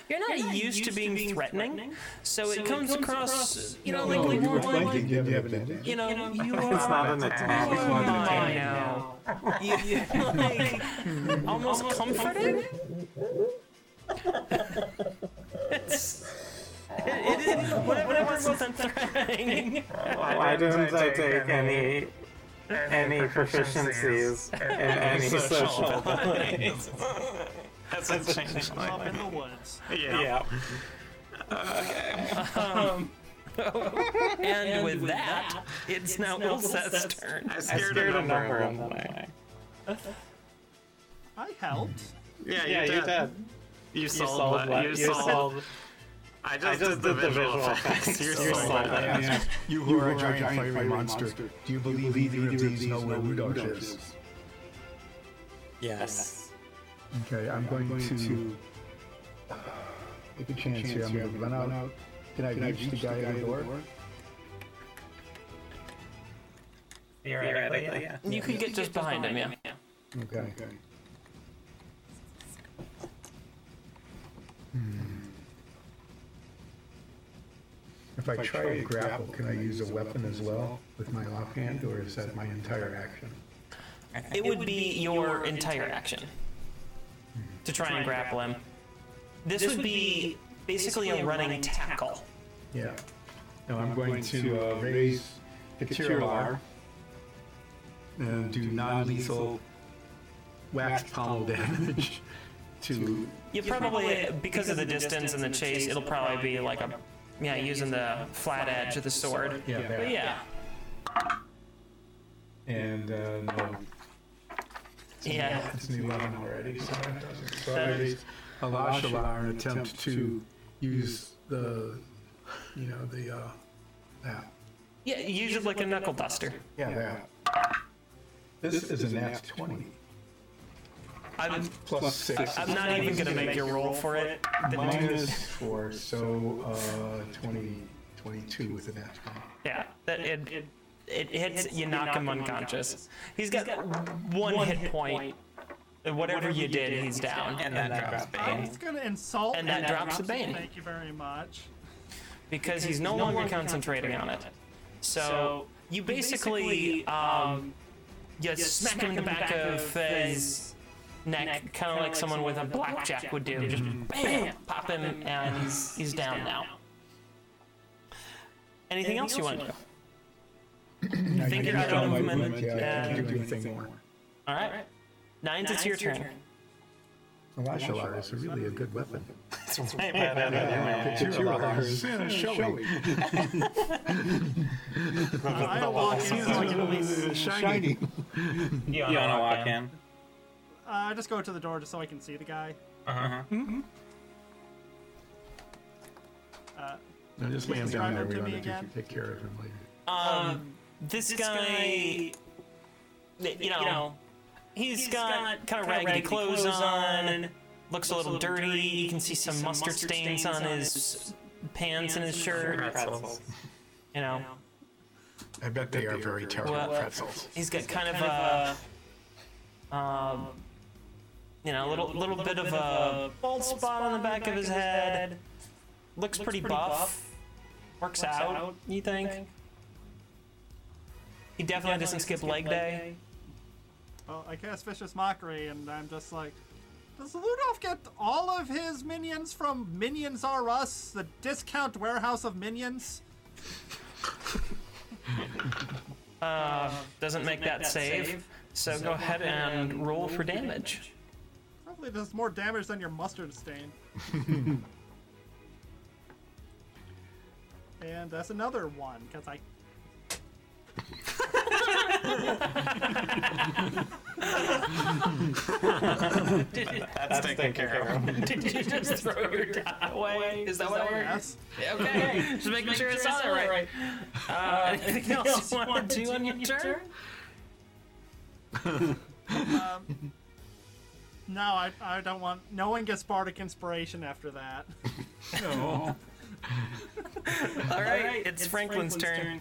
A: you're not used to being threatening, so it comes across, you know, like,
F: Oh,
A: like
F: you were
A: more like,
F: flanking. You have an advantage.
A: you know, you are
C: It's not an
A: you
C: attack.
A: are
F: an attack.
A: mine now. You- you- like, almost comforting? it's, it, it is, whatever, whatever wasn't threatening.
C: Why didn't I take any any proficiencies in any social abilities? That's a change.
B: Up in the woods.
C: Yeah.
A: And, with, that, it's, now Ulseth's turn.
J: I
C: I
J: scared
C: scared
J: him.
C: a number of them away.
B: I helped.
J: Yeah, you
C: Yeah, you
J: did.
C: did.
J: You
C: You
J: sold
C: sold
J: that.
C: it.
J: You
C: You
J: sold.
C: sold.
J: I just,
C: I just did the visual effects. You sold it.
F: Yeah. You who are a giant, fiery, monster, do you believe either of these know where Rudolph is?
C: Yes.
F: Okay, I'm going to take a chance here. I'm going to run out
D: Can I
I: Can I
D: reach the guy at the door?
C: Theoretically, yeah.
A: You could get just behind him, yeah.
D: Okay. Hmm. If I try to grapple, can I use a weapon as well with my offhand, or is that my entire action?
A: It would be your entire action to try and grapple him. This would be basically a running tackle.
D: Yeah. No, I'm going to uh, raise the Kirilar and do non-lethal whack pommel damage to
A: You probably, because of the distance and the chase, it'll probably be like a, yeah, using the flat edge of the sword.
D: yeah
A: But
D: that.
A: yeah,
D: And uh, no,
A: yeah.
D: it's an 11 already. So that doesn't- so
A: That
D: I
A: is-
D: raise a Lashalar and attempt to use the, you know, the uh, that.
A: Yeah, use it like a knuckle duster.
D: Yeah, that. This, is, a nat 20.
A: I'm,
D: Plus six.
A: I'm not even gonna make your roll for it. The-
D: Minus four, so uh, 20, 22 with a nat 20.
A: Yeah, that it it, hits, you knock, him unconscious. he's got, one, hit point. Whatever, you did, he's down,
C: And that drops
B: I'm
C: Bane.
B: just gonna insult
A: And that
B: him.
A: drops the Bane.
B: Thank you very much.
A: because he's no longer concentrating on it. So you basically um, you smack him in the back of his neck, kind of like someone with a blackjack would do. Just bam, pop him, and he's he's down now. Anything else you want to do?
D: I
A: think
D: can
A: you're
D: use
A: out of
D: all my
A: movement,
D: Yeah, I
A: and-
D: can't do anything more.
A: All right, nines, it's your turn.
D: A Lashalar is really a good weapon. Kirilar is
E: Kirilar is
D: showy.
B: I Uh, walk in so I can at least.
C: You
D: Shiny.
J: You
C: wanna
J: wanna
C: walk
J: walk
C: in?
J: in?
B: Uh, I just go to the door just so I can see the guy.
D: No, just lay him
B: Describe
D: down there.
B: him
D: We
B: to
D: ought
B: me
D: to
B: again.
D: take, take care of him later.
A: Um, This, guy, you know, he's got, kind of raggedy, clothes, on, looks, a little, dirty. You can see some, mustard stains, on his pants and his shirt.
C: Pretzels.
A: You know,
E: I bet they are very terrible
A: Well-
E: pretzels.
A: he's got kind, of, a, um, you know, a little, little, bit of a bald spot on the back of his head. Looks, pretty, buff. Works, out, You think? He definitely doesn't skip leg day.
B: Well, I cast Vicious Mockery, and I'm just like, does Ludolf get all of his minions from Minions R Us, the discount warehouse of minions?
A: Doesn't make that save. So go ahead and roll for damage.
B: Probably does more damage than your mustard stain. and that's another one, because I.
C: That's taken care of.
A: Did you just throw your die away? Is that what worked?
B: Yes.
A: Okay. Just making sure it's on there right. Uh, Anything else you want to do on your turn?
B: No, I, I don't want. No one gets Bardic Inspiration after that.
A: All right. It's Franklin's turn.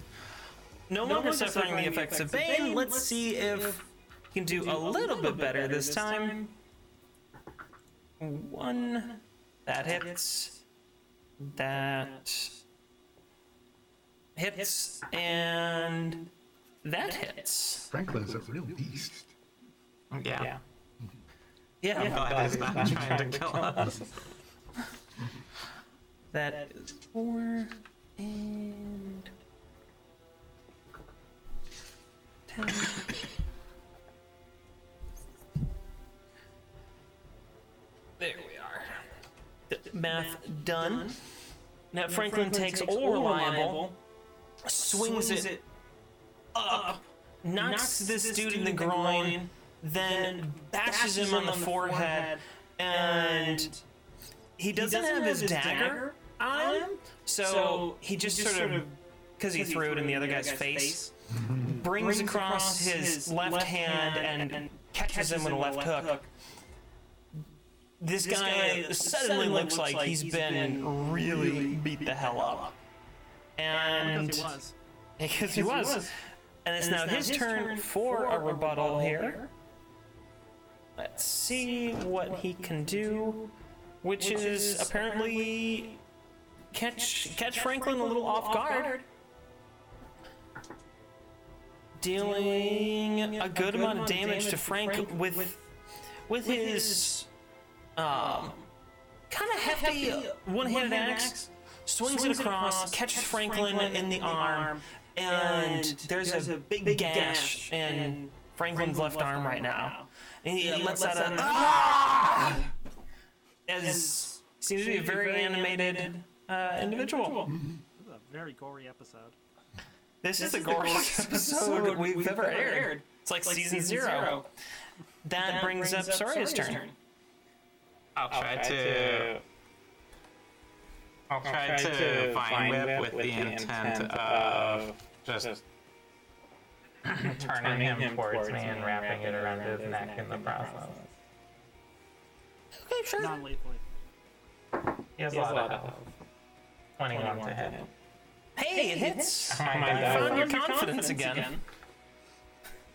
A: No longer suffering the effects of Bane. Let's see if he can do a little bit better this time. One. That hits. That hits. And that hits.
D: Franklin's a real beast.
C: Yeah. yeah.
A: Yeah.
C: Glad he's not trying to kill us.
A: That is four and ten. there we are. D- math done. Now Franklin, takes, all reliable, swings, it, up, knocks, this, dude in the groin, then bashes, him on the, forehead, and, he doesn't, have, his dagger, on him, so, he just, sort of, because he threw it in the other guy's face, brings across his left hand and catches him with a left hook. This, guy, suddenly looks like, he's been, really beat the hell up. And
B: because he was.
A: because he was. And it's now his, turn, for a rebuttal here. Let's see what, he can do, which, is, apparently catch catch, Franklin, a little off guard. Dealing a good, amount of damage, to Frank, with with, his, um, kind of hefty, one-handed axe. Swings, it across, catches Franklin, in the arm, and, there's, a, big, gash in Franklin's, left, arm right now. And he, lets, out a "Ah!" as seems to be a very animated, uh, individual.
B: This is a very gory episode.
A: This, is the goriest episode we've, ever aired. It's like, season, zero. That, brings, up Soraya's turn.
C: I'll try, to. I'll try, to, find Whip with, the intent of just turning him, towards me and wrapping it around his neck in the process.
A: Okay, sure.
B: Non-lethally.
C: He has a lot of health. 21 to hit.
A: Hey, it hits.
C: Oh my
A: I
C: god.
A: found your confidence again.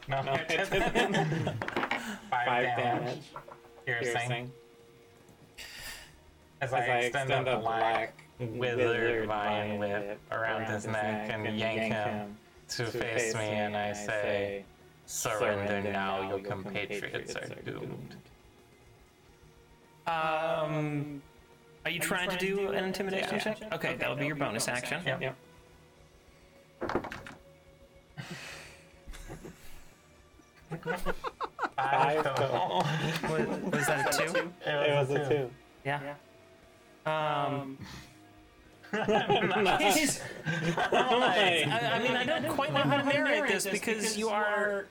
C: No, I didn't. Five damage. Piercing. As I extend a black withered vine whip around his neck and yank him to face me, and I say, Surrender now, your compatriots are doomed.
A: Are you trying to do an intimidation check? Okay, that'll be your bonus action.
C: Yep. Five total.
A: What is that, a two?
C: It was a two.
A: Yeah. Um. He's- I, I mean, I don't quite know how to narrate this because you are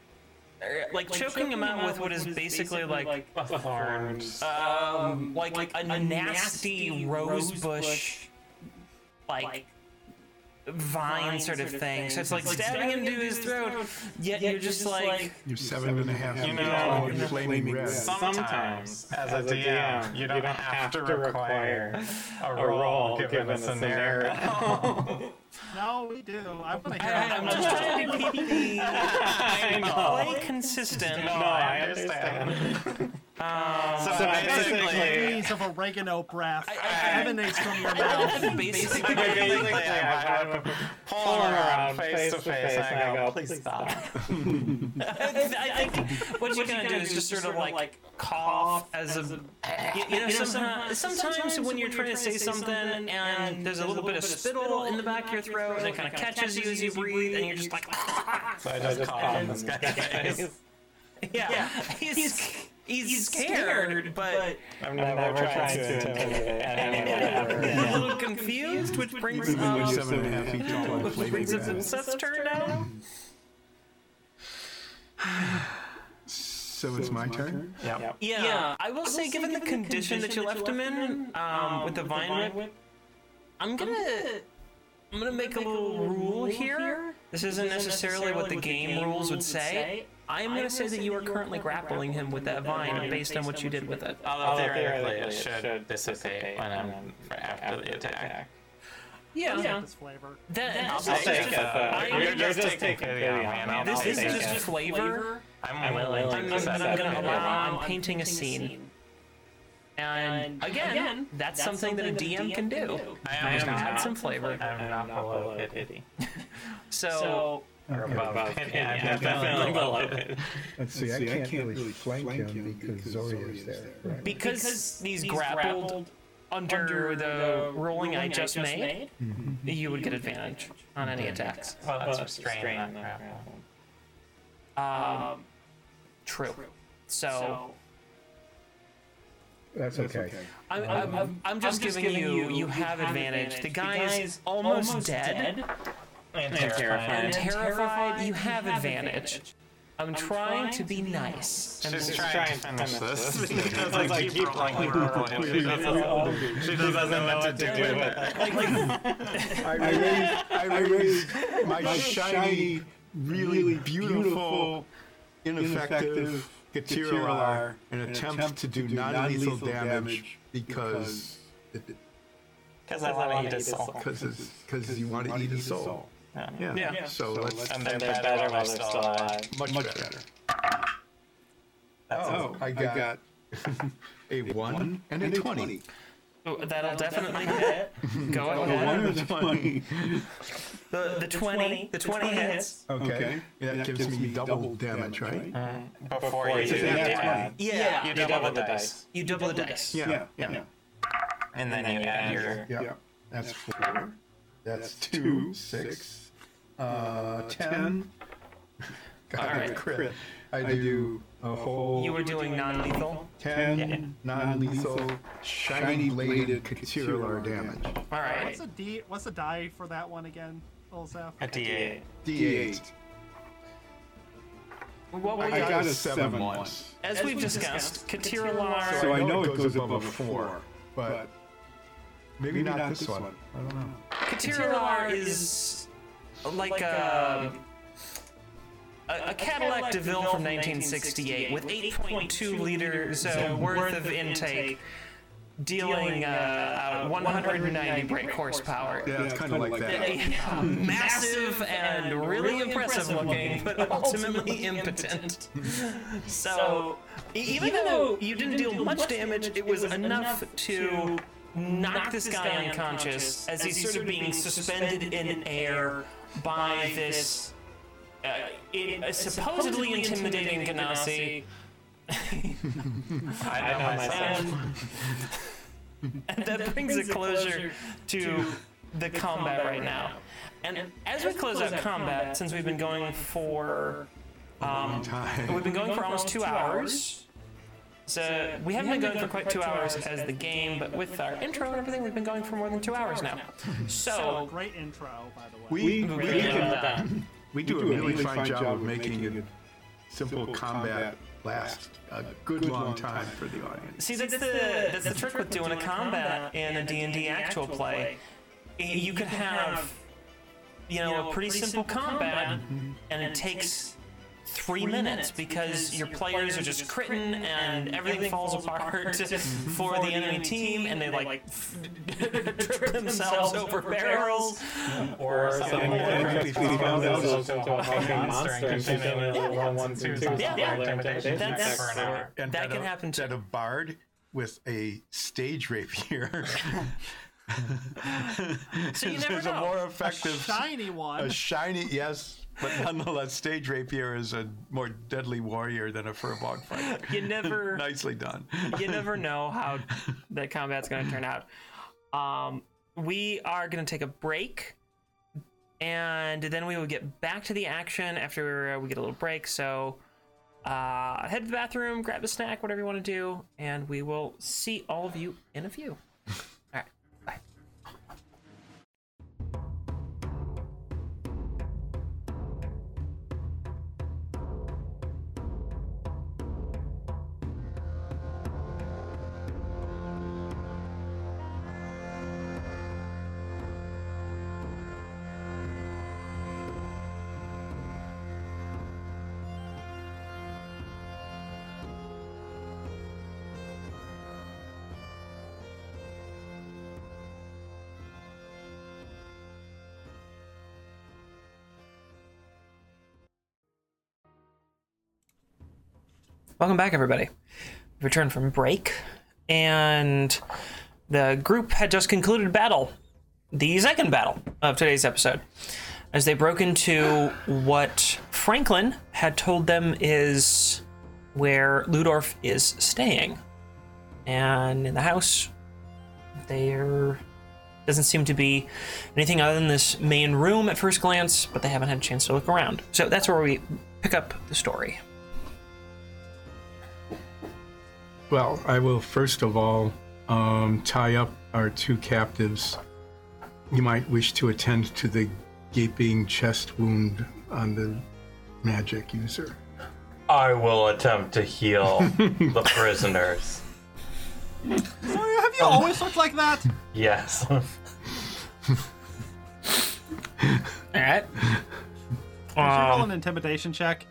A: uh, like choking him out with what is basically like
C: Arms.
A: um like a nasty rose bush like vine sort of thing. So it's like stabbing him to his throat, yet you're just like
F: You're seven and a half.
C: You
F: years
C: know,
F: old and flaming red.
C: Sometimes, as, a DM, you don't, have, to require a roll given a scenario.
B: No, we do. I want to hear.
A: I- I'm just trying to keep the
C: I know.
A: play consistent.
C: No, I understand. Um, so, basically,
B: Piece of oregano breath
C: I-
B: emanates from your mouth.
A: Basically,
C: basically, I would pull him around face to face and I go, please stop.
A: I think what you're gonna do is just sort of like cough as a you you know sometimes sometimes when you're trying to say something and there's a little bit of spittle in the back of your throat and it kind of catches you as you breathe and you're just like
C: So I just call him this guy's face.
A: yeah he's he's scared but
C: I'm never trying to intimidate anyone.
A: a little confused which brings
F: Even when
A: up
F: you're seven and a half feet tall and flaming
A: brings up
F: red.
A: Seth's turn now
F: So it's my turn?
C: Yep.
A: yeah, I will say given the condition that you left him in um with the vine whip I'm gonna I'm gonna make, a little rule here. This isn't necessarily what the game rules would say. I'm gonna say that you are currently grappling him with that vine based on what you did with it.
C: Although theoretically it should dissipate when I'm after the attack.
A: Yeah,
B: This flavor.
A: that
C: I'll take it.
A: I-
C: though. You're just taking pity on me, and I'll
A: this
C: take
A: is
C: it.
A: just flavor.
C: I'm willing
A: I'm,
C: to
A: I'm,
C: accept
A: I'm
C: it.
A: gonna allow. I'm painting a scene. And again, that's something that a DM can do.
C: I am
A: Add
C: not.
A: some flavor.
C: I'm not below pity.
A: So
C: Or above pity. I'm definitely
A: definitely
C: below it.
I: Let's see, I can't really flank him because Zoria's there, right?
A: because these grappled under the ruling I just made, you would get advantage on any attacks.
C: Well, that's restrained. not grapple.
A: True. So
I: That's okay.
A: I'm, I'm, I'm, I'm just giving, you, you have advantage. The guy, is almost, dead,
C: And
A: and
C: terrifying.
A: terrified. You have advantage. I'm trying to be nice. And
C: She's trying to finish this. She doesn't like keep rolling her point. She doesn't- she doesn't know what to do with it.
F: I raised, I raised my shiny, really beautiful, ineffective,
D: Gatirar an attempt to do non-lethal damage because
C: Because I want to eat his soul.
D: because because you want to eat his soul.
C: Yeah.
D: Yeah.
C: Yeah.
D: So
C: So
D: let's
C: let's- And they're better while they're still alive.
D: Much,
C: Much
D: better.
C: That's
D: oh, I got, a one and a twenty.
A: Oh, that'll definitely hit. Go
D: Oh,
A: ahead.
D: one and a twenty.
A: The, the 20. The 20 hits. Oh.
D: Okay. That, gives, me, double, damage, right?
C: Before
D: you
C: you
D: do
C: do
D: the
C: that.
D: add.
A: Yeah.
C: You double the dice.
A: You double the dice.
D: Yeah. Yeah.
C: And then you add your.
D: Yeah. That's four. That's two, six, uh, ten. God,
A: All right.
D: I crit. I do a whole
A: You were doing non lethal.
D: 10
A: Yeah.
D: non-lethal shiny bladed Katirular damage.
A: All right.
B: What's a D? What's a die for that one again, Olsaf?
C: A D8.
D: D8.
A: What were
D: I
A: you
D: got a 7 once.
A: As, we've discussed, Katiralar.
D: So I know it goes above a 4, but maybe not this one. I don't know.
A: Katiralar is like, uh, um, a, a, a, Cadillac DeVille from 1968 with 8.2 liters uh, worth of intake, dealing uh, out 190 brake horsepower.
D: Yeah, it's kind of like that.
A: Yeah, Massive and really impressive looking, but ultimately impotent. So, e- even though you didn't deal much damage, it was enough to knock this guy unconscious as he's sort of being suspended in air by this uh, in- a supposedly intimidating Ganassi.
C: I know myself.
A: And, and that brings a closure to the combat right now. And as we close out combat, since we've been going for um, we've been going for almost two hours. So we haven't been going for quite two hours as the game, but with our intro and everything, we've been going for more than two hours now.
B: Oh,
A: So
B: great intro, by the way.
D: We, we,
A: really
D: do,
A: love that.
D: we do a really fine job of making it simple combat last a good long time for the audience.
A: See, that's the that's the trick with doing a combat in a D and D actual play. You can have you know a pretty simple combat, and it takes three minutes because your players are just critting and everything falls apart for the enemy team, and they like trip themselves over barrels.
J: Or something
D: Yeah.
J: like that.
D: Yeah.
J: Transform
D: Yeah.
J: themselves into a fucking monster and continue
A: Yeah.
J: with ones and twos on
A: Yeah.
J: all
A: Yeah.
J: their intimidation
A: That's-
J: checks for an hour.
D: And
A: That
D: at
A: can
D: a-
A: happen too.
D: at a bard with a stage rapier.
A: So you never
D: There's a
A: know.
D: more effective,
B: Shiny
D: a
B: one.
D: shiny yes, but nonetheless, stage rapier is a more deadly warrior than a furbog fighter.
A: You never.
D: Nicely done.
A: you never know how the combat's going to turn out. Um, we are going to take a break, and then we will get back to the action after uh, we get a little break. So uh, head to the bathroom, grab a snack, whatever you want to do, and we will see all of you in a few. All right, bye. Welcome back, everybody. We've returned from break, and the group had just concluded battle, the second battle of today's episode, as they broke into what Franklin had told them is where Ludorf is staying. And in the house, there doesn't seem to be anything other than this main room at first glance, but they haven't had a chance to look around. So that's where we pick up the story.
L: Well, I will first of all um, tie up our two captives. You might wish to attend to the gaping chest wound on the magic user.
M: I will attempt to heal the prisoners.
B: Sorry, have you always looked like that?
M: Yes.
A: All right. Um,
B: Should you roll an intimidation check?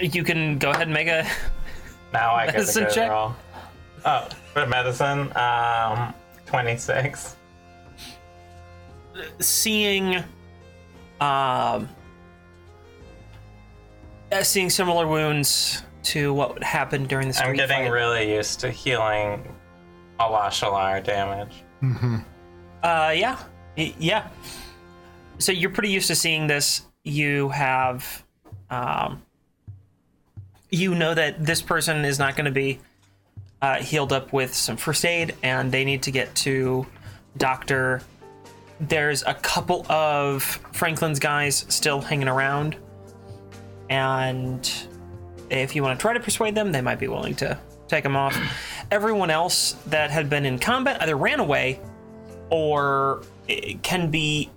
A: You can go ahead and make a
C: Now I get to
A: Medicine
C: go
A: check.
C: roll. Oh, for medicine, um, 26.
A: seeing um uh, seeing similar wounds to what happened during the street
C: I'm getting
A: fight.
C: really used to healing Alashalar damage.
A: Uh, yeah, Y- yeah. So you're pretty used to seeing this. You have, um, you know that this person is not going to be uh, healed up with some first aid, and they need to get to doctor. There's a couple of Franklin's guys still hanging around, and if you want to try to persuade them, they might be willing to take them off. Everyone else that had been in combat either ran away or it can be,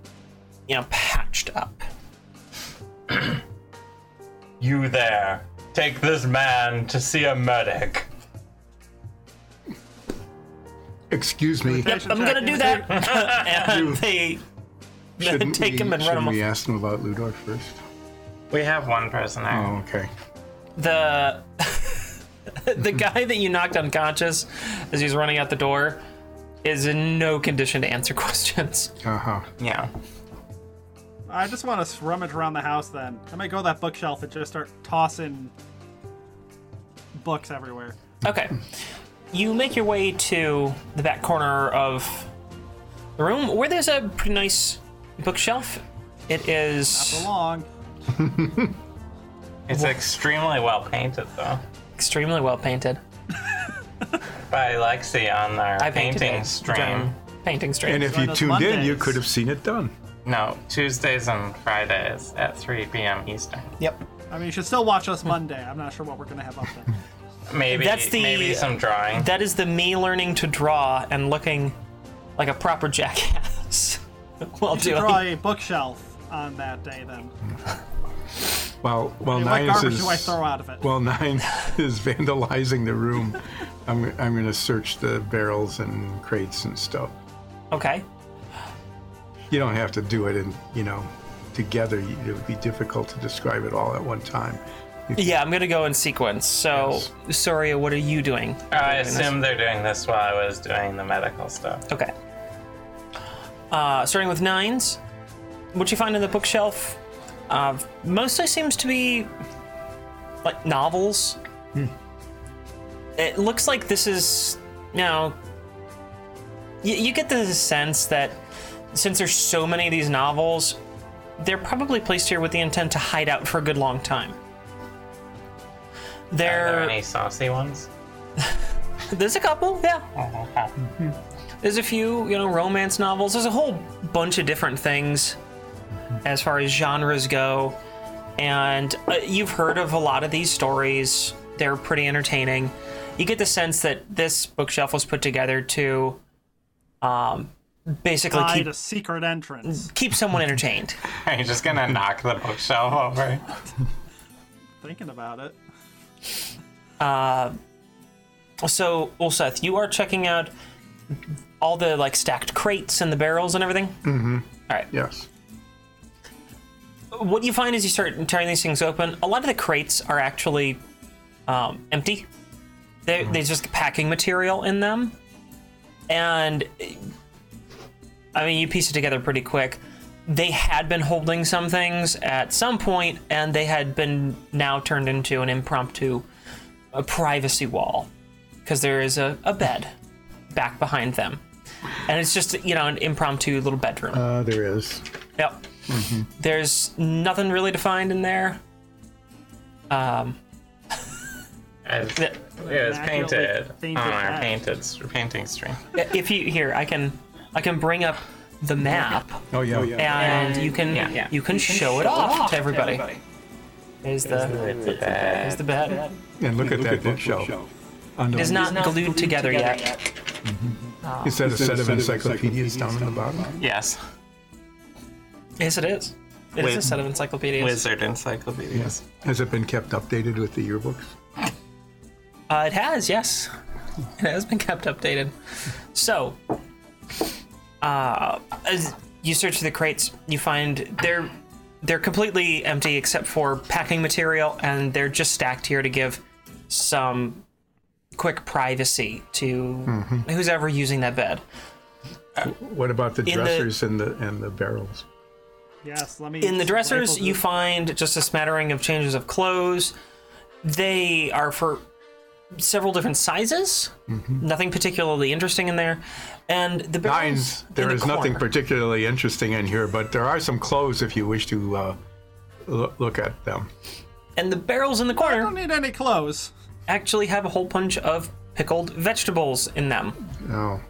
A: you know, patched up.
N: You there. Take this man to see a medic.
O: Excuse me.
A: Yep, I'm gonna do that. and they
O: Shouldn't
A: take
O: we,
A: him and run
O: shouldn't
A: him.
O: we ask him about Ludor first?
C: We have one person there.
O: Oh, okay.
A: The the guy that you knocked unconscious as he's running out the door is in no condition to answer questions.
O: Uh huh.
C: Yeah.
B: I just want to rummage around the house then. I might go to that bookshelf and just start tossing books everywhere.
A: Okay. You make your way to the back corner of the room where there's a pretty nice bookshelf. It is
B: For long.
C: It's extremely well painted, though,
A: extremely well painted.
C: by Lexi on our
A: I painted
C: painting
A: it.
C: stream.
A: Done. Painting stream.
O: And if you tuned in, you could have seen it done.
C: No, Tuesdays and Fridays at 3 p.m. Eastern.
A: Yep.
B: I mean, you should still watch us Monday. I'm not sure what we're gonna have up then.
C: Maybe
A: That's the-
C: maybe some drawing.
A: That is the me learning to draw and looking like a proper jackass while
B: You should
A: doing.
B: draw a bookshelf on that day then.
O: Well, well,
B: Hey, what
O: nine
B: garbage
O: is
B: do I throw out of it?
O: well, nine is vandalizing the room. I'm I'm gonna search the barrels and crates and stuff.
A: Okay.
O: You don't have to do it, in you know, together. You- It would be difficult to describe it all at one time.
A: Yeah, I'm gonna go in sequence. So, Soria, what are you doing?
C: I assume they're doing this while I was doing the medical stuff.
A: Okay. Uh, starting with nines, what you find in the bookshelf uh, mostly seems to be like novels. It looks like this is now. You, you get the sense that since there's so many of these novels, they're probably placed here with the intent to hide out for a good long time.
C: Are there
A: They're
C: any saucy ones?
A: there's a couple, yeah. There's a few, you know, romance novels. There's a whole bunch of different things as far as genres go. And uh, you've heard of a lot of these stories. They're pretty entertaining. You get the sense that this bookshelf was put together to um, basically
B: Hide
A: keep,
B: a secret
D: Mm.
B: entrance.
A: keep someone entertained.
C: Are you just gonna knock the bookshelf over?
B: Thinking about it.
A: Uh, so, well, Seth, you are checking out all the like stacked crates and the barrels and everything.
O: Mm-hmm.
A: All right.
O: Yes.
A: what you find is you start tearing these things open. A lot of the crates are actually um, empty. They they just packing material in them, and I mean you piece it together pretty quick. They had been holding some things at some point, and they had been now turned into an impromptu a privacy wall because there is a, a bed back behind them, and it's just you know an impromptu little bedroom.
I: Uh, there is.
A: Yep. There's nothing really to find in there. Um,
C: It
A: th-
C: it was painted on
B: Immaculately
C: our
B: painted
C: painted s- painting stream.
A: if you here, I can, I can bring up the map,
O: Oh yeah.
A: and you can,
C: Yeah.
A: you can show it off, to everybody. There's the,
C: It's a bad.
A: there's the bed.
O: And look at
F: Look
O: that
F: at that
O: bookshelf.
F: bookshelf.
O: On
A: It
O: the,
A: is not glued together yet.
O: is that a set of encyclopedias down on the bottom?
C: Yes,
A: Yes, it is. It is
C: With-
A: a set of encyclopedias.
C: wizard encyclopedias.
O: Has it been kept updated with the yearbooks?
A: Uh, it has, yes. It has been kept updated. So, uh, as you search through the crates, you find there They're completely empty except for packing material, and they're just stacked here to give some quick privacy to
D: Mhm.
A: who's ever using that bed.
D: What about the
A: In the-
D: dressers and the and the barrels?
B: Yes, let me.
A: In the dressers,
B: rifle
A: you
B: through-
A: find just a smattering of changes of clothes. They are for several different sizes.
D: Mm-hmm.
A: Nothing particularly interesting in there. And the barrels. in
D: There
A: the
D: is nothing
A: corner-
D: particularly interesting in here, but there are some clothes if you wish to uh, lo- look at them.
A: And the barrels in the corner. I don't
B: need any clothes.
A: Actually, have a whole bunch of pickled vegetables in them.
D: Oh.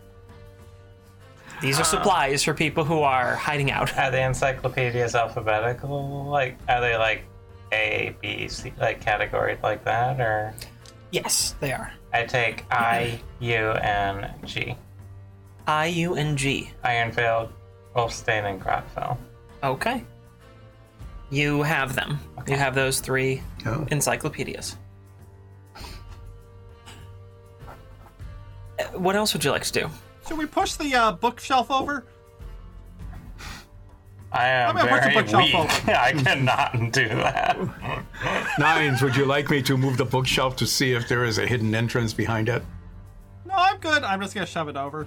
A: These are
C: Ah.
A: supplies for people who are hiding out.
C: Are the encyclopedias alphabetical? Like, are they like A, B, C, like category like that? Or
A: Yes, they are.
C: I take I, U, and G.
A: I U N G.
C: Ironfield, Wolfstein, and Grotfell.
A: Okay. You have them. You have those three
D: oh.
A: encyclopedias. Uh, What else would you like to do?
B: Should we push the uh, bookshelf over?
C: I
B: I'm
C: am
B: gonna put
C: very
B: the bookshelf
C: weak. I cannot do that.
D: Nines, would you like me to move the bookshelf to see if there is a hidden entrance behind it?
B: No, I'm good. I'm just gonna shove it over.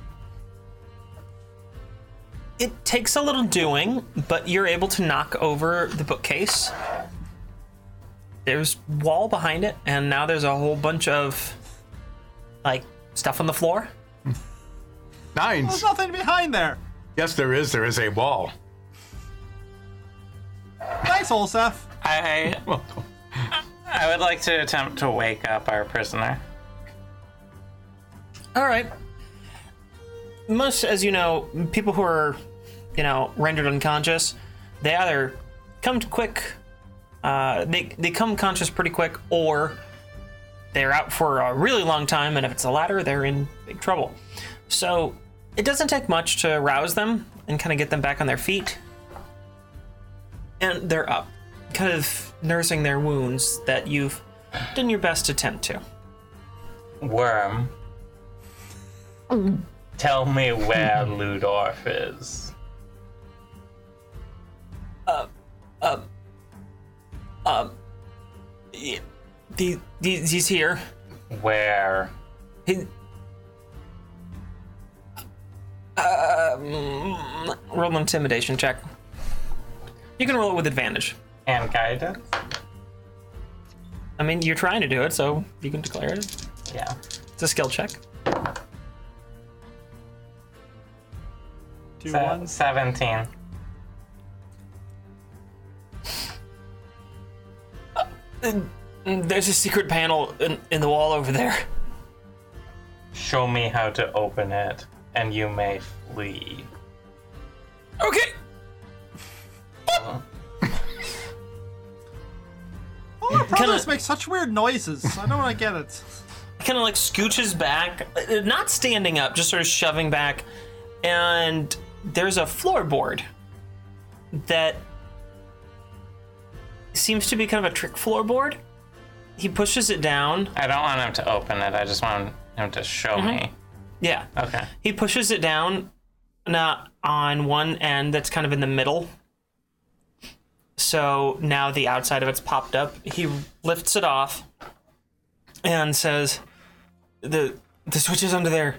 A: It takes a little doing, but you're able to knock over the bookcase. There's wall behind it, and now there's a whole bunch of like stuff on the floor.
B: There's
A: Oh,
D: Nines.
B: nothing behind there.
D: Yes, there is. There is a wall.
B: Nice, Olsef.
C: I, I would like to attempt to wake up our prisoner.
A: All right. Most, as you know, people who are, you know, rendered unconscious, they either come to quick, uh, they they come conscious pretty quick, or they're out for a really long time, and if it's the latter, they're in big trouble. So it doesn't take much to rouse them and kind of get them back on their feet, and they're up, kind of nursing their wounds that you've done your best to tend to.
C: Worm, tell me where Ludorf is.
A: um, um, um, yeah, the, the, he's here.
C: Where?
A: He, um, roll an intimidation check. You can roll it with advantage.
C: And guidance?
A: I mean, you're trying to do it, so you can declare it.
C: Yeah.
A: It's a skill check.
B: Two
C: Se-
B: ones.
C: 17.
A: There's a secret panel in, in the wall over there.
C: Show me how to open it, and you may flee.
A: Okay.
B: All our brothers make such weird noises. I don't want to get it.
A: kind of like scooches back, uh, not standing up, just sort of shoving back. And there's a floorboard that seems to be kind of a trick floorboard. He pushes it down.
C: I don't want him to open it, I just want him to show me.
A: Yeah.
C: Okay.
A: He pushes it down now on one end that's kind of in the middle. So now the outside of it's popped up. He lifts it off and says, "The the switch is under there.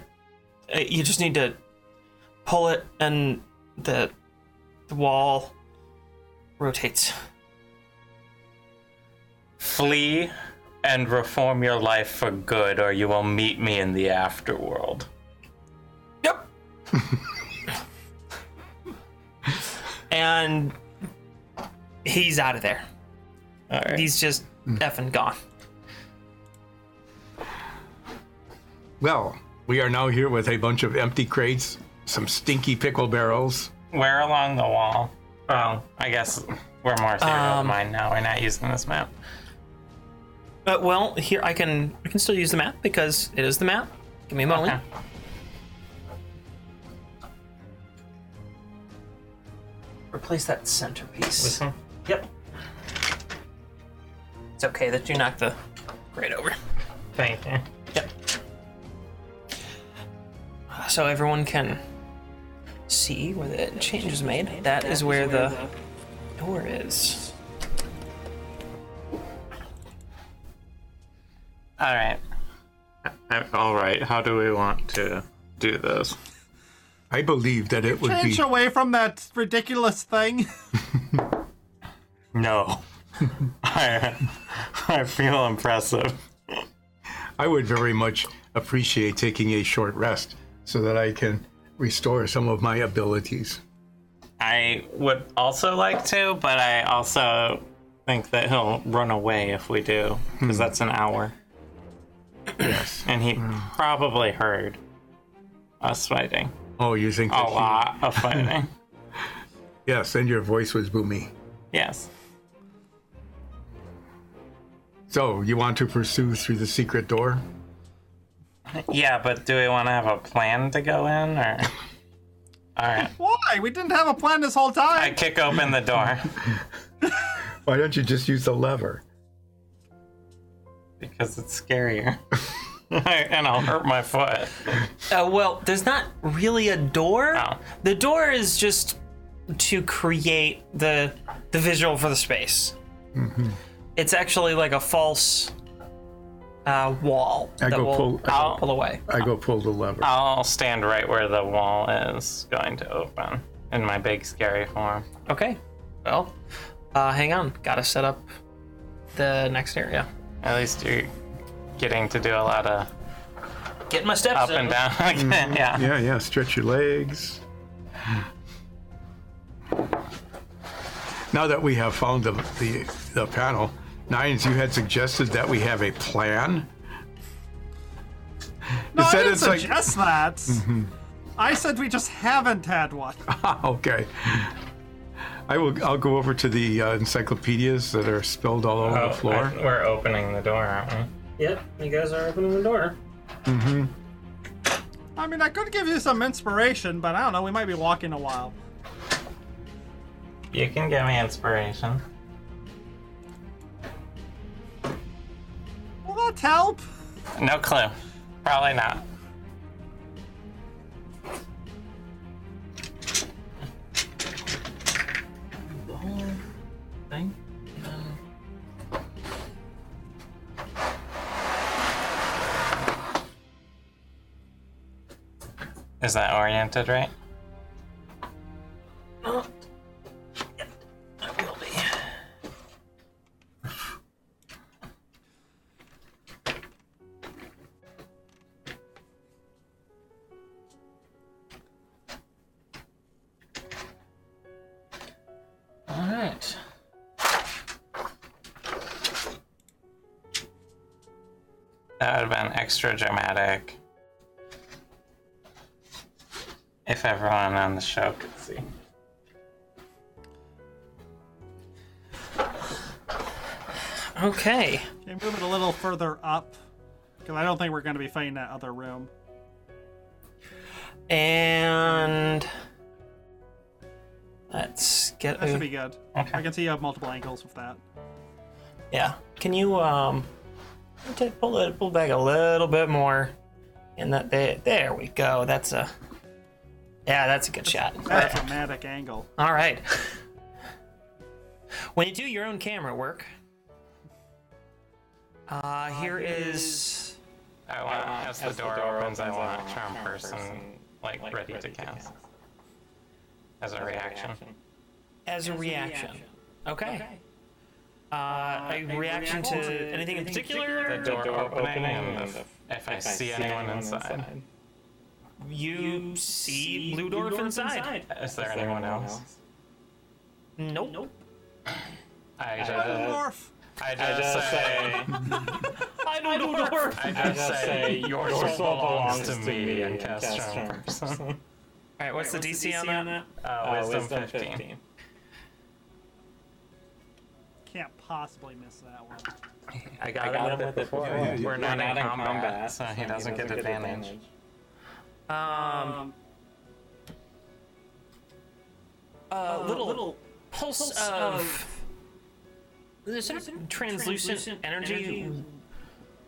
A: Uh, You just need to pull it, and the the wall rotates."
C: Flee and reform your life for good, or you will meet me in the afterworld.
A: and he's out of there.
C: right.
A: He's just effing gone.
D: Well, we are now here with a bunch of empty crates, some stinky pickle barrels.
C: Where along the wall? Oh, I guess we're more serial
A: Um,
C: mine now. We're not using this map.
A: Uh, well, here I can I can still use the map because it is the map. Give me a moment. Replace that centerpiece.
C: This one?
A: Yep. It's okay that you knocked the grate over.
C: Thank you.
A: Yep. So everyone can see where the change is made. That is where the door is.
C: All right. All right. How do we want to do this?
D: I believe that it would be
B: Inch away from that ridiculous thing.
C: no. I, I feel impressive.
D: I would very much appreciate taking a short rest so that I can restore some of my abilities.
C: I would also like to, but I also think that he'll run away if we do, because that's an hour. Yes. and he probably heard us fighting.
D: Oh, you think
C: A
D: that he-
C: lot of fighting.
D: Yes, and your voice was boomy.
C: yes.
D: So, you want to pursue through the secret door?
C: Yeah, but do we want to have a plan to go in, or? All right.
B: Why? We didn't have a plan this whole time.
C: I kick open the door
D: Why don't you just use the lever?
C: because it's scarier, and I'll hurt my foot.
A: Uh, well, there's not really a door. The door is just to create the the visual for the space.
D: Mm-hmm.
A: It's actually like a false uh, wall
D: I
A: that
D: go
A: will
D: pull- I go-
A: pull away.
D: I go pull the lever.
C: I'll stand right where the wall is going to open in my big scary form.
A: Okay. Well, uh, hang on. Gotta set up the next area.
C: At least you're getting to do a lot of
A: Get my steps
C: up
A: in.
C: and down. Okay, yeah.
D: Yeah, yeah, stretch your legs. Now that we have found the, the, the panel, Nines, you had suggested that we have a plan.
B: no,
D: You
B: I
D: said
B: didn't
D: it's like- Mm-hmm.
B: suggest that. I said we just haven't had one.
D: ah, okay. I will. I'll go over to the uh, encyclopedias that are spilled all over
C: Oh,
D: the floor.
C: I- we're opening the door, aren't we?
A: Yep, you guys are opening the door.
D: Mm-hmm.
B: I mean, I could give you some inspiration, but I don't know. We might be walking a while.
C: You can give me inspiration.
B: Will that help?
C: No clue. Probably not.
A: Thing.
C: Is that oriented right?
E: All right.
C: That would have been extra dramatic. If everyone on the show could see.
A: Okay.
B: Okay, move it a little further up, because I don't think we're going to be fighting that other room.
A: And let's get.
B: That
A: a-
B: should be good. I can see you have multiple angles with that.
A: Yeah. Can you um t- pull it pull back a little bit more? And that there, there we go. That's a yeah, that's a good shot.
B: That's a matic angle.
A: All right. When you do your own camera work, uh, here is
C: I want, Uh, as, the door, opens, I want a charm person, like, ready, to cast. As a reaction.
A: as a reaction. Okay. Uh, a reaction, to, anything in particular?
C: The door, opening, and if, if I, see, anyone, inside.
A: You, see Ludorf, inside.
C: Is there anyone else?
A: Nope. Nope.
C: I just,
B: Ludorf.
C: I just, say,
A: I know Ludorf.
C: I just say, your soul belongs to me and cast charm person.
A: All right, what's the DC, on that?
C: Uh, wisdom, 15.
B: Can't possibly miss that one.
C: I got, him with it before.
J: Yeah, yeah,
C: We're
J: yeah.
C: not,
J: We're
C: in,
J: not in
C: combat,
J: combat,
C: so he doesn't, get, advantage.
A: Um, a uh, little,
E: little
A: pulse,
E: pulse
A: of,
E: of-
A: there's sort of translucent,
E: translucent
A: energy,
E: energy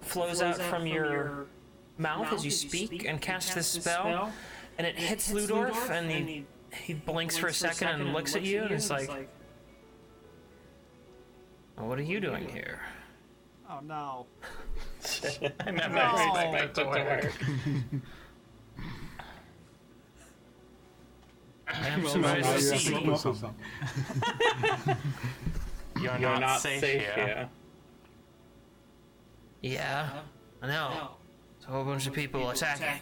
A: flows, out from, your, mouth, as you speak, and casts this spell, and it hits Ludorf, and, he, he blinks for a second and looks at you, and it's like,
E: Well, what are you doing here?
B: Oh no.
C: I never
B: No.
C: expected to work.
E: I am
C: Well,
E: surprised
C: now
E: to
C: you have
E: see
C: to come up with something. You're, not, safe, here.
E: Yeah, I know. It's a whole bunch of people attacking.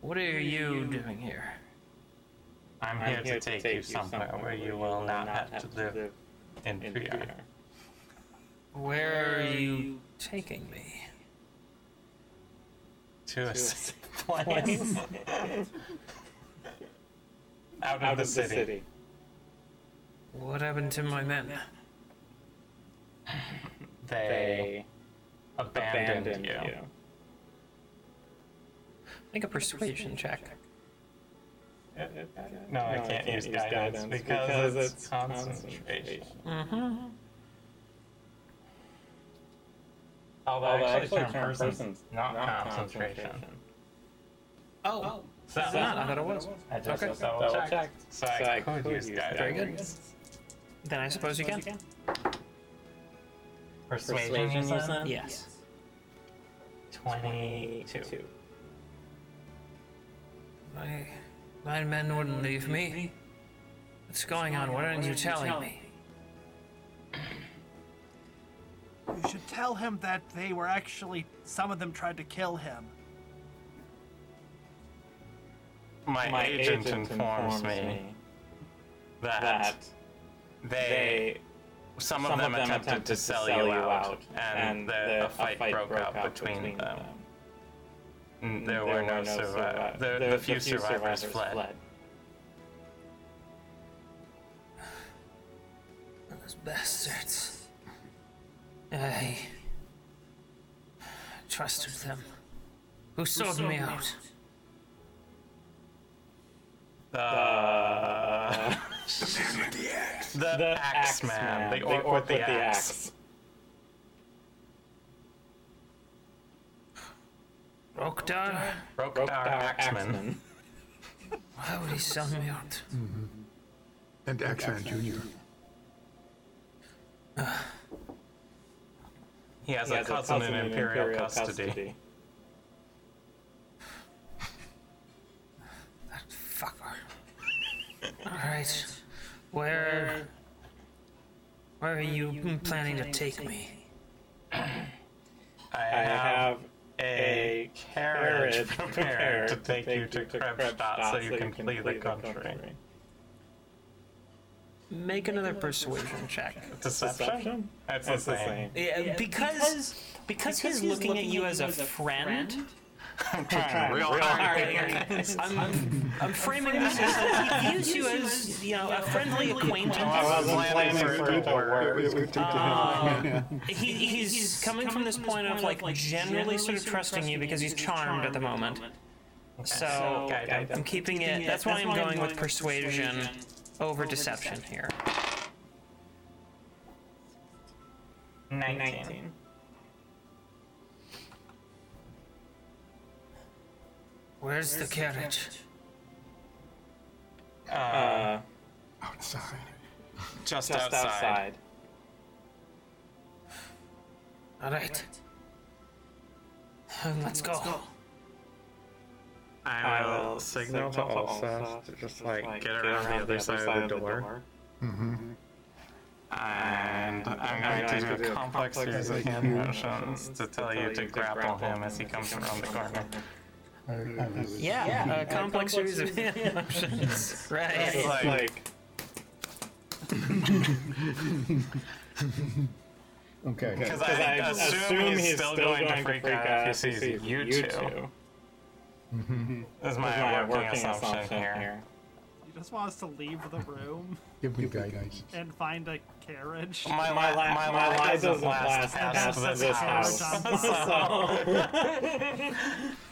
E: What are you doing here?
C: I'm, here, to take, you somewhere where you will not have to live in fear.
E: Where are you taking me?
C: To a safe place.
E: place.
C: Out of the city.
E: What happened to my men?
C: They abandoned
A: abandoned
C: you.
A: Make a persuasion check.
C: No, I can't use guidance because it's concentration.
E: Mm-hmm.
C: Although
N: Although actually
C: actually term
N: term
C: person's
N: person's
C: not
N: not
C: concentration.
E: Oh,
C: So,
E: it's not. I thought it was.
C: I just
E: Okay.
C: double checked. So I could use guidance.
E: Very good. Then I suppose you can.
C: Persuasion, you said?
A: Yes.
C: 22.
E: My, my men wouldn't leave me. What's going on? Why aren't you telling me?
B: You should tell him that they were actually some of them tried to kill him.
C: My,
J: My
C: agent,
J: agent
C: informs
J: informs
C: me,
J: me
C: that,
J: that
C: they,
J: they-
C: some, of them, attempted, to sell you out, and, the, a fight, broke out between, them. N- There, were, no, survivors. The, the few survivors, fled.
E: Those bastards. I trusted them. Who sold, me out?
C: Uh,
G: the axe.
C: the, Axeman, the orc, with the axe.
E: Rokdar?
C: Broke our Axeman.
E: Why would he sell me out?
O: And Axeman Jr.
C: He has,
J: He
C: a,
J: has a
C: cousin
J: cousin
C: in
J: in
C: Imperial,
J: Imperial
C: custody.
J: custody.
E: Fucker. Alright. Where. Where are you planning to take me?
C: I,
J: I
C: have
J: have
C: a
J: a
C: carriage
J: carriage
C: prepared to
J: prepared
C: take you to Krebstadt so you can flee the country.
A: Make another persuasion check.
C: Deception? That's the same.
A: Yeah, because because, he's, looking, at you as a friend.
C: I'm trying real
A: All
C: hard.
A: right, okay. I'm, I'm framing this as that he views you as you know a friendly
C: I
A: acquaintance.
C: wasn't planning for it to work.
B: Uh,
A: He, he's, coming from this point of like generally sort of trusting you because he's charmed at the moment. So
C: guidance.
A: I'm keeping it. That's why I'm going with persuasion over deception here.
C: 19.
E: Where's, the carriage?
C: Uh,
O: Outside.
C: just,
J: Just
C: outside.
J: outside.
E: Alright. Um, Let's go.
C: I will, signal, to Alsace to just like get around the other side of the door.
O: Mm-hmm.
C: And I'm going to do a complex series of hand motions to tell you to grapple him as he comes around the corner.
A: Yeah, a complex series of emotions. right.
C: It's like,
I: Okay.
C: Because I,
J: I
C: assume, he's, still going, to freak out if he sees you two. That's my,
J: my
C: working,
J: working
C: assumption,
J: assumption
C: here.
J: here.
B: You just want us to leave the room
O: Give me guidance.
B: and find a carriage.
C: My, my, my, my, life doesn't, last past,
B: past
C: this
B: this
C: house.
B: house.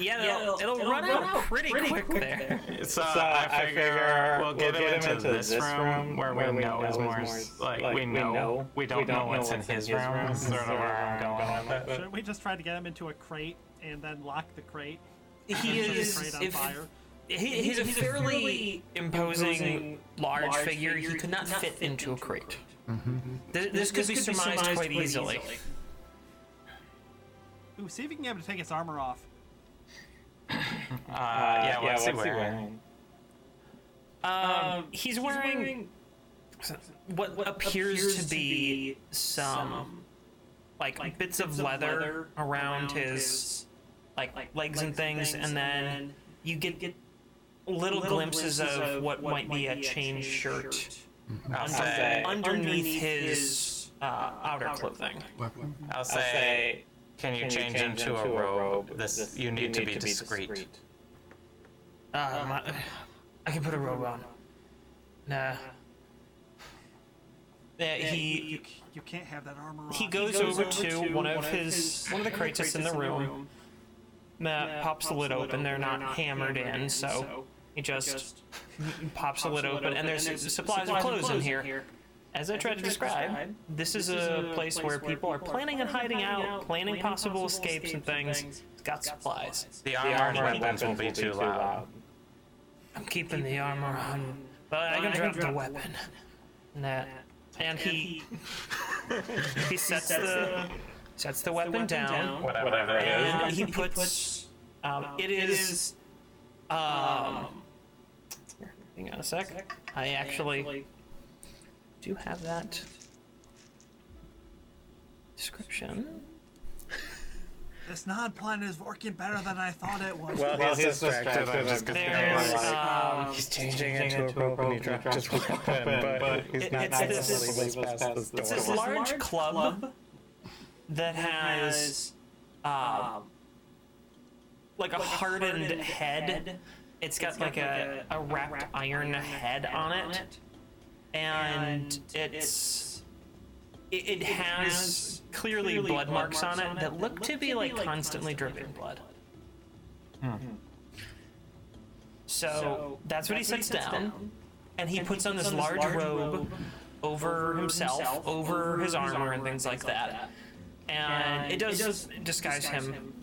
A: Yeah, it'll, it'll, run, out pretty, quick, there.
C: so I figure we'll get, him into, this room where, we know is more, s- like, we know, we don't know what's in his room. That's sort of where I'm going with it.
B: Shouldn't we just try to get him into a crate and then lock the crate?
A: He
B: Set the
A: is
B: crate on
A: if,
B: fire.
A: he, he's, a fairly, imposing, large, figure. He could not, fit, into a crate. Th- This, could be surmised, quite easily.
B: Ooh, see if you can get him to take his armor off.
C: Uh, yeah,
J: yeah,
C: what's he
J: what's he
C: wearing?
A: Um, he's wearing, what, appears, to be some, like, bits, of leather, around his, like, legs and things, and then, you get, little, glimpses, of what might be a chain shirt,
C: I'll
A: under-
C: say-
A: underneath,
C: underneath
A: his,
C: his,
A: uh, outer, clothing.
D: Weapon.
C: I'll say, can you change, into, a robe? This, you need to be discreet.
A: Um, I, I can put a robe on. Nah. Yeah, he
B: you, you can't have that armor on.
A: He goes, over, to, one of his one of the crates that's in the room. Matt pops the lid open. They're not hammered in, so he just pops the lid open. And there's supplies of clothes in here. As I tried to describe, this is a place where people are planning on hiding out, planning possible escapes and things. It's got supplies.
C: The armored weapons will be too loud.
A: I'm keeping the armor on, but I can drop the weapon. Nah. And he he sets the sets the weapon down.
C: Whatever, it is.
A: And he puts. Um, it is. Um, hang on a sec. I actually do have that description.
B: This non-plan is working better than I thought it was.
N: Well, he's distracted. I'm just
A: There's, um,
N: He's changing into a rope and he dropped his weapon, but he's not
A: it's this-
N: necessarily past this
A: It's this
N: door.
A: large club that has, um, like a hardened head. It's got like a, a wrapped iron head on it, and it's it, it has clearly blood marks on it that look to be like constantly dripping blood. So that's what he sets down, and he puts on this large robe over himself, over his armor and things like that. And it does disguise him.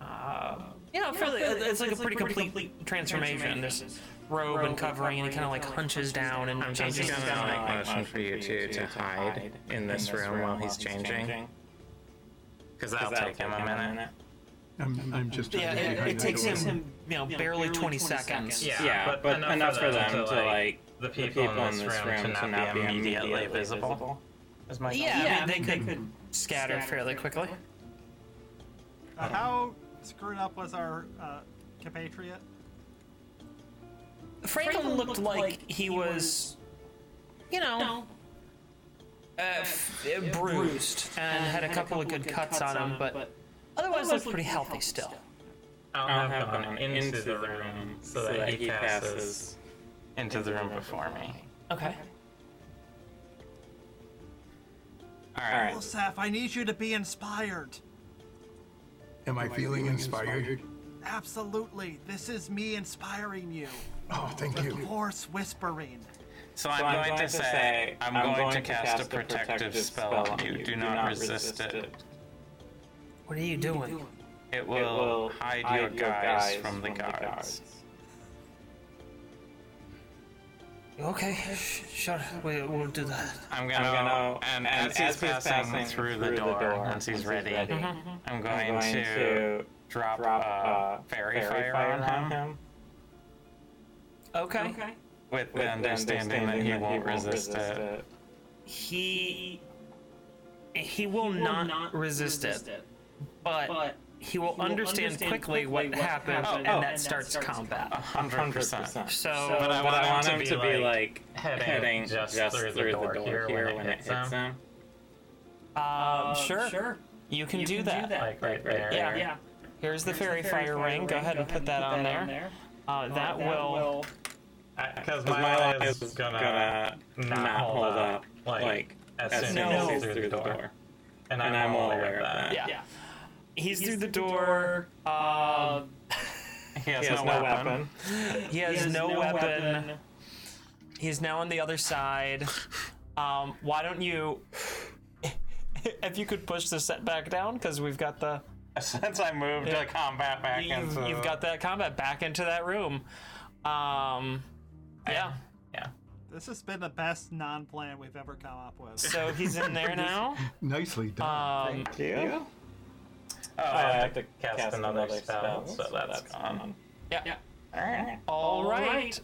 A: Uh, you know, fairly, it's like a pretty complete transformation. This robe and covering, and he kind of like hunches down and
C: I'm
A: changes
C: just
A: his
C: gonna
A: outfit.
C: make motion for you two to hide in this room while he's changing. Because that'll take him a minute.
O: I'm, I'm just trying
A: Yeah,
O: to get
A: it,
O: behind
A: it
O: the
A: takes
O: door.
A: him, you know, barely 20 seconds.
C: Yeah, but, enough, for them to, like, the people, in this room, to not be immediately visible. Is my
A: Yeah, I mean, they could scatter fairly quickly.
B: Uh, how screwed up was our uh, compatriot?
A: Franklin looked like he was, you know, uh, f- uh, bruised and had a couple of good cuts on him, but otherwise looked pretty healthy still.
C: I'll have him into the room so that he passes into the room before me.
A: Okay.
C: Alright.
B: Olsaf, I need you to be inspired.
O: Am I feeling inspired?
B: Absolutely. This is me inspiring you.
O: Oh, thank you.
B: Horse whispering.
C: So I'm, going, to say, I'm going, to cast, a protective, spell on you. Do, not, resist, it. It,
A: What are you doing?
C: will,
N: will
C: hide,
N: hide
C: your
N: your
C: guys,
N: guys
C: from the
N: from the
C: guards.
A: Okay, sh- sure, we, we'll do that.
C: I'm gonna,
N: I'm gonna-
C: and,
N: and
C: as, he's passing, through the door, once he's ready,
N: Mhm.
C: I'm going, to,
N: to
C: drop,
N: drop,
C: uh,
N: uh,
C: fairy,
N: fairy
C: fire,
N: fire
C: on
N: on
C: him,
A: Okay.
C: with the
N: the
C: understanding that he won't resist it.
A: He he will, not, resist, it, but, he will understand, quickly what happened, and
C: happened, and
A: that
C: that
A: starts, combat.
C: Hundred percent.
A: So-
C: but I, but I want him
N: to be like
C: heading,
N: heading
C: just, through, the door, here, when it hits him.
A: Um, sure. You can, do, that.
C: Like right there.
A: Yeah. Here's the fairy, fire, ring. Go ahead and put that on there. Uh, that, will.
C: Because my, my is, gonna, not, hold up. Like, as soon as
A: No.
C: he's through the door. And I'm, all aware of that.
A: Yeah. He's, through the door. Um,
C: He has, no, weapon.
A: he has, no, weapon. He's now on the other side. Um, why don't you, if you could push the set back down, because we've got the
C: Since I moved the combat back
A: You've,
C: into
A: you've got that combat back into that room. Um, yeah.
C: Yeah.
B: This has been the best non plan we've ever come up with.
A: So he's in there now.
F: Nicely
A: Um,
F: done.
C: you. Oh, I have to cast, another, spell, so that's gone.
A: Yeah.
C: Alright.
A: All right.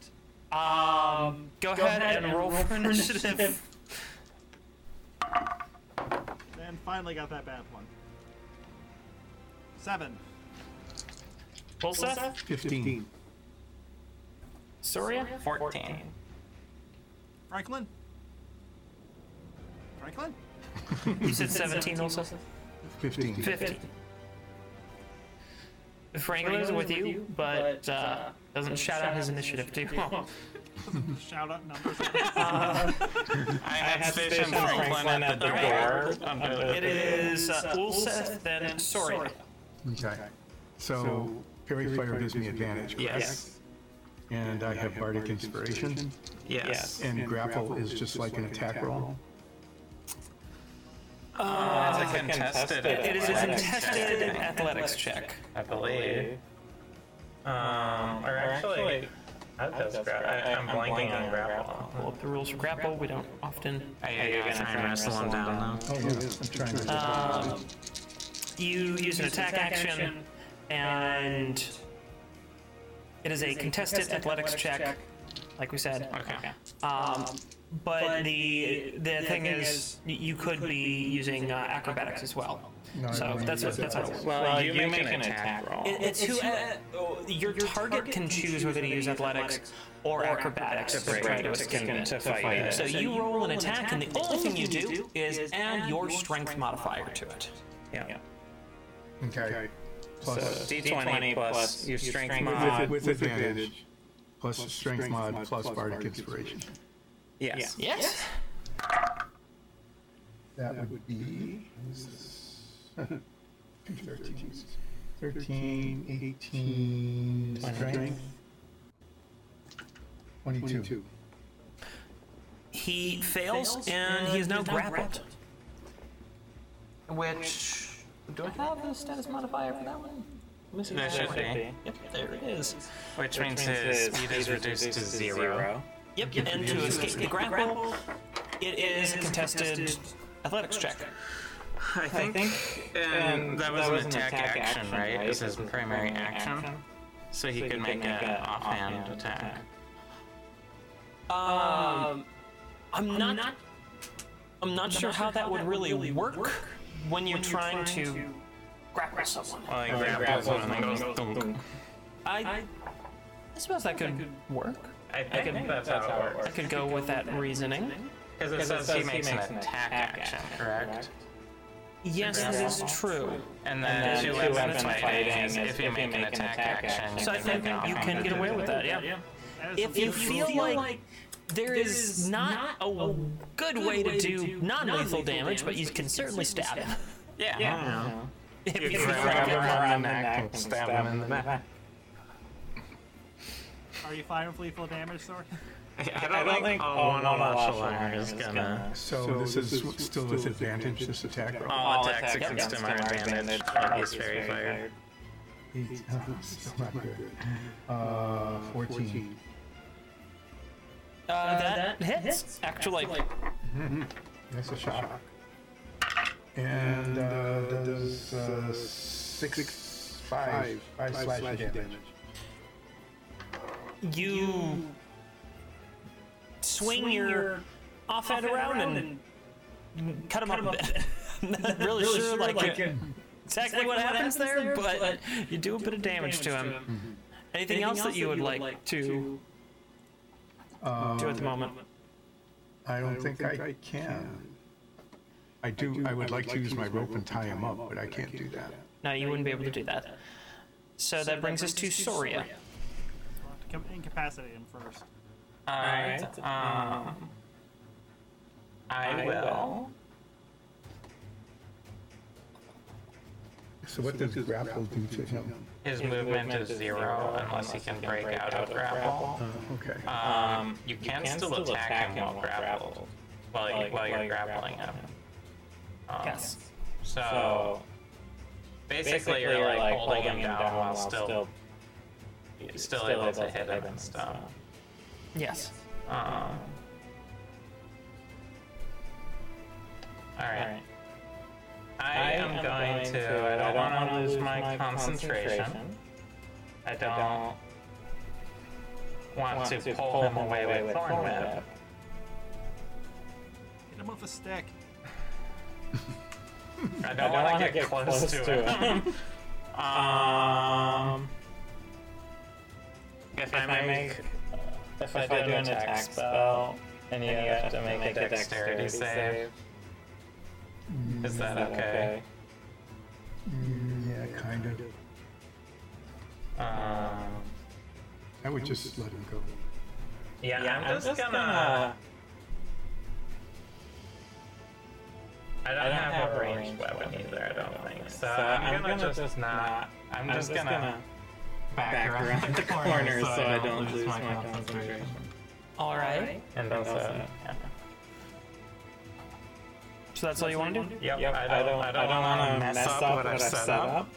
A: Um, go, ahead, and roll for initiative.
B: And finally got that bad one. Seven.
A: Full set.
F: 15.
A: Soria.
C: 14.
B: Franklin? Franklin?
A: You said 17 also.
F: 15.
A: 50. Franklin's with you, but uh, doesn't shout out his initiative too.
B: Shout out numbers.
C: I had station Franklin at the door. Under the-
A: It is uh, Ulseth, then Soria.
O: Okay.
D: So,
O: Perry
D: Fairy
O: Fire gives me advantage.
A: Yes.
O: And I have Bardic Inspiration.
C: Yes.
O: And grapple is just like an attack roll.
C: it's a contested.
A: It is a
C: athletics
A: contested
C: check,
A: athletics check.
C: I believe. Um, or actually, that does gra- I, I'm blanking on grapple.
A: Pull up the rules for grapple. We don't often.
C: I, I gotta try and wrestle him down though.
F: Oh, yeah. I'm trying to.
A: Um, you use an attack action, and it is a contested athletics check, like we said.
C: Okay.
A: Um, but the the thing is, y- you could be using uh, acrobatics as well.
I: No,
A: So
I: I'm
A: that's what
I: using
A: that's how it works.
C: Well, you, make, an attack, roll.
A: It- It's who uh, your target can choose whether to use athletics or acrobatics to try to escape it.
C: fight it.
A: So you roll an attack, and the only thing you do is add your strength modifier to it.
C: yeah.
O: Okay.
C: So
O: Plus,
C: D20 plus your strength
O: with,
C: mod.
O: with advantage, plus strength mod, plus Bardic Inspiration.
C: Yes.
A: Yes.
I: That would be
O: be 13, 13,
I: 18 strength.
O: 22.
A: He fails, and he is now grappled. Which do I have a status modifier for that one? Missing
C: There
A: that
C: should
A: one.
C: be.
A: Yep, there it is.
C: Which means his speed is reduced to zero.
A: Yep, and to escape the grapple, it is a contested athletics check.
C: I think, and that was an attack action, right? This is primary action. So he could make an offhand attack.
A: Um, I'm not. I'm not sure how that would really work when you're trying to grapple someone.
C: Like grapples and then goes thunk.
A: I. I suppose that could work.
C: I think that's how it
A: I
C: works.
A: could go with that reasoning.
C: Because it says he makes an attack action, correct?
A: Yes, that is true.
C: And then two
A: two
C: weapon
A: weapon
C: fighting is if you make an attack action.
A: So I
C: you can
A: think
C: make an
A: you can
C: offhand
A: get away with that. Yeah.
B: That is
A: If you
B: something
A: feel like there is not a good way to do non-lethal damage, but you can certainly stab him.
C: Yeah. yeah.
A: If
C: You
A: you uh,
C: grab
A: feel like it.
C: him around the neck and stab him in the back.
B: Are you firing with lethal damage, Sora?
C: I don't, think all one on Ashlar is gonna.
O: So this is still with advantage, this attack roll.
C: All attacks against him are advantage on his fairy fire.
I: Eight. Still not good. Uh, 14.
A: Uh, that hits. Actually,
O: That's a shock. And uh, does uh, six, five, five slash damage.
A: you swing your offhand around and cut him up a bit. I'm Not really sure, like, exactly what happens there, but you do a bit of damage to him. Anything else that you would like to do at the moment?
O: I don't think I can. I do, I would like to use my rope and tie him up, but I can't do that.
A: No, you wouldn't be able to do that. So that brings us to Soria.
B: We'll have to com- incapacitate him first.
C: Alright. Um, I will.
O: So what does grapple do to him?
C: His movement is zero unless he can break out of grapple.
O: Okay.
D: Uh,
C: Um, you can still attack him while grappled. While, you, while you're grappling him. Um,
A: Yes.
C: So Basically, you're, like, holding, him down, while still, still, able, to hit him and stuff.
A: Yes.
C: Um, all right. I, am, going, to. I don't, want to lose my, concentration. I don't, want, to pull, him away with Thornweb.
B: Get him off a stick.
C: I
N: I
C: don't
N: don't
C: want
N: wanna
C: to get close to him. um, if I make, if I do an attack spell, and you have to make a dexterity save, is that okay?
I: Mm, yeah, kind of.
C: Um,
F: I would just let him go.
C: yeah,
N: Yeah,
C: I'm just gonna. I don't,
N: I don't
C: have
N: have
C: a
N: a
C: ranged
N: ranged
C: weapon either, I don't think. So,
N: So
C: I'm, gonna, just not. I'm just, gonna, back, around, the corner, so, I don't lose my concentration.
A: All right.
C: And also, yeah.
A: So that's all you want to do?
C: Yep, I don't, I don't, want to mess, up what I've set up.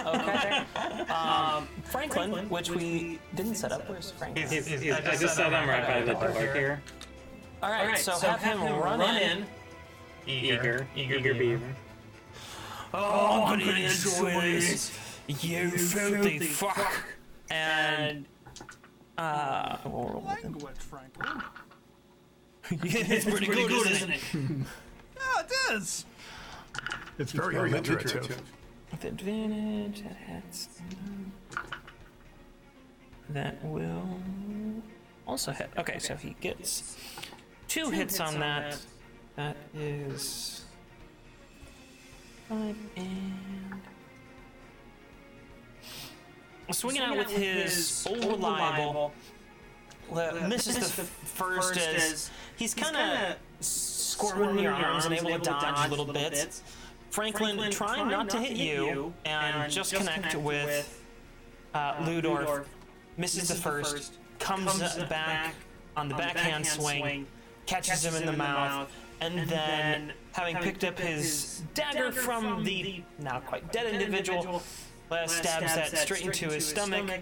A: Okay. um, Franklin, which we didn't set up. Where's Franklin?
C: He's- he's- I just set him right by the door here.
A: All right, so, have, him run, in.
C: Eager, eager, eager beaver.
A: Oh, good answers. You filthy fuck. And, uh,
B: Language, Franklin.
A: it's pretty good, isn't it?
B: Oh, it is.
O: It's very,
D: very
O: alliterative.
D: alliterative.
A: With advantage, that hits. That will also hit. Okay, so he gets two, hits, on, that. that is five and swinging out with his old reliable. uh, misses the f- first as he's kind of squirming your arms and able to dodge little bits. Franklin,
E: Franklin,
A: trying not to hit you and just connect with uh, Ludorf. Misses the first, comes
E: comes
A: uh, back on the
E: on the
A: backhand
E: backhand
A: swing,
E: swing,
A: catches him in the mouth, and then, having picked up
E: his
A: his dagger from the now quite dead individual, last stabs that straight into his stomach,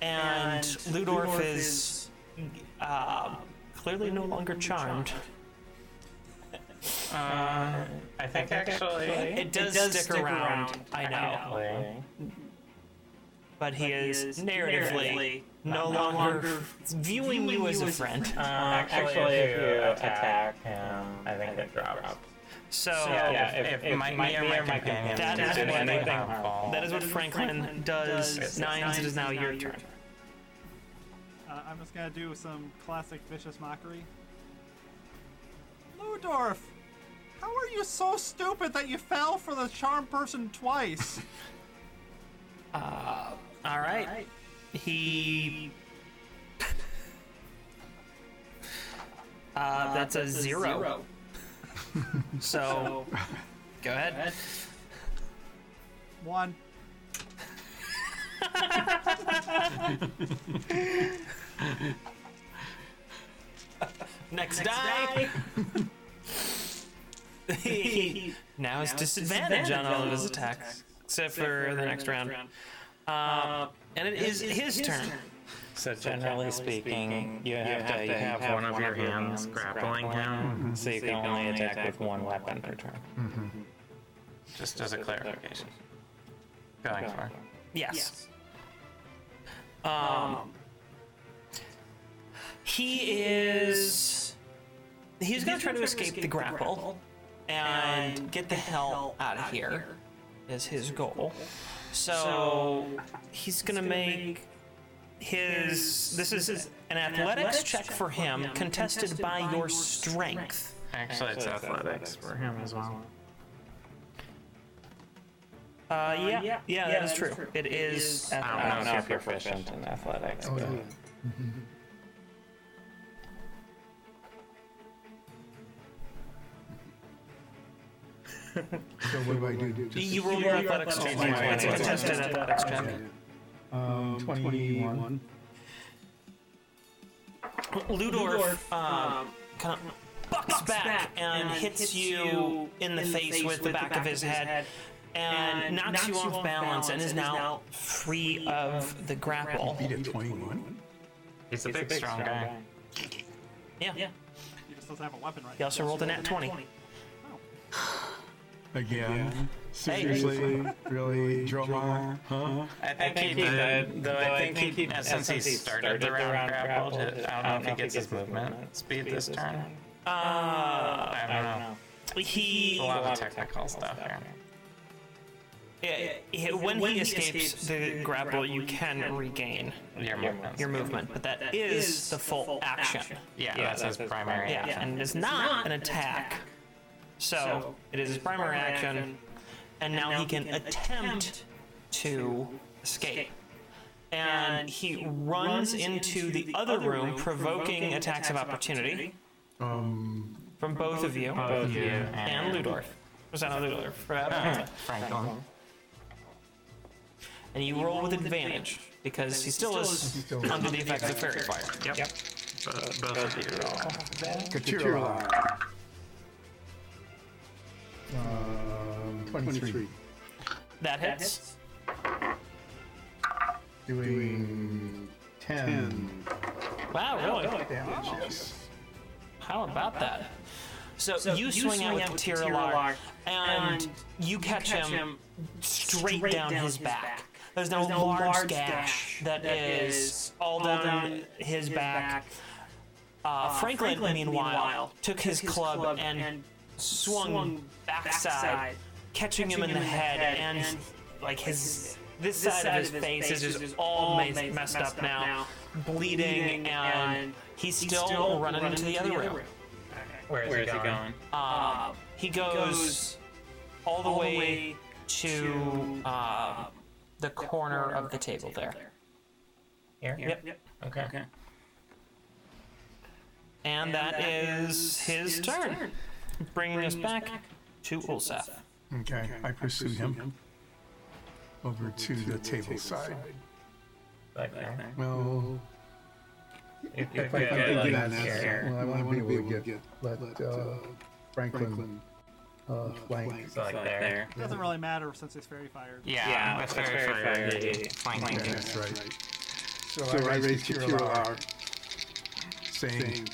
A: and Ludorf is uh, clearly no longer charmed.
C: Uh, I think actually.
A: It does, stick, around, I know,
C: Actually,
A: but he is narratively
E: narratively
A: no longer viewing you as a friend.
C: uh, actually, if you attack him, I think it drops.
A: So
C: Yeah, if, if my, me or my companion
A: That is
C: do
A: what-
C: anything harmful,
A: that is what Franklin does.
C: does.
A: Nines, it is now your turn.
B: Uh, I'm just gonna do some classic vicious mockery. Ludorf, how are you so stupid that you fell for the charm person twice?
A: All right. He. Uh, that's, a zero. So, go ahead.
B: One.
A: Next, die. he now is disadvantage on all of his attacks, except for the next round. Uh, and it is his turn.
C: So generally speaking, you have, to, you have, one, of your hands, grappling him, so you can only attack with one weapon per turn.
D: Mm-hmm.
C: Just as a clarification. Going for it.
A: Yes. Um, he is. He's gonna try to escape the grapple and get the hell out of here. Is his goal. So he's gonna make his. This is an athletics check for him, contested by your strength.
C: Actually, it's athletics for him as well.
A: Uh, yeah, yeah, that is true. It is.
C: I don't
A: athletics.
C: know if you're proficient in athletics, but
F: So what do I do? Just
A: You roll your athletics
C: athletics
A: check.
C: check.
A: It's a contested athletics check.
I: Um, 21.
A: Ludorf um, kind of bucks back, and, hits you in the face with the back, of his head, and,
E: and
A: knocks, you off balance and is now free of the grapple.
D: Beat at 21.
C: He's a big, strong, guy.
A: Yeah.
B: Yeah. He just doesn't have a weapon right
A: He also
B: now.
A: rolled a nat 20.
D: Again. Seriously? Really? Dromar? Huh?
C: I think, he did, though I think, he, since, he started, the round, grappled, it- I don't know if he gets his movement speed this turn.
A: Uh,
C: I don't know.
A: He
C: A lot of technical stuff here.
A: Yeah, yeah, when, he escapes, the grapple, you can, regain
C: Your movement.
A: your movement, but that is the full, action.
C: Yeah, that's his primary
A: Yeah,
C: action.
A: and it's not an attack. So, it is his primary action, and now, he can, attempt to escape. And he runs into the other room, provoking attacks of opportunity
D: Um,
A: from both of Uh-huh. you.
C: Both you
A: And
C: and-
A: Ludorf. Was that not Ludorf?
C: Uh,
A: Right.
C: Franklin.
A: And you roll with advantage because he still is under the effects of fairy fire. Yep.
C: Both, both of you roll.
D: Katirla.
I: Um, 23.
A: That hits.
I: Doing 10.
A: Wow, really?
I: Damage.
A: How about that? So, you,
E: you
A: swing out
E: swing
A: with
E: out with
A: Tiralar,
E: Tiralar,
A: and,
E: and
A: you catch,
E: catch
A: him
E: him
A: straight,
E: straight
A: down,
E: down
A: his
E: his
A: back.
E: back.
A: There's no
E: There's no
A: large,
E: large
A: gash
E: gash
A: that
E: that
A: is
E: is
A: all
E: all
A: down,
E: down
A: his,
E: his
A: back. Uh, Franklin,
E: Franklin,
A: meanwhile,
E: meanwhile,
A: took his, club, and, swung,
E: swung
A: backside,
E: backside,
A: catching him in the head, and, like his. This, side, of his, face is just all ma- messed, up, now, bleeding,
E: bleeding,
A: and,
E: and
A: he's
E: he's
A: still,
E: still
A: running into the other room.
C: Where is, he, going?
A: Uh, he goes,
E: goes
A: all the
E: all the
A: way,
E: way
A: to,
E: to,
A: uh, the corner, of the table, there.
C: Here?
A: Yep.
C: Okay.
A: And, that is his, turn, bringing us back, to Ulseth.
D: Okay, I pursued him over to the table side.
C: Back there.
D: Well,
C: You
D: if
C: could
D: I
C: get,
D: could
C: like,
D: get on that
C: here.
D: side, well, I
I: I
D: want
I: want to
D: to
I: be able to get, let, uh, Franklin, uh, flank.
C: So, like, there.
B: It doesn't really matter since he's fairy fired.
C: Yeah,
N: Yeah,
C: that's
N: that's
C: very
N: very
C: fair.
N: fair.
C: Yeah, yeah, yeah. Flanking.
D: Yeah, that's right. So,
O: So I raised
D: Katirla,
O: Katirar,
D: saying,
O: saying,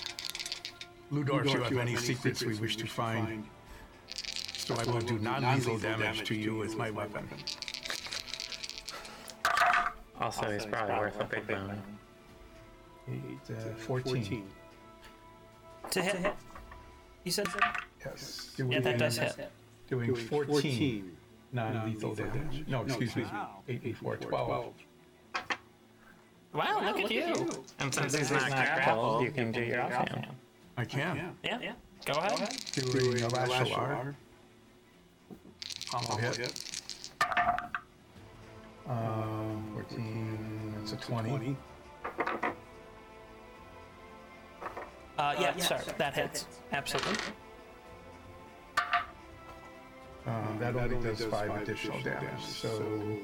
D: Ludorf, you have many secrets we wish to find, so I will do non-lethal damage to you with my weapon.
C: Also, he's probably worth a big bone.
D: Eight, uh, 14.
A: To hit. You said so?
D: Yes.
A: Yeah, that
D: Doing-
A: does hit.
D: Doing 14 non-lethal damage. No, excuse me,
B: Wow.
D: 8 before 12.
A: Wow, look, at you.
C: And since he's not grappled, you can do your offhand.
D: I can.
A: Yeah. Go ahead.
D: Doing a Oh, Lashalar.
O: Lashalar,
D: I'll hit.
O: hit,
D: Um, 14, that's a 20.
O: 20,
A: Uh, yeah, sorry, that hits. Mm-hmm. Absolutely.
D: Um, that only does 5 additional damage, so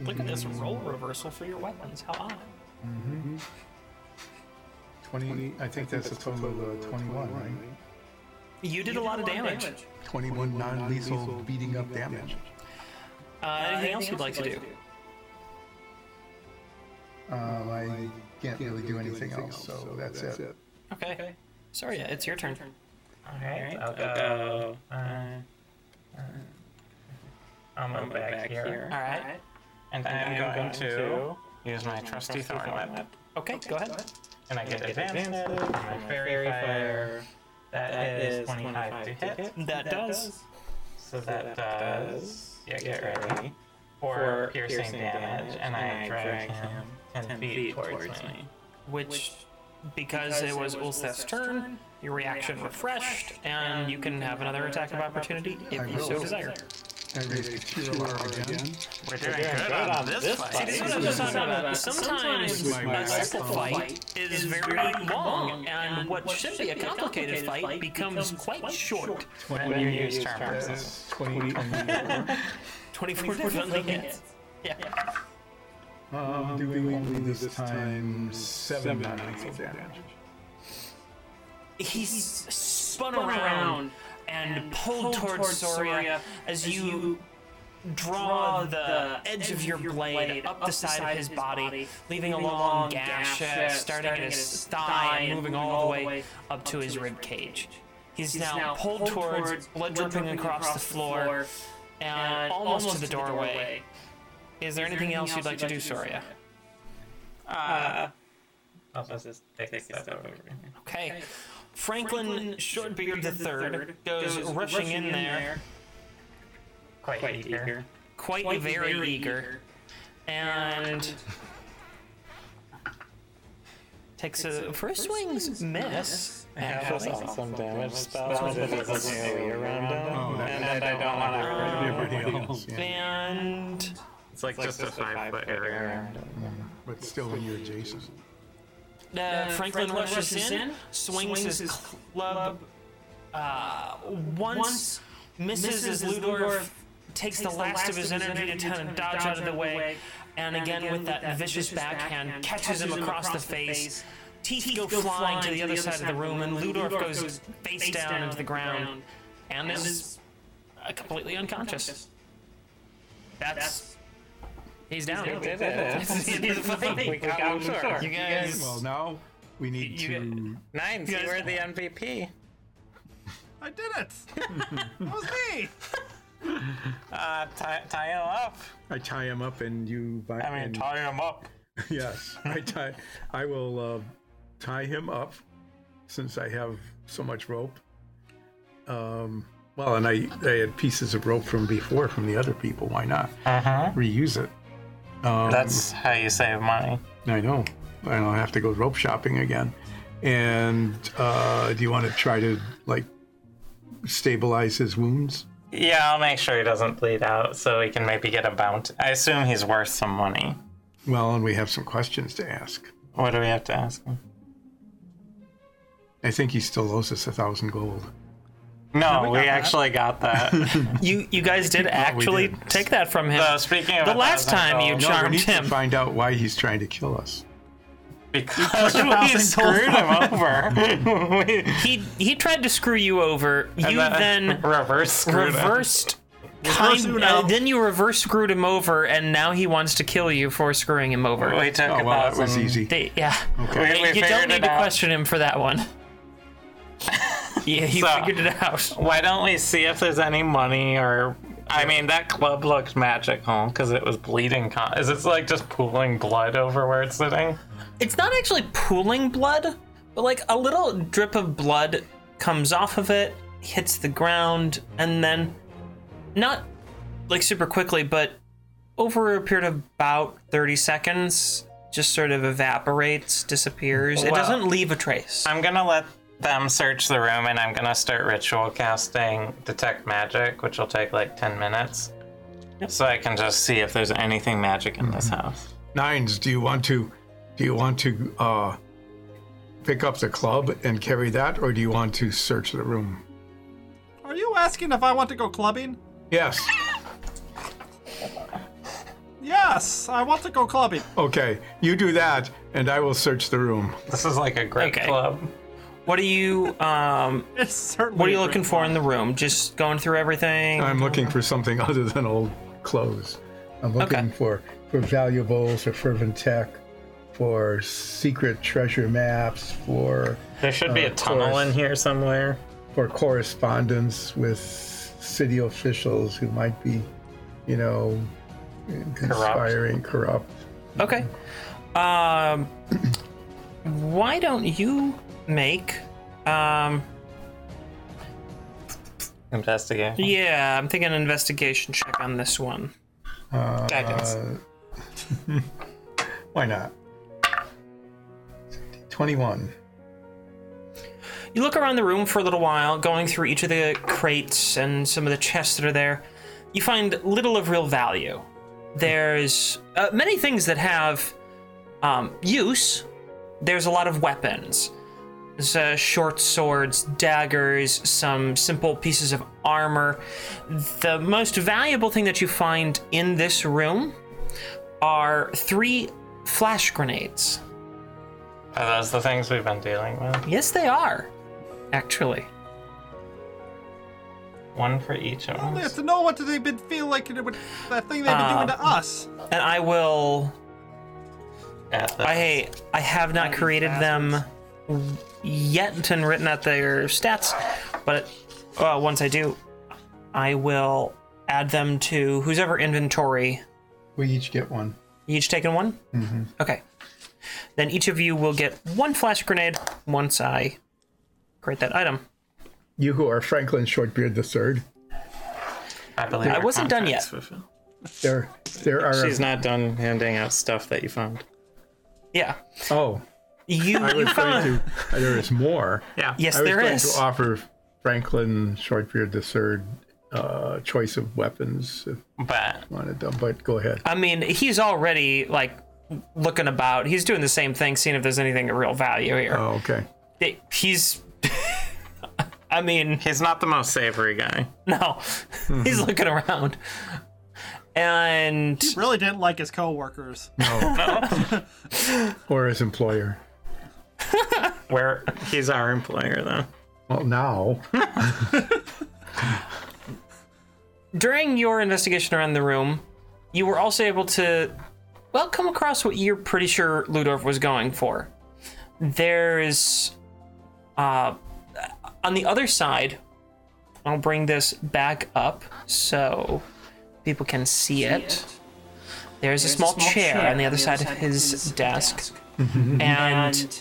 A: Look at this roll reversal for your weapons. How odd.
D: 20, I think that's a total of uh, 21, right?
A: You did a lot of damage.
D: 21 non-lethal beating up damage.
A: Uh, anything else you'd like to do?
D: Um, I can't really do anything else, so that's it.
A: Okay. Sorry, yeah, it's your turn.
C: Alright, I'll go. Uh, uh, I'll move back, here.
A: All right.
C: And I'm, going, to use my trusty thorn whip.
A: Okay, go ahead.
C: And I get advanced at it. My fairy fire. that is 25 to hit.
A: That does.
C: So that does. Yeah, get ready. For piercing, damage, and I drag him 10 feet towards me.
A: Which, because, it was Ulseth's turn, your reaction refreshed, and you can have another attack of opportunity if you so
D: will.
A: desire.
D: I raised Kiralar again.
C: We're doing good on this fight.
A: This is what I was talking about. Sometimes
D: With my
A: a
D: last
A: simple
D: fight
A: fight is very long, and what should be a complicated fight becomes quite short.
C: When you use charm resist.
D: That's 20, 24.
A: 24 definitely hits. Yeah.
D: Um, doing only this time 7 non-lethal damage.
A: He's spun around and pulled towards Soria as you draw the edge of your blade up the side of his body, leaving a long gash uh, starting at his thigh and moving all the way up to his rib cage. He's now pulled towards, blood dripping across the floor, and almost to the doorway. Is there anything else you'd like to do, Soria?
C: Uh, I'll just take this over.
A: Okay. Franklin Shortbeard the Third goes rushing in there.
C: Quite, eager.
A: quite,
C: Quite
A: very,
C: very
A: eager, and takes a first swing's miss.
J: I was
A: actually.
J: on some damage spells, but it doesn't really around
D: Oh,
J: them, and I don't want to hurt anyone.
A: And
C: It's like just a five foot area around him.
D: But still, when you're adjacent,
A: uh, Franklin,
E: Franklin
A: rushes,
E: rushes
A: in,
E: in,
A: swings,
E: swings
A: his,
E: his
A: club. Uh, once,
E: once
A: misses, as
E: misses as
A: Ludorf,
E: Ludorf
A: takes, the last of his energy to kind of dodge out of the way, and again, with that, vicious backhand, catches him across the face. Teeth go flying to the other side of the room, and Ludorf goes face down into the ground, and is uh, completely unconscious. That's he's down.
J: We did it.
A: That's the end of the fight.
J: We got him short.
A: You guys,
D: well, now we need
A: You-
D: to.
J: Nines, you were the MVP.
B: I did it. that was me.
C: Uh, tie, tie him up.
D: I tie him up, and you. Buy,
C: I mean,
D: and-
C: tie him up.
D: Yes, I tie. I will uh, tie him up, since I have so much rope. Um, well, and I I had pieces of rope from before from the other people. Why not
C: Uh huh.
D: reuse it? Um,
C: That's how you save money.
D: I know. I don't have to go rope shopping again. And uh, do you want to try to like stabilize his wounds?
C: Yeah, I'll make sure he doesn't bleed out so we can maybe get a bounty. I assume he's worth some money.
D: Well, and we have some questions to ask.
C: What do we have to ask him?
D: I think he still owes us a thousand gold.
C: No, we, actually got that.
A: you you guys did actually
D: did.
A: take that from him.
C: so speaking of
A: The
C: a
A: last
C: thousand
A: time you
C: gold,
D: No, we
A: Charmed
D: need
A: him.
D: to find out why he's trying to kill us.
C: because we screwed him over. we,
A: He he tried to screw you over. You then
C: reverse screwed him.
A: reversed. Kind,
B: Uno.
A: uh, then you reverse screwed him over, and now he wants to kill you for screwing him over.
C: We took
D: Oh
C: a
D: well, that
C: thousand.
D: was easy.
A: They- yeah,
C: We, we
A: you
C: figured
A: don't
C: it
A: need to
C: out.
A: question him for that one. yeah, you
C: So-
A: figured it out.
C: Why don't we see if there's any money or? I mean, that club looked magical because it was bleeding. Con- Is it like just pooling blood over where it's sitting?
A: It's not actually pooling blood, but like a little drip of blood comes off of it, hits the ground, and then not like super quickly, but over a period of about 30 seconds, just sort of evaporates, disappears. it
C: Well-
A: doesn't leave a trace.
C: I'm gonna let them search the room, and I'm gonna start ritual casting detect magic, which will take like ten minutes. So I can just see if there's anything magic in this house.
D: Nines, do you want to do you want to uh, pick up the club and carry that, or do you want to search the room?
B: Are you asking if I want to go clubbing?
D: Yes.
B: Yes, I want to go clubbing.
D: Okay. You do that, and I will search the room.
C: This is like a great
A: Okay.
C: club.
A: What are you um
B: It's certainly.
A: what are you
B: a
A: looking
B: great
A: for in the room? Just going through everything?
D: I'm looking for something other than old clothes.
P: I'm looking for, for valuables, for fervent tech, for secret treasure maps, for
C: There should be a
P: of
C: tunnel
P: course.
C: in here somewhere.
P: for correspondence with city officials who might be, you know, conspiring, corrupt.
A: Okay. Um, why don't you make? Um,
C: Investigate.
A: yeah, I'm thinking an investigation check on this one. Guidance.
D: Why not? Twenty-one.
A: You look around the room for a little while, going through each of the crates and some of the chests that are there. You find little of real value. There's uh, many things that have um, use. There's a lot of weapons. There's, uh, short swords, daggers, some simple pieces of armor. The most valuable thing that you find in this room are three flash grenades.
C: Are those the things we've been dealing with?
A: Yes, they are, actually.
C: One for each of
B: They have
C: us.
B: to know what they've been feel like it would, that thing they've been doing
A: Uh,
B: to us.
A: And I will. I I have not created them yet and written out their stats, but uh, once I do, I will add them to whose ever inventory.
I: We each get one.
A: You each taken one.
I: Mhm.
A: Okay. Then each of you will get one flash grenade once I create that item.
D: You who are Franklin Shortbeard the Third.
C: I
D: believe
A: I
D: our
A: wasn't done yet.
D: contract's There, there are.
J: She's not done handing out stuff that you found.
A: Yeah.
D: Oh.
A: You,
D: I was
A: you found.
D: trying to. There is more.
A: Yeah. Yes,
D: I was
A: there
D: trying
A: is.
D: To offer Franklin Shortbeard the Third uh, choice of weapons if
C: but
D: wanted them, but go ahead.
A: I mean, he's already like looking about. He's doing the same thing, seeing if there's anything of real value here.
D: Oh, okay.
A: It- he's. I mean,
C: he's not the most savory guy.
A: No, he's looking around, and
B: He really didn't like his coworkers.
D: Or his employer.
C: Where he's our employer though.
D: Well, now.
A: during your investigation around the room, you were also able to, well, come across what you're pretty sure Ludorf was going for. There's, uh, on the other side, I'll bring this back up so people can see, it. There's, a small, chair, on the other side, of his, desk, and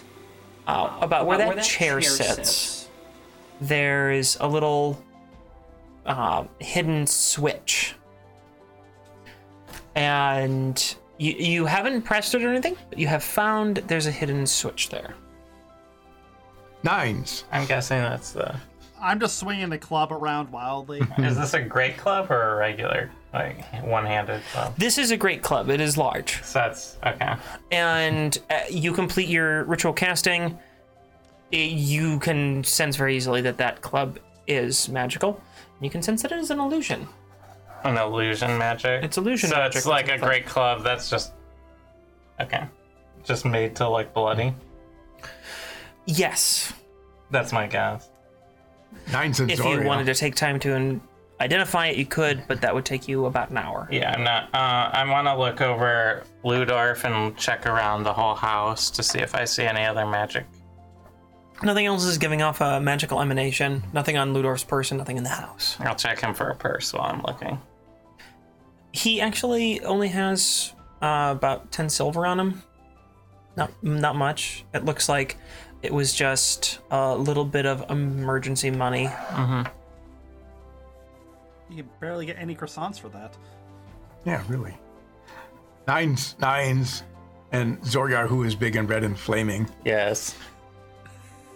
A: uh, about, where that, chair, sits there's a little uh, hidden switch. And you, you haven't pressed it or anything, but you have found there's a hidden switch there.
D: Nines.
C: I'm guessing that's the.
B: I'm just swinging the club around wildly.
C: Is this a great club or a regular, like one-handed club?
A: This is a great club, it is large.
C: So that's okay.
A: And uh, you complete your ritual casting. I- you can sense very easily that that club is magical. You can sense that it is an illusion.
C: An illusion magic.
A: It's illusion
C: so
A: magic,
C: it's like a
A: that's
C: great club that's just okay, just made to look bloody.
A: Yes.
C: That's my guess.
D: Nines and
A: if
D: Zoria.
A: you wanted to take time to in- identify it, you could, but that would take you about an hour.
C: Yeah, I'm not. Uh, I want to look over Ludorf and check around the whole house to see if I see any other magic.
A: Nothing else is giving off a magical emanation. Nothing on Ludorf's person. Nothing in the house.
C: I'll check him for a purse while I'm looking.
A: He actually only has uh, about ten silver on him. Not not much. It looks like it was just a little bit of emergency money.
C: Mm-hmm.
B: You can barely get any croissants for that.
D: Yeah, really. Nines, nines, and Zoryar, who is big and red and flaming.
J: Yes.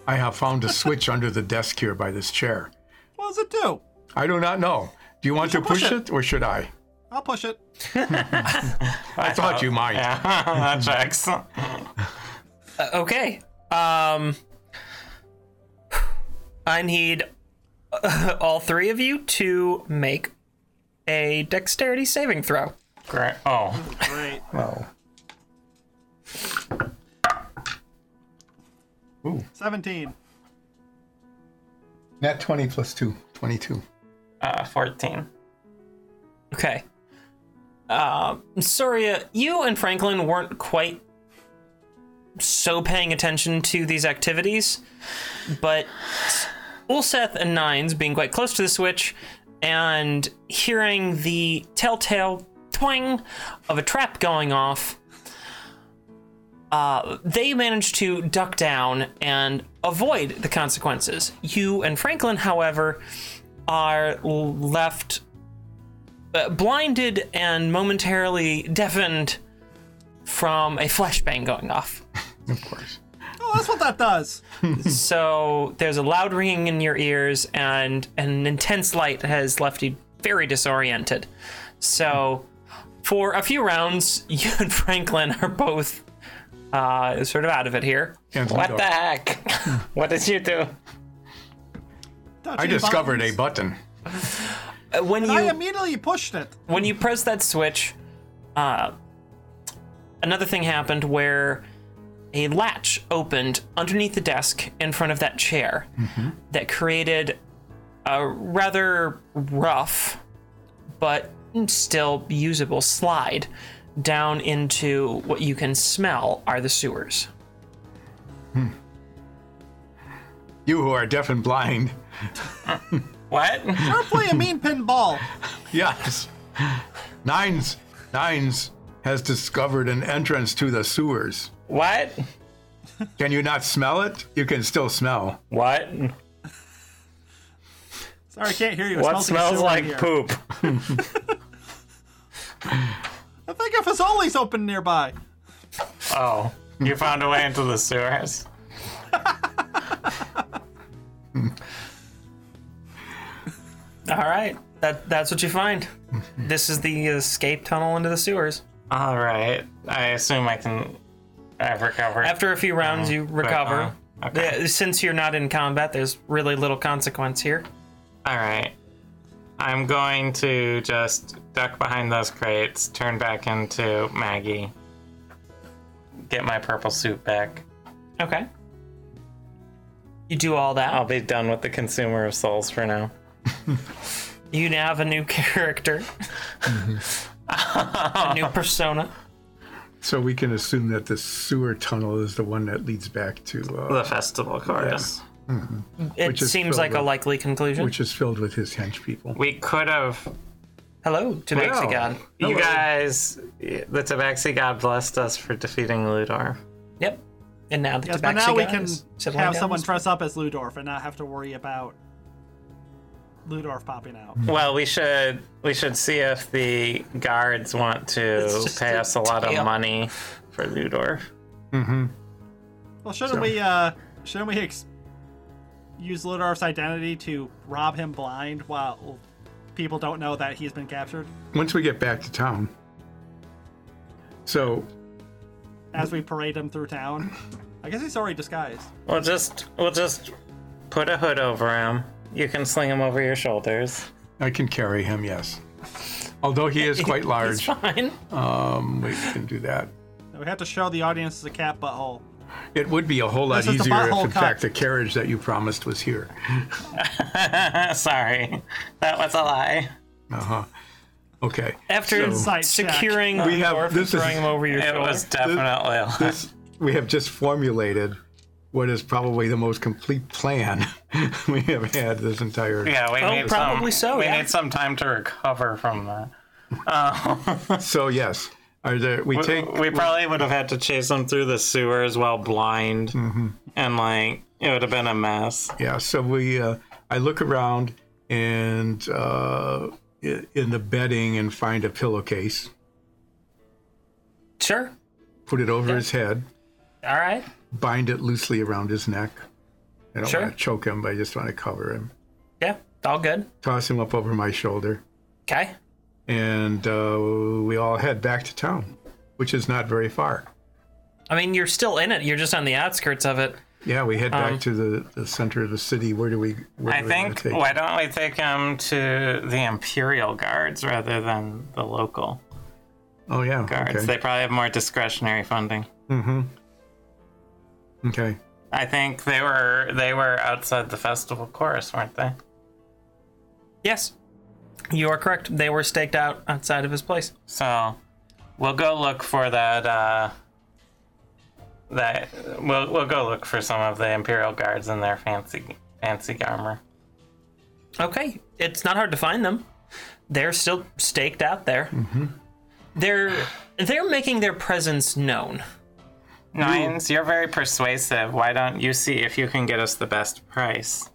D: I have found a switch under the desk here by this chair.
B: What does it do?
D: I do not know. Do you want to push,
B: push
D: it. or should I?
B: I'll push it.
D: I, thought, you might.
C: Yeah, Oh, that checks.
A: Uh, okay. Um, I need uh, all three of you to make a dexterity saving throw.
C: Great. Oh,
B: Great.
D: Wow. Ooh,
B: 17.
D: net 20 plus 2, 22.
C: uh, 14.
A: Okay. Um, Soria, you and Franklin weren't quite so paying attention to these activities, but Ulseth and Nines being quite close to the switch and hearing the telltale twang of a trap going off, uh, they managed to duck down and avoid the consequences. You and Franklin, however, are left uh, blinded and momentarily deafened from a flashbang going off.
D: Of course.
B: Oh, that's what that does.
A: so there's a loud ringing in your ears, and an intense light has left you very disoriented. So for a few rounds, you and Franklin are both uh, sort of out of it here.
D: And
C: What
D: Ludorf.
C: the heck? what did you do?
D: I
B: Touching
D: discovered
B: buttons.
D: a button.
A: Uh, When
B: I
A: you
B: immediately pushed it.
A: when you press that switch, uh, another thing happened where a latch opened underneath the desk in front of that chair that created a rather rough but still usable slide down into what you can smell are the sewers.
Q: You who are deaf and blind.
C: what?
B: Don't play a mean pinball.
Q: Yes. Nines. Nines has discovered an entrance to the sewers.
C: What?
Q: Can you not smell it? You can still smell.
R: What?
B: Sorry, I can't hear you. It
R: What smells
B: like,
R: like
B: a sewer in here.
R: poop?
B: I think a Fazoli's open nearby.
C: Oh, you found a way into the sewers.
A: All right, that that's what you find. this is the escape tunnel into the sewers.
C: All right. I assume I can. I've recovered.
A: After a few rounds, you
C: but,
A: recover.
C: uh, okay.
A: Yeah, Since you're not in combat, there's really little consequence here.
C: All right. I'm going to just duck behind those crates, turn back into Maggie, get my purple suit back.
A: Okay. You do all that.
B: Oh.
C: I'll be done with the consumer of souls for now.
A: You now have a new character, a new persona.
D: So we can assume that the sewer tunnel is the one that leads back to uh,
C: The festival chorus.
A: It
D: Which is
A: seems
D: filled
A: like a
D: with-
A: likely conclusion.
D: which is filled with his hench people.
C: We could have.
A: Hello, Tabaxi God.
C: You guys, the Tabaxi God blessed us for defeating Ludor.
A: Yep. And now the
B: Yes,
A: yes,
B: but now we can
A: is settling
B: have
A: down.
B: someone dress up as Ludorf and not have to worry about Ludorf popping out.
C: Well, we should we should see if the guards want
A: It's
C: to
A: just
C: pay
A: a
C: us a lot
A: tail.
C: of money for Ludor.
B: Well, shouldn't we? uh Shouldn't we ex- use Ludorf's identity to rob him blind while people don't know that he's been captured?
D: Once we get back to town. So
B: As we parade him through town, I guess he's already disguised.
C: We'll just we'll just put a hood over him. You can sling him over your shoulders.
D: I can carry him, yes. Although he is quite
A: It's
D: large,
A: fine.
D: um, we can do that.
B: Now we have to show the audience the cat butthole.
D: It would be a whole lot
B: This is the
D: easier if,
B: butthole
D: in
B: cut.
D: fact, the carriage that you promised was here.
C: Sorry, that was a lie.
D: Uh huh. Okay.
A: After
D: So-
B: Sight check.
A: securing
D: We
A: the
D: have-
A: dwarf and
D: this is-
A: throwing him over your
C: It
A: shoulder.
C: was definitely a lie.
D: This, we have just formulated what is probably the most complete plan we have had this entire.
C: Yeah, we
A: Oh,
C: need
A: probably
C: some,
A: so,
C: We
A: yeah.
C: need some time to recover from that.
D: So yes, are there? We
C: We,
D: take.
C: we probably would have had to chase him through the sewers while blind,
A: Mm-hmm.
C: and like it would have been a mess.
D: Yeah. So we. Uh, I look around and uh, i- in the bedding and find a pillowcase.
A: Sure.
D: Put it over his head.
A: All right.
D: Bind it loosely around his neck. I don't
A: Sure.
D: want to choke him, but I just want to cover him.
A: Yeah. All good.
D: Toss him up over my shoulder.
A: Okay.
D: and uh, we all head back to town, which is not very far.
A: I mean, you're still in it. You're just on the outskirts of it.
D: Yeah, we head back to the, the center of the city. Where do we? Where
C: Um, I
D: do we wanna
C: think.
D: take-
C: Why don't we take him to the Imperial Guards rather than the local
D: oh yeah.
C: guards?
D: Okay.
C: They probably have more discretionary funding.
D: okay.
C: I think they were they were outside the festival chorus, weren't they?
A: Yes. You are correct. They were staked out outside of his place.
C: So we'll go look for that. Uh, that we'll we'll go look for some of the imperial guards in their fancy fancy armor.
A: Okay. It's not hard to find them. They're still staked out there. They're they're making their presence known.
C: Nines, you're very persuasive. Why don't you see if you can get us the best price?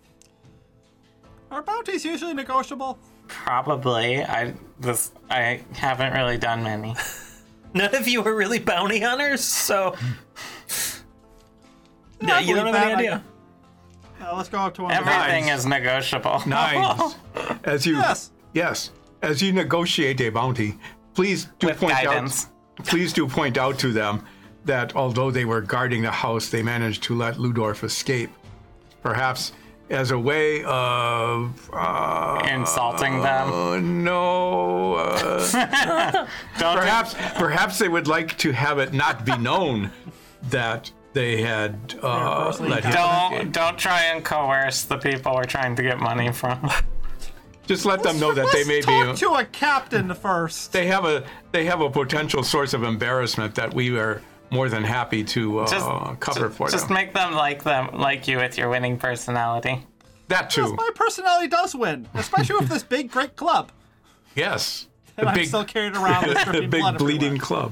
B: Are bounties usually negotiable?
C: Probably. I this I haven't really done many.
A: None of you are really bounty hunters, so yeah, you don't have
B: believe
A: any
B: that,
A: idea.
B: like- Uh, let's go up to one. of the
C: Everything is negotiable.
D: Nines. As you
B: Yes.
D: yes, as you negotiate a bounty, please do
C: With
D: point
C: guidance.
D: out. Please do point out to them that although they were guarding the house, they managed to let Ludorf escape. Perhaps as a way of uh,
C: Insulting them.
O: uh,
D: no. Uh,
C: Don't do-
D: Perhaps, perhaps they would like to have it not be known that
O: they had uh, let him.
C: Don't don't try and coerce the people we're trying to get money from.
O: Just let them know that they may
B: Talk
O: be.
B: to a captain first.
O: They have a they have a potential source of embarrassment that we are more than happy to uh,
C: Just-
O: cover for
C: Just
O: them.
C: make Oh, them like them like you with your winning personality.
O: that too.
B: My personality does win, especially with this big, great club.
O: Yes.
B: And I'm still carried around with dripping
O: the big
B: blood
O: bleeding club.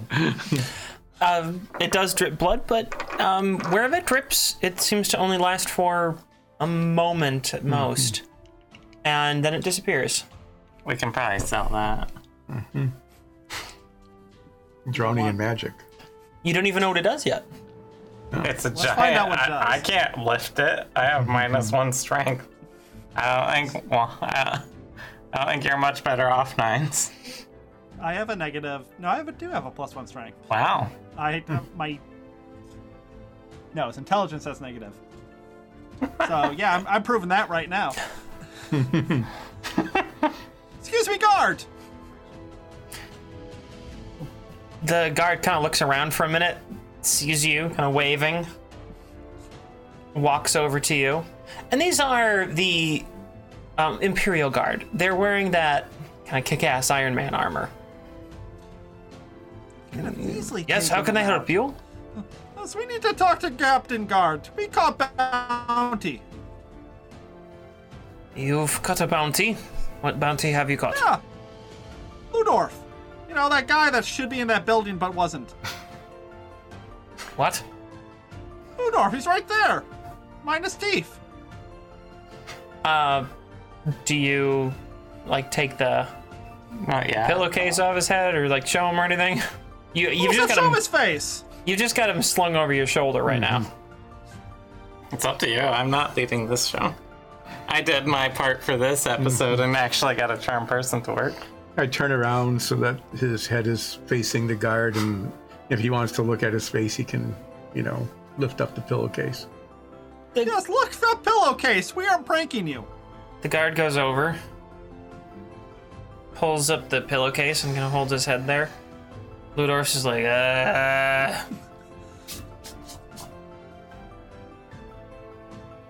A: Um, it does drip blood, but um, wherever it drips, it seems to only last for a moment at most, and then it disappears.
C: We can probably sell that.
O: Drowning in magic.
A: You don't even know what it does yet.
C: It's a giant.
A: find out what it does.
C: I, I can't lift it. I have minus one strength. I don't think. Well, I, I don't think you're much better off, Nines.
B: I have a negative. No, I have a, do have a plus one strength.
C: Wow.
B: I um, my. No, it's intelligence that's negative. So yeah, I'm, I'm proving that right now. Excuse me, guard.
A: The guard kind of looks around for a minute, sees you, kind of waving, walks over to you. And these are the um, Imperial Guard. They're wearing that kind of kick ass Iron Man armor.
B: Easily.
A: Yes, how can I help you?
B: Yes, we need to talk to Captain Guard. We caught bounty.
A: You've got a bounty. What bounty have you got?
B: Yeah. Ludorf. You know that guy that should be in that building but wasn't.
A: What?
B: Ludorf, he's right there. Minus teeth.
A: Uh, do you like take the
C: Not yet.
A: pillowcase off his head or like show him or anything? You you've just
B: Just
A: got
B: show
A: him
B: his face.
A: you've just got him slung over your shoulder right now.
C: It's up to you. I'm not leading this show. I did my part for this episode and actually got a charm person to work.
O: I turn around so that his head is facing the guard, and if he wants to look at his face, he can, you know, lift up the pillowcase.
B: Yes, look the pillowcase. We are pranking you.
A: The guard goes over, pulls up the pillowcase and kind of holds his head there. Ludorf's is like, uh.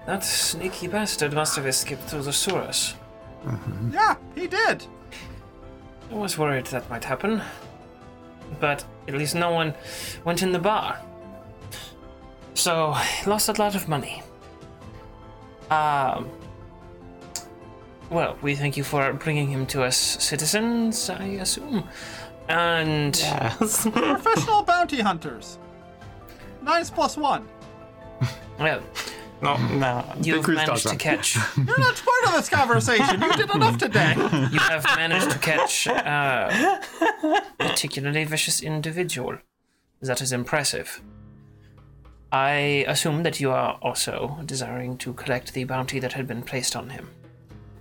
A: That sneaky bastard must have escaped through the sewers.
B: Yeah, he did.
A: I was worried that might happen, but at least no one went in the bar. So, lost a lot of money. Um, well, we thank you for bringing him to us, citizens, I assume. And
C: Yes.
B: Professional bounty hunters. Nines plus one.
A: well,
C: No, no.
A: you've managed to catch.
B: You're not part of this conversation. You did enough today.
A: You have managed to catch a particularly vicious individual. That is impressive. I assume that you are also desiring to collect the bounty that had been placed on him.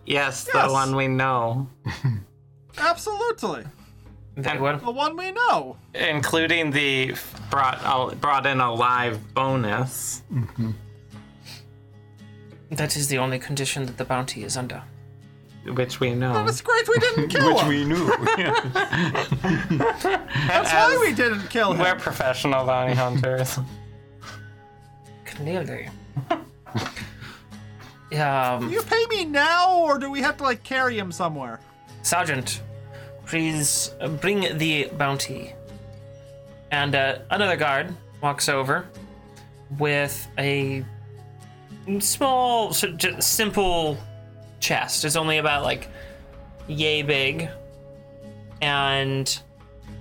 C: Yes,
B: Yes.
C: the one we know,
B: Absolutely.
A: Very well.
B: The one we know.
C: including the brought al- brought in alive bonus.
A: That is the only condition that the bounty is under.
C: Which we know.
B: But it's great we didn't kill
O: Which
B: him.
O: we knew.
B: That's why we didn't kill
C: We're
B: him.
C: professional bounty hunters.
A: Clearly. um,
B: Do you pay me now, or do we have to like carry him somewhere?
A: Sergeant, please uh, bring the bounty. And uh, another guard walks over with a small, sort of ju- simple chest. It's only about like yay big. And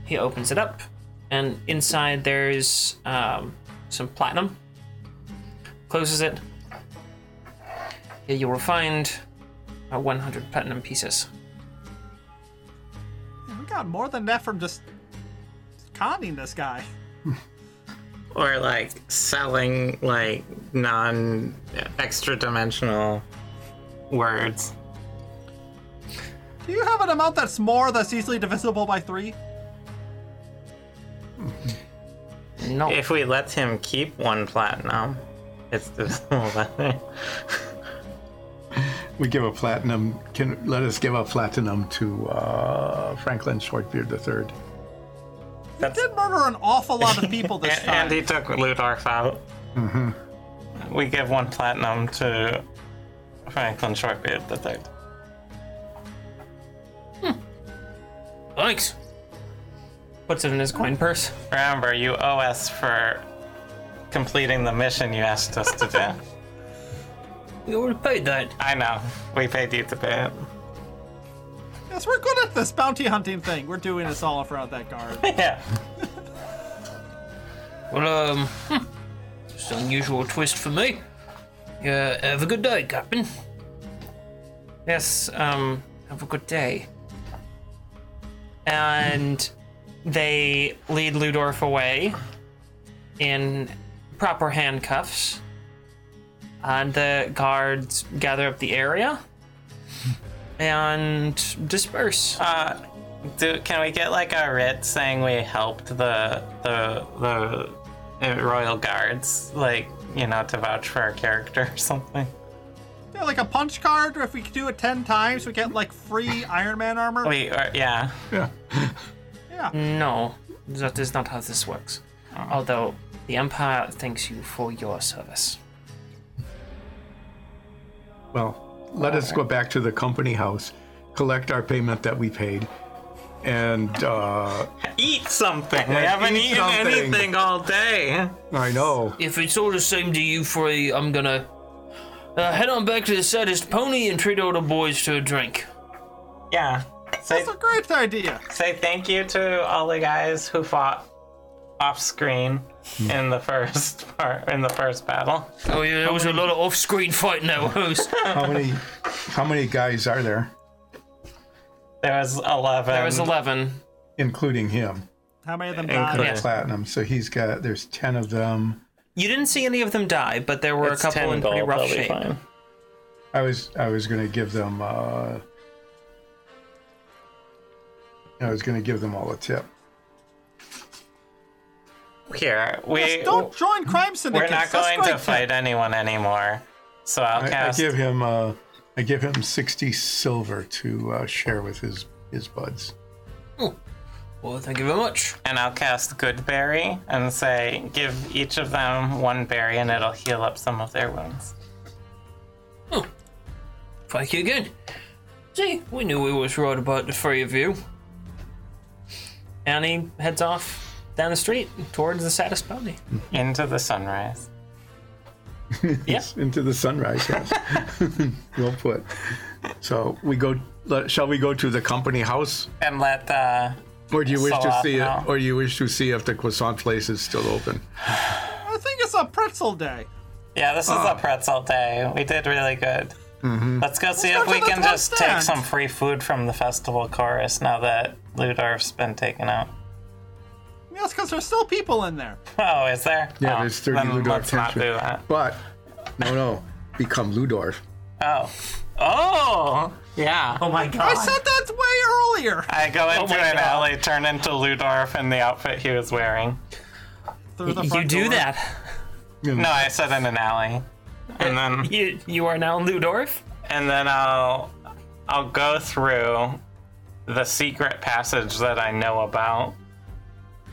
A: he opens it up, and inside there's um, some platinum. Closes it. Here you will find uh, 100 platinum pieces.
B: We got more than that from just conning this guy.
C: or like selling like non extra dimensional words.
B: Do you have an amount that's more that's easily divisible by three?
A: No.
C: If we let him keep one platinum, it's divisible by three.
O: we give a platinum. Can let us give a platinum to uh, Franklin Shortbeard III.
B: He did murder an awful lot of people this
C: And
B: time.
C: he took Ludorf out. Mm-hmm. We give one platinum to Franklin Shortbeard the Third.
A: Thanks. Puts it in his coin purse.
C: Remember, you owe us for completing the mission you asked us to do.
E: We already paid that.
C: I know. We paid you to pay it.
B: Yes, we're good at this bounty hunting thing. We're doing us all around that guard.
C: yeah.
E: Well, um, hmm. just an unusual twist for me.
A: uh,
E: Yeah, have a good day, Captain.
A: Yes, um, have a good day. And they lead Ludorf away in proper handcuffs. And the guards gather up the area and disperse.
C: Uh, do can we get like a writ saying we helped the the the uh, royal guards, like you know, to vouch for our character or something?
B: Yeah, like a punch card. If we do it ten times, we get like free Iron Man armor.
C: We or, Oh, yeah.
O: Yeah.
B: Yeah.
A: No, that is not how this works.
C: Ah.
A: Although the Empire thanks you for your service.
O: Well, let us go back to the company house, collect our payment that we paid, and uh,
C: Eat something. We
O: Yeah,
C: haven't
O: eat
C: eaten
O: something.
C: anything all day.
O: I know
E: If it's all the same to you three, I'm gonna uh, head on back to the saddest pony and treat all the boys to a drink.
C: Yeah. Say,
B: That's a great idea.
C: say thank you to all the guys who fought off screen in the first part in the first battle.
E: Oh yeah, there was a lot of off-screen fighting that was.
F: How many how many guys are there,
C: There was eleven.
A: There was 11.
F: including him?
B: How many of them
C: Incredible.
B: died?
A: Yeah.
F: Platinum. So he's got there's ten of them.
A: You didn't see any of them die, but there were
C: It's
A: a couple
C: 10
A: in pretty
C: gold,
A: rough
C: they'll be
A: shape.
C: fine.
F: I was I was gonna give them uh, I was gonna give them all a tip.
C: Here we
B: Yes, don't join crime
C: we're
B: syndicates.
C: not
B: That's
C: going to
B: great.
C: fight anyone anymore. So I'll
O: I, I
C: cast.
O: give him uh, I give him sixty silver to uh, share with his his buds.
E: Well, thank you very much.
C: and I'll cast Good Berry and say, give each of them one berry and it'll heal up some of their wounds.
E: Thank you again. See, we knew we was right about the three of you.
A: And he heads off down the street towards the saddest pony.
C: Into the sunrise.
O: into the sunrise. Yes. well put. So we go. Let, shall we go to the company house,
C: And let uh, the.
O: or do you wish to
C: Salon
O: see
C: now.
O: it, or do you wish to see if the croissant place is still open?
B: I think it's a pretzel day.
C: Yeah, this is
O: Ah.
C: a pretzel day. We did really good.
O: Mm-hmm.
C: Let's go see
B: go
C: if
B: to
C: we
B: the
C: can
B: top
C: just take
B: stand.
C: some free food from the festival chorus now that Ludorf's been taken out.
B: Yes, because there's still people in there.
C: Oh, is there?
O: Yeah,
C: Oh,
O: there's 30
C: then
O: Ludorf
C: Let's not do
O: henchmen.
C: that.
O: But no, no, become Ludorf.
C: Oh. Oh! Yeah.
A: Oh my
B: I
A: god.
B: said that way earlier.
C: I go into
A: Oh my
C: an
A: God.
C: alley, turn into Ludorf in the outfit he was wearing.
B: Through the
A: You
B: front
A: do
B: door.
A: that.
C: No, I said in an alley. And then
A: You, you are now Ludorf.
C: and then I'll I'll go through the secret passage that I know about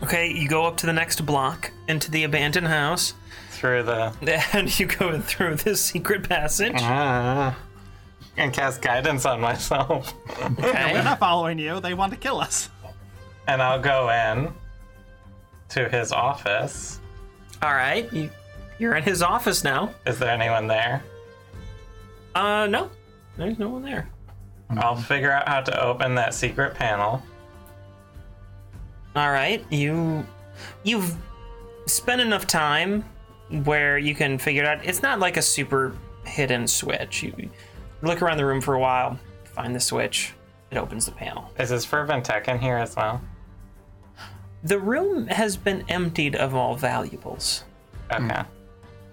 A: Okay, you go up to the next block into the abandoned house,
C: through the
A: and you go through this secret passage. Mm.
C: Ah. and cast guidance on myself.
B: They're
A: Okay.
B: not following you. They want to kill us.
C: And I'll go in to his office.
A: All right. You, you're in his office now.
C: Is there anyone there?
A: Uh, no, there's no one there.
C: I'll figure out how to open that secret panel.
A: All right, you you've spent enough time where you can figure it out. It's not like a super hidden switch. You look around the room for a while, find the switch, it opens the panel.
C: Is his Ferventech in here as well?
A: The room has been emptied of all valuables.
C: Okay.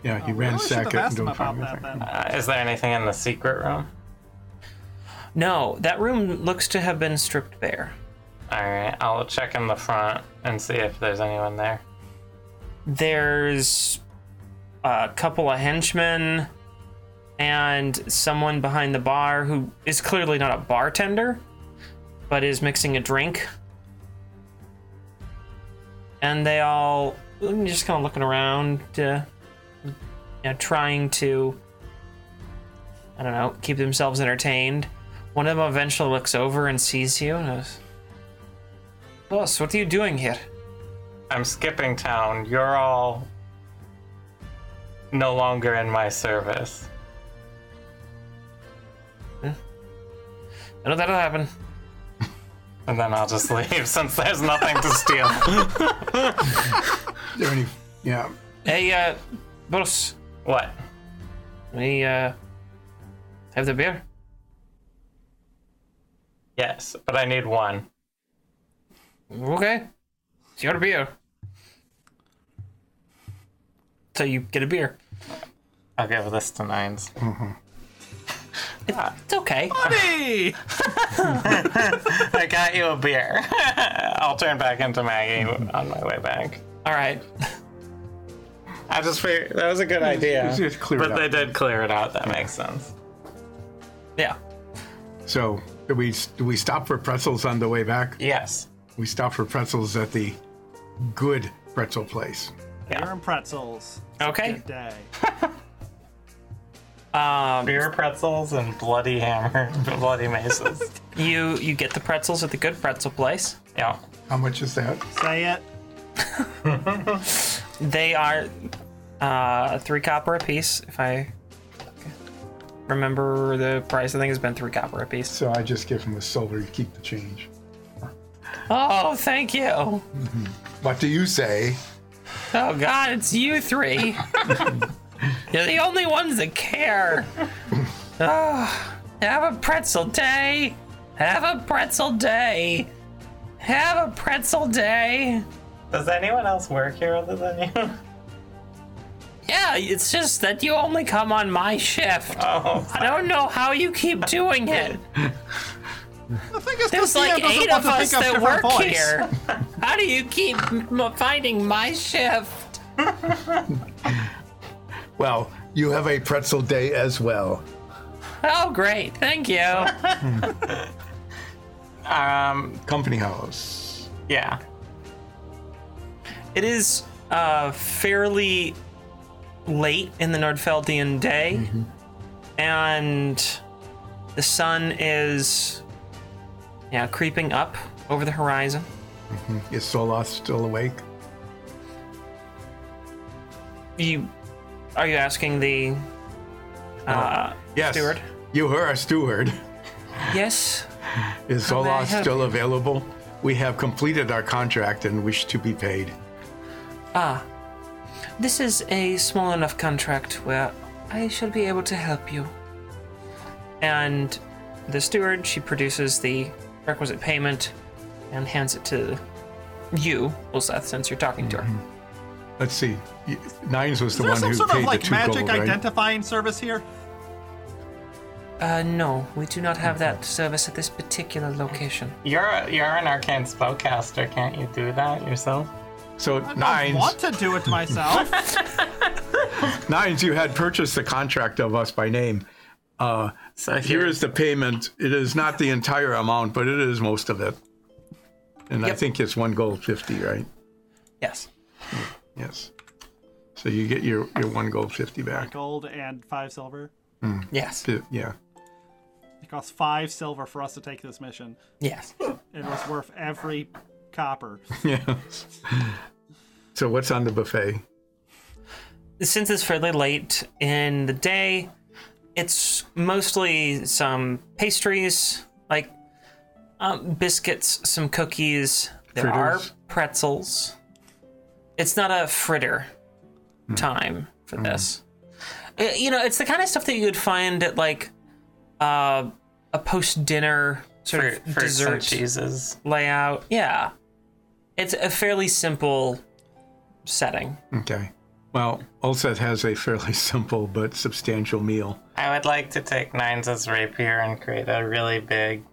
O: Yeah, he
B: Oh, Really should
O: ransacked
B: have
O: it and
B: asked him
O: don't
B: about
O: find
B: that
O: anything.
B: then.
C: Uh, is there anything in the secret room?
A: No, that room looks to have been stripped bare.
C: Alright, I'll check in the front and see if there's anyone there.
A: There's a couple of henchmen and someone behind the bar who is clearly not a bartender, but is mixing a drink. And they all I'm just kind of looking around. Uh, know, trying to, I don't know, keep themselves entertained. One of them eventually looks over and sees you and goes, Boss, what are you doing here?
C: I'm skipping town. You're all no longer in my service.
A: I know that'll happen.
C: And then I'll just leave since there's nothing to steal.
D: Is there any? Yeah.
A: Hey, uh, boss,
C: What?
A: we, uh, have the beer?
C: Yes, but I need one.
A: Okay. It's your beer. So you get a beer.
C: I'll give this to Nines.
A: It's okay.
C: I got you a beer. I'll turn back into Maggie on my way back.
A: All right.
C: I just figured that was a good idea.
O: it's just clear
C: but
O: it out.
C: they did clear it out. That makes sense.
A: Yeah.
D: So do we do we stop for pretzels on the way back?
C: Yes.
D: We stop for pretzels at the good pretzel place.
B: Beer and pretzels.
A: Okay.
B: Good day.
A: Um,
C: Beer pretzels and bloody hammer, bloody maces.
A: you you get the pretzels at the good pretzel place.
C: yeah.
D: How much is that?
B: Say it.
A: They are uh, three copper a piece. If I remember the price, I think it's been three copper a piece.
D: So I just give him the silver. You keep the change.
A: Oh, thank you. Oh
D: What do you say?
A: God, it's you three. You're the only ones that care. Ah, have a pretzel day. Have a pretzel day. Have a pretzel day.
C: Does anyone else work here other than you?
A: Yeah, it's just that you only come on my shift.
C: Oh,
A: I don't know how you keep doing it.
B: The thing is,
A: There's
B: Christina
A: like
B: doesn't
A: eight
B: want
A: of
B: to
A: us
B: pick up
A: that
B: different
A: work
B: voice.
A: here. How do you keep m- finding my shift?
D: Well, you have a pretzel day as well.
A: Oh, great. Thank you.
C: um,
D: Company house.
C: yeah.
A: It is uh, fairly late in the Nordfeldian day, and the sun is yeah creeping up over the horizon.
D: Is Solas still awake?
A: You are you asking the uh,
D: Yes.
A: Steward?
D: You are a steward.
A: yes?
D: Is
A: may I
D: Solas
A: help
D: still available? We have completed our contract and wish to be paid.
A: Ah, this is a small enough contract where I shall be able to help you. And the steward, she produces the requisite payment and hands it to you, Ulseth, since you're talking to her.
D: Let's see. Y- Nines was the
B: Is there some
D: one who
B: sort
D: paid
B: of
D: the
B: like
D: two
B: magic
D: gold, right?
B: identifying service here?
A: Uh, no, we do not have that service at this particular location.
C: You're you're an arcane spellcaster. Can't you do that yourself?
D: So
B: I
D: Nines,
B: want to do it myself.
D: Nines, you had purchased the contract of us by name. Uh,
C: So
D: here is the payment. It is not the entire amount, but it is most of it. And I
A: Yep.
D: think it's one gold fifty, right?
A: Yes.
D: Yes. So you get your, your one gold fifty back.
B: Gold and five silver.
A: Yes.
D: Fi- Yeah.
B: It costs five silver for us to take this mission.
A: Yes.
B: It was worth every copper.
D: Yeah. So what's on the buffet?
A: since it's fairly late in the day, it's mostly some pastries, like um, biscuits, some cookies. There
D: Fritters.
A: are pretzels. It's not a fritter time for this. Uh, you know, it's the kind of stuff that you would find at like uh, a post dinner sort
C: Fruit,
A: of
C: fruits and
A: dessert
C: cheeses.
A: layout. Yeah. It's a fairly simple setting.
D: Okay. Well, Ulseth has a fairly simple but substantial meal.
C: I would like to take Nines' rapier and create a really big,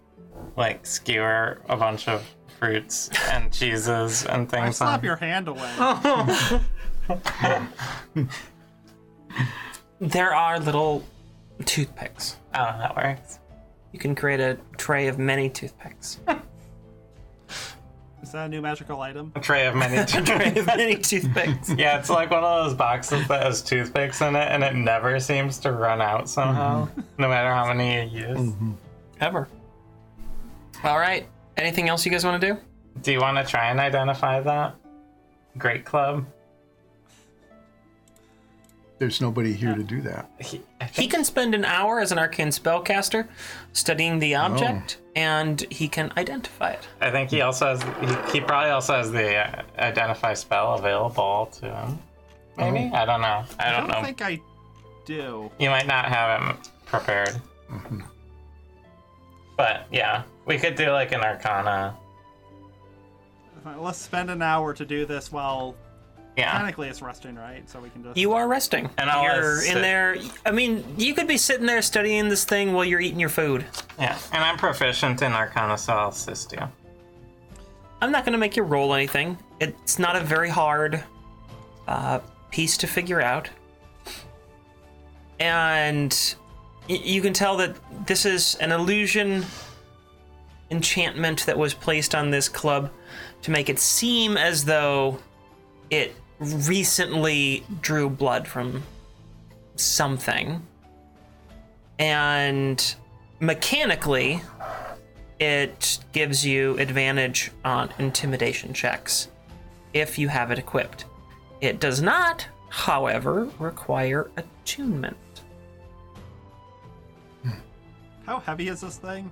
C: like, skewer a bunch of fruits and cheeses and
B: I
C: things
B: slap
C: on.
B: your hand away.
A: There are little toothpicks.
C: Oh, that works.
A: You can create a tray of many toothpicks.
B: Is that a new magical item?
C: A tray of many
A: tray of many toothpicks.
C: yeah, it's like one of those boxes that has toothpicks in it, and it never seems to run out somehow,
B: Mm-hmm.
C: no matter how many you use.
A: Ever. All right. Anything else you guys want to do?
C: Do you want to try and identify that? Great club.
D: There's nobody here to do that.
A: He can spend an hour as an arcane spellcaster studying the
C: Oh.
A: object, and he can identify it.
C: I think he also has. He, he probably also has the uh, identify spell available to him. Maybe I don't know. Oh. I don't,
B: I don't
C: know.
B: think I do.
C: You might not have him prepared. Mm-hmm. But yeah, we could do like an Arcana.
B: Fine, Let's spend an hour to do this while
C: Yeah.
B: technically it's resting, right? So we can just
A: You are resting.
C: And I'll, uh,
A: you're
C: sit-
A: in there. I mean, you could be sitting there studying this thing while you're eating your food.
C: Yeah, and I'm proficient in Arcana, so I'll assist you.
A: I'm not going to make you roll anything. It's not a very hard uh, piece to figure out. And y- you can tell that this is an illusion enchantment that was placed on this club to make it seem as though it recently drew blood from something. And mechanically, it gives you advantage on intimidation checks if you have it equipped. It does not, however, require attunement.
B: How heavy is this thing?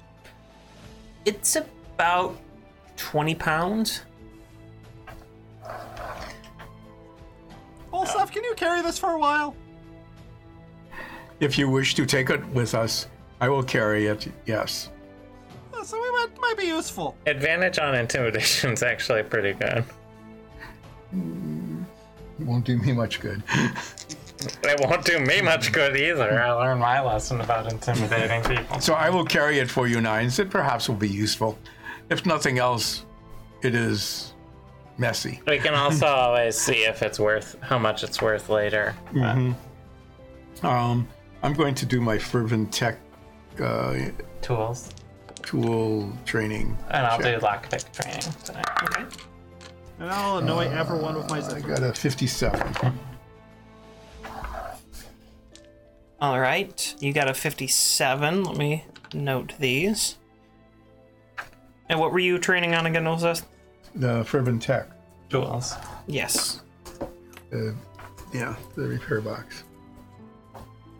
A: It's about 20 pounds.
B: Olsef, can you carry this for a while?
D: If you wish to take it with us, I will carry it. Yes.
B: Uh, So we might might be useful.
C: Advantage on intimidation is actually pretty good.
F: Won't do me much good.
C: It won't do me much good either. I learned my lesson about intimidating people.
D: So I will carry it for you, Nines. It perhaps will be useful. If nothing else, it is messy.
C: We can also always see if it's worth how much it's worth later.
D: Mhm. Um, I'm going to do my fervent tech uh,
C: Tools,
D: tool training.
C: and I'll
D: check.
C: do lockpick training. tonight.
A: Okay.
B: And I'll annoy everyone with my
D: Uh, I
B: zipper.
D: got a 57.
C: Mm-hmm.
A: All right, you got a 57. Let me note these. And what were you training on again, Olseth?
D: The fervent tech.
C: Tools.
A: Yes.
D: Uh, yeah, the repair box.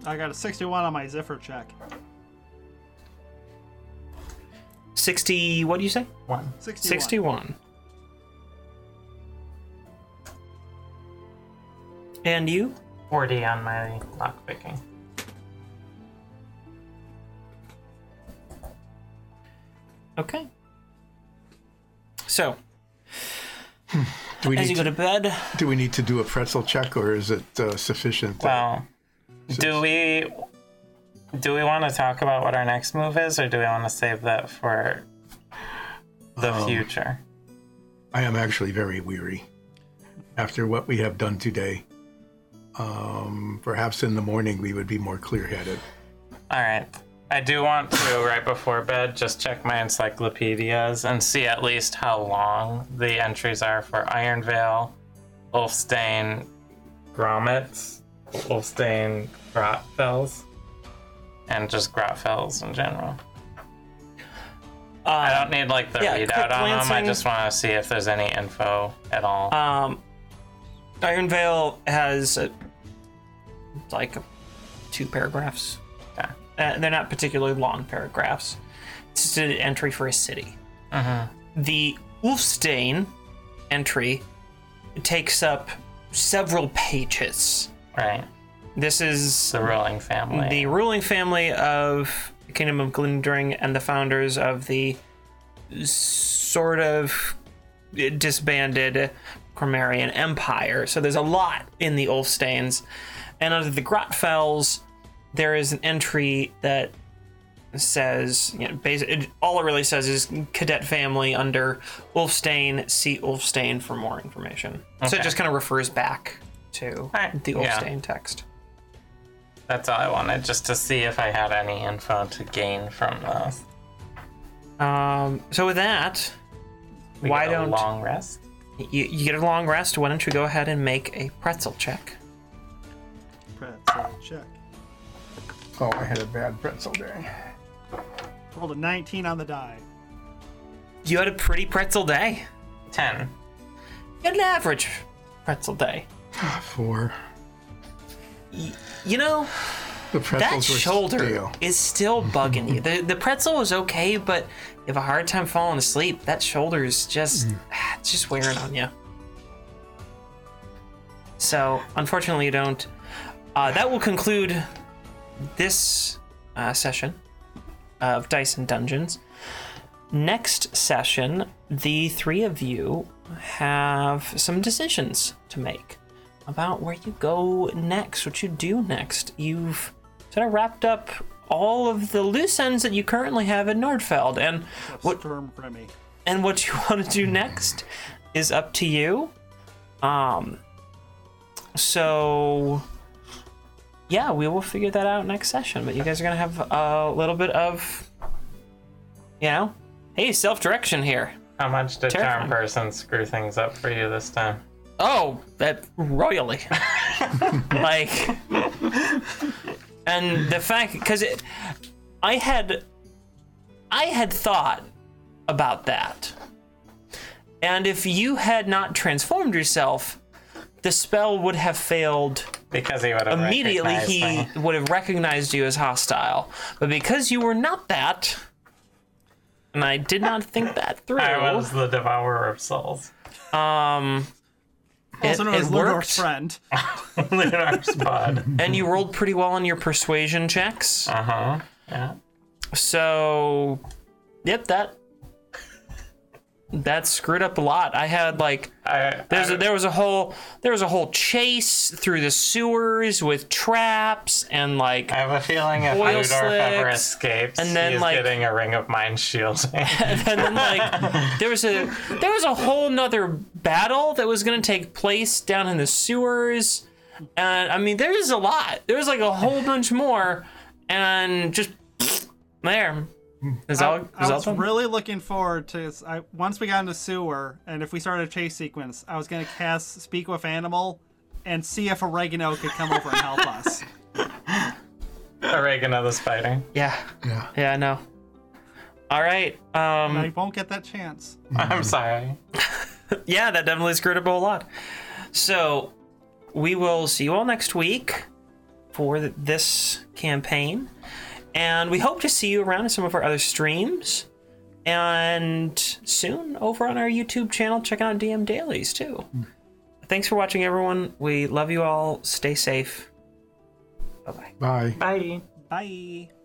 B: I got a 61 on my zipper check.
A: 60, what do you say?
C: One.
B: 61.
A: 61. And you?
C: 40 on my lockpicking.
A: Okay. So,
D: Do we,
A: as you
D: need
A: go
D: to,
A: to bed,
D: do we need to do a pretzel check or is it uh, sufficient?
C: Well, do we do we want to talk about what our next move is, or do we want to save that for the
D: Um,
C: future?
D: I am actually very weary after what we have done today. Um, perhaps in the morning we would be more clear headed.
C: All right. I do want to, right before bed, just check my encyclopedias and see at least how long the entries are for Ironvale, Ulfstein Grommets, Ulfstein Grotfells, and just Grotfells in general. I
A: uh,
C: don't need like the
A: yeah,
C: readout
A: quick
C: on them. I
A: glancing.
C: just want to see if there's any info at all.
A: um, Ironvale has uh like two paragraphs.
C: Okay.
A: Uh, they're not particularly long paragraphs. It's just an entry for a city. The Ulfstein entry takes up several pages.
C: right.
A: This is
C: It's the ruling family.
A: the ruling family of the Kingdom of Glendring and the founders of the sort of disbanded Cromarian Empire. So there's a lot in the Ulfstains. And under the Grotfells, there is an entry that says, you know, basi- it, all it really says is cadet family under Ulfstain. See Ulfstain for more information. So it
C: Okay.
A: just kind of refers back to
C: Alright,
A: the
C: yeah.
A: Ulfstain text.
C: That's all I wanted, just to see if I had any info to gain from this.
A: Um, so with that,
C: We
A: Why
C: get a
A: don't
C: long rest?
A: You, you get a long rest. Why don't you go ahead and make a pretzel check?
B: Pretzel check.
D: Oh, I had a bad pretzel day.
B: Rolled a 19 on the die.
A: You had a pretty pretzel day.
C: Ten.
A: You had an average pretzel day.
D: Four.
A: You know,
D: The
A: that
D: pretzels were
A: shoulder
D: stale.
A: is still bugging you. The the pretzel was okay, but you have a hard time falling asleep. That shoulder is just it's just wearing on you. So unfortunately, you don't. Uh, that will conclude this uh, session of Dice and Dungeons. Next session, the three of you have some decisions to make about where you go next, what you do next. You've sort of wrapped up all of the loose ends that you currently have in Nordfeld, and what
B: Firm Remy.
A: and what you want to do next is up to you. Um. So. Yeah, we will figure that out next session. But you guys are gonna have a little bit of, you know, hey, self-direction here.
C: How much did
A: Terrifying.
C: charm person screw things up for you this time?
A: Oh, that royally. like, and the fact because it, I had, I had thought about that, and if you had not transformed yourself, the spell would have failed.
C: Because he would have
A: Immediately,
C: recognized
A: he
C: me.
A: would have recognized you as hostile, but because you were not that, and I did not think that through.
C: I was the devourer of souls.
A: Um,
B: Also
A: it,
B: known
A: it
B: as Ludor's
A: worked,
B: friend.
C: Leonard's pod.
A: and you rolled pretty well on your persuasion checks.
C: Uh huh. Yeah.
A: So, yep that that screwed up a lot. I had like
C: I,
A: there's
C: I,
A: a, there was a whole there was a whole chase through the sewers with traps and like
C: I have a feeling if
A: Oil
C: Ludorf ever
A: slicks,
C: escapes,
A: and then,
C: he's
A: like-
C: getting a ring of mind shielding.
A: and then like there was a there was a whole nother battle that was gonna take place down in the sewers and i mean there's a lot there's like a whole bunch more and just there is all,
B: I
A: is all
B: was
A: done.
B: really looking forward to I, once we got into sewer and if we started a chase sequence, I was gonna cast Speak with Animal and see if oregano could come over and help us.
C: Oregano the spider.
A: yeah
D: Yeah.
A: yeah i know all right um
B: I won't get that chance.
C: I'm sorry.
A: yeah, that definitely screwed up a whole lot. So we will see you all next week for th- this campaign, and we hope to see you around in some of our other streams, and soon over on our YouTube channel. Checking out DM Dailies too. Thanks for watching, everyone. We love you all. Stay safe. Bye bye.
D: Bye.
C: Bye.
B: Bye.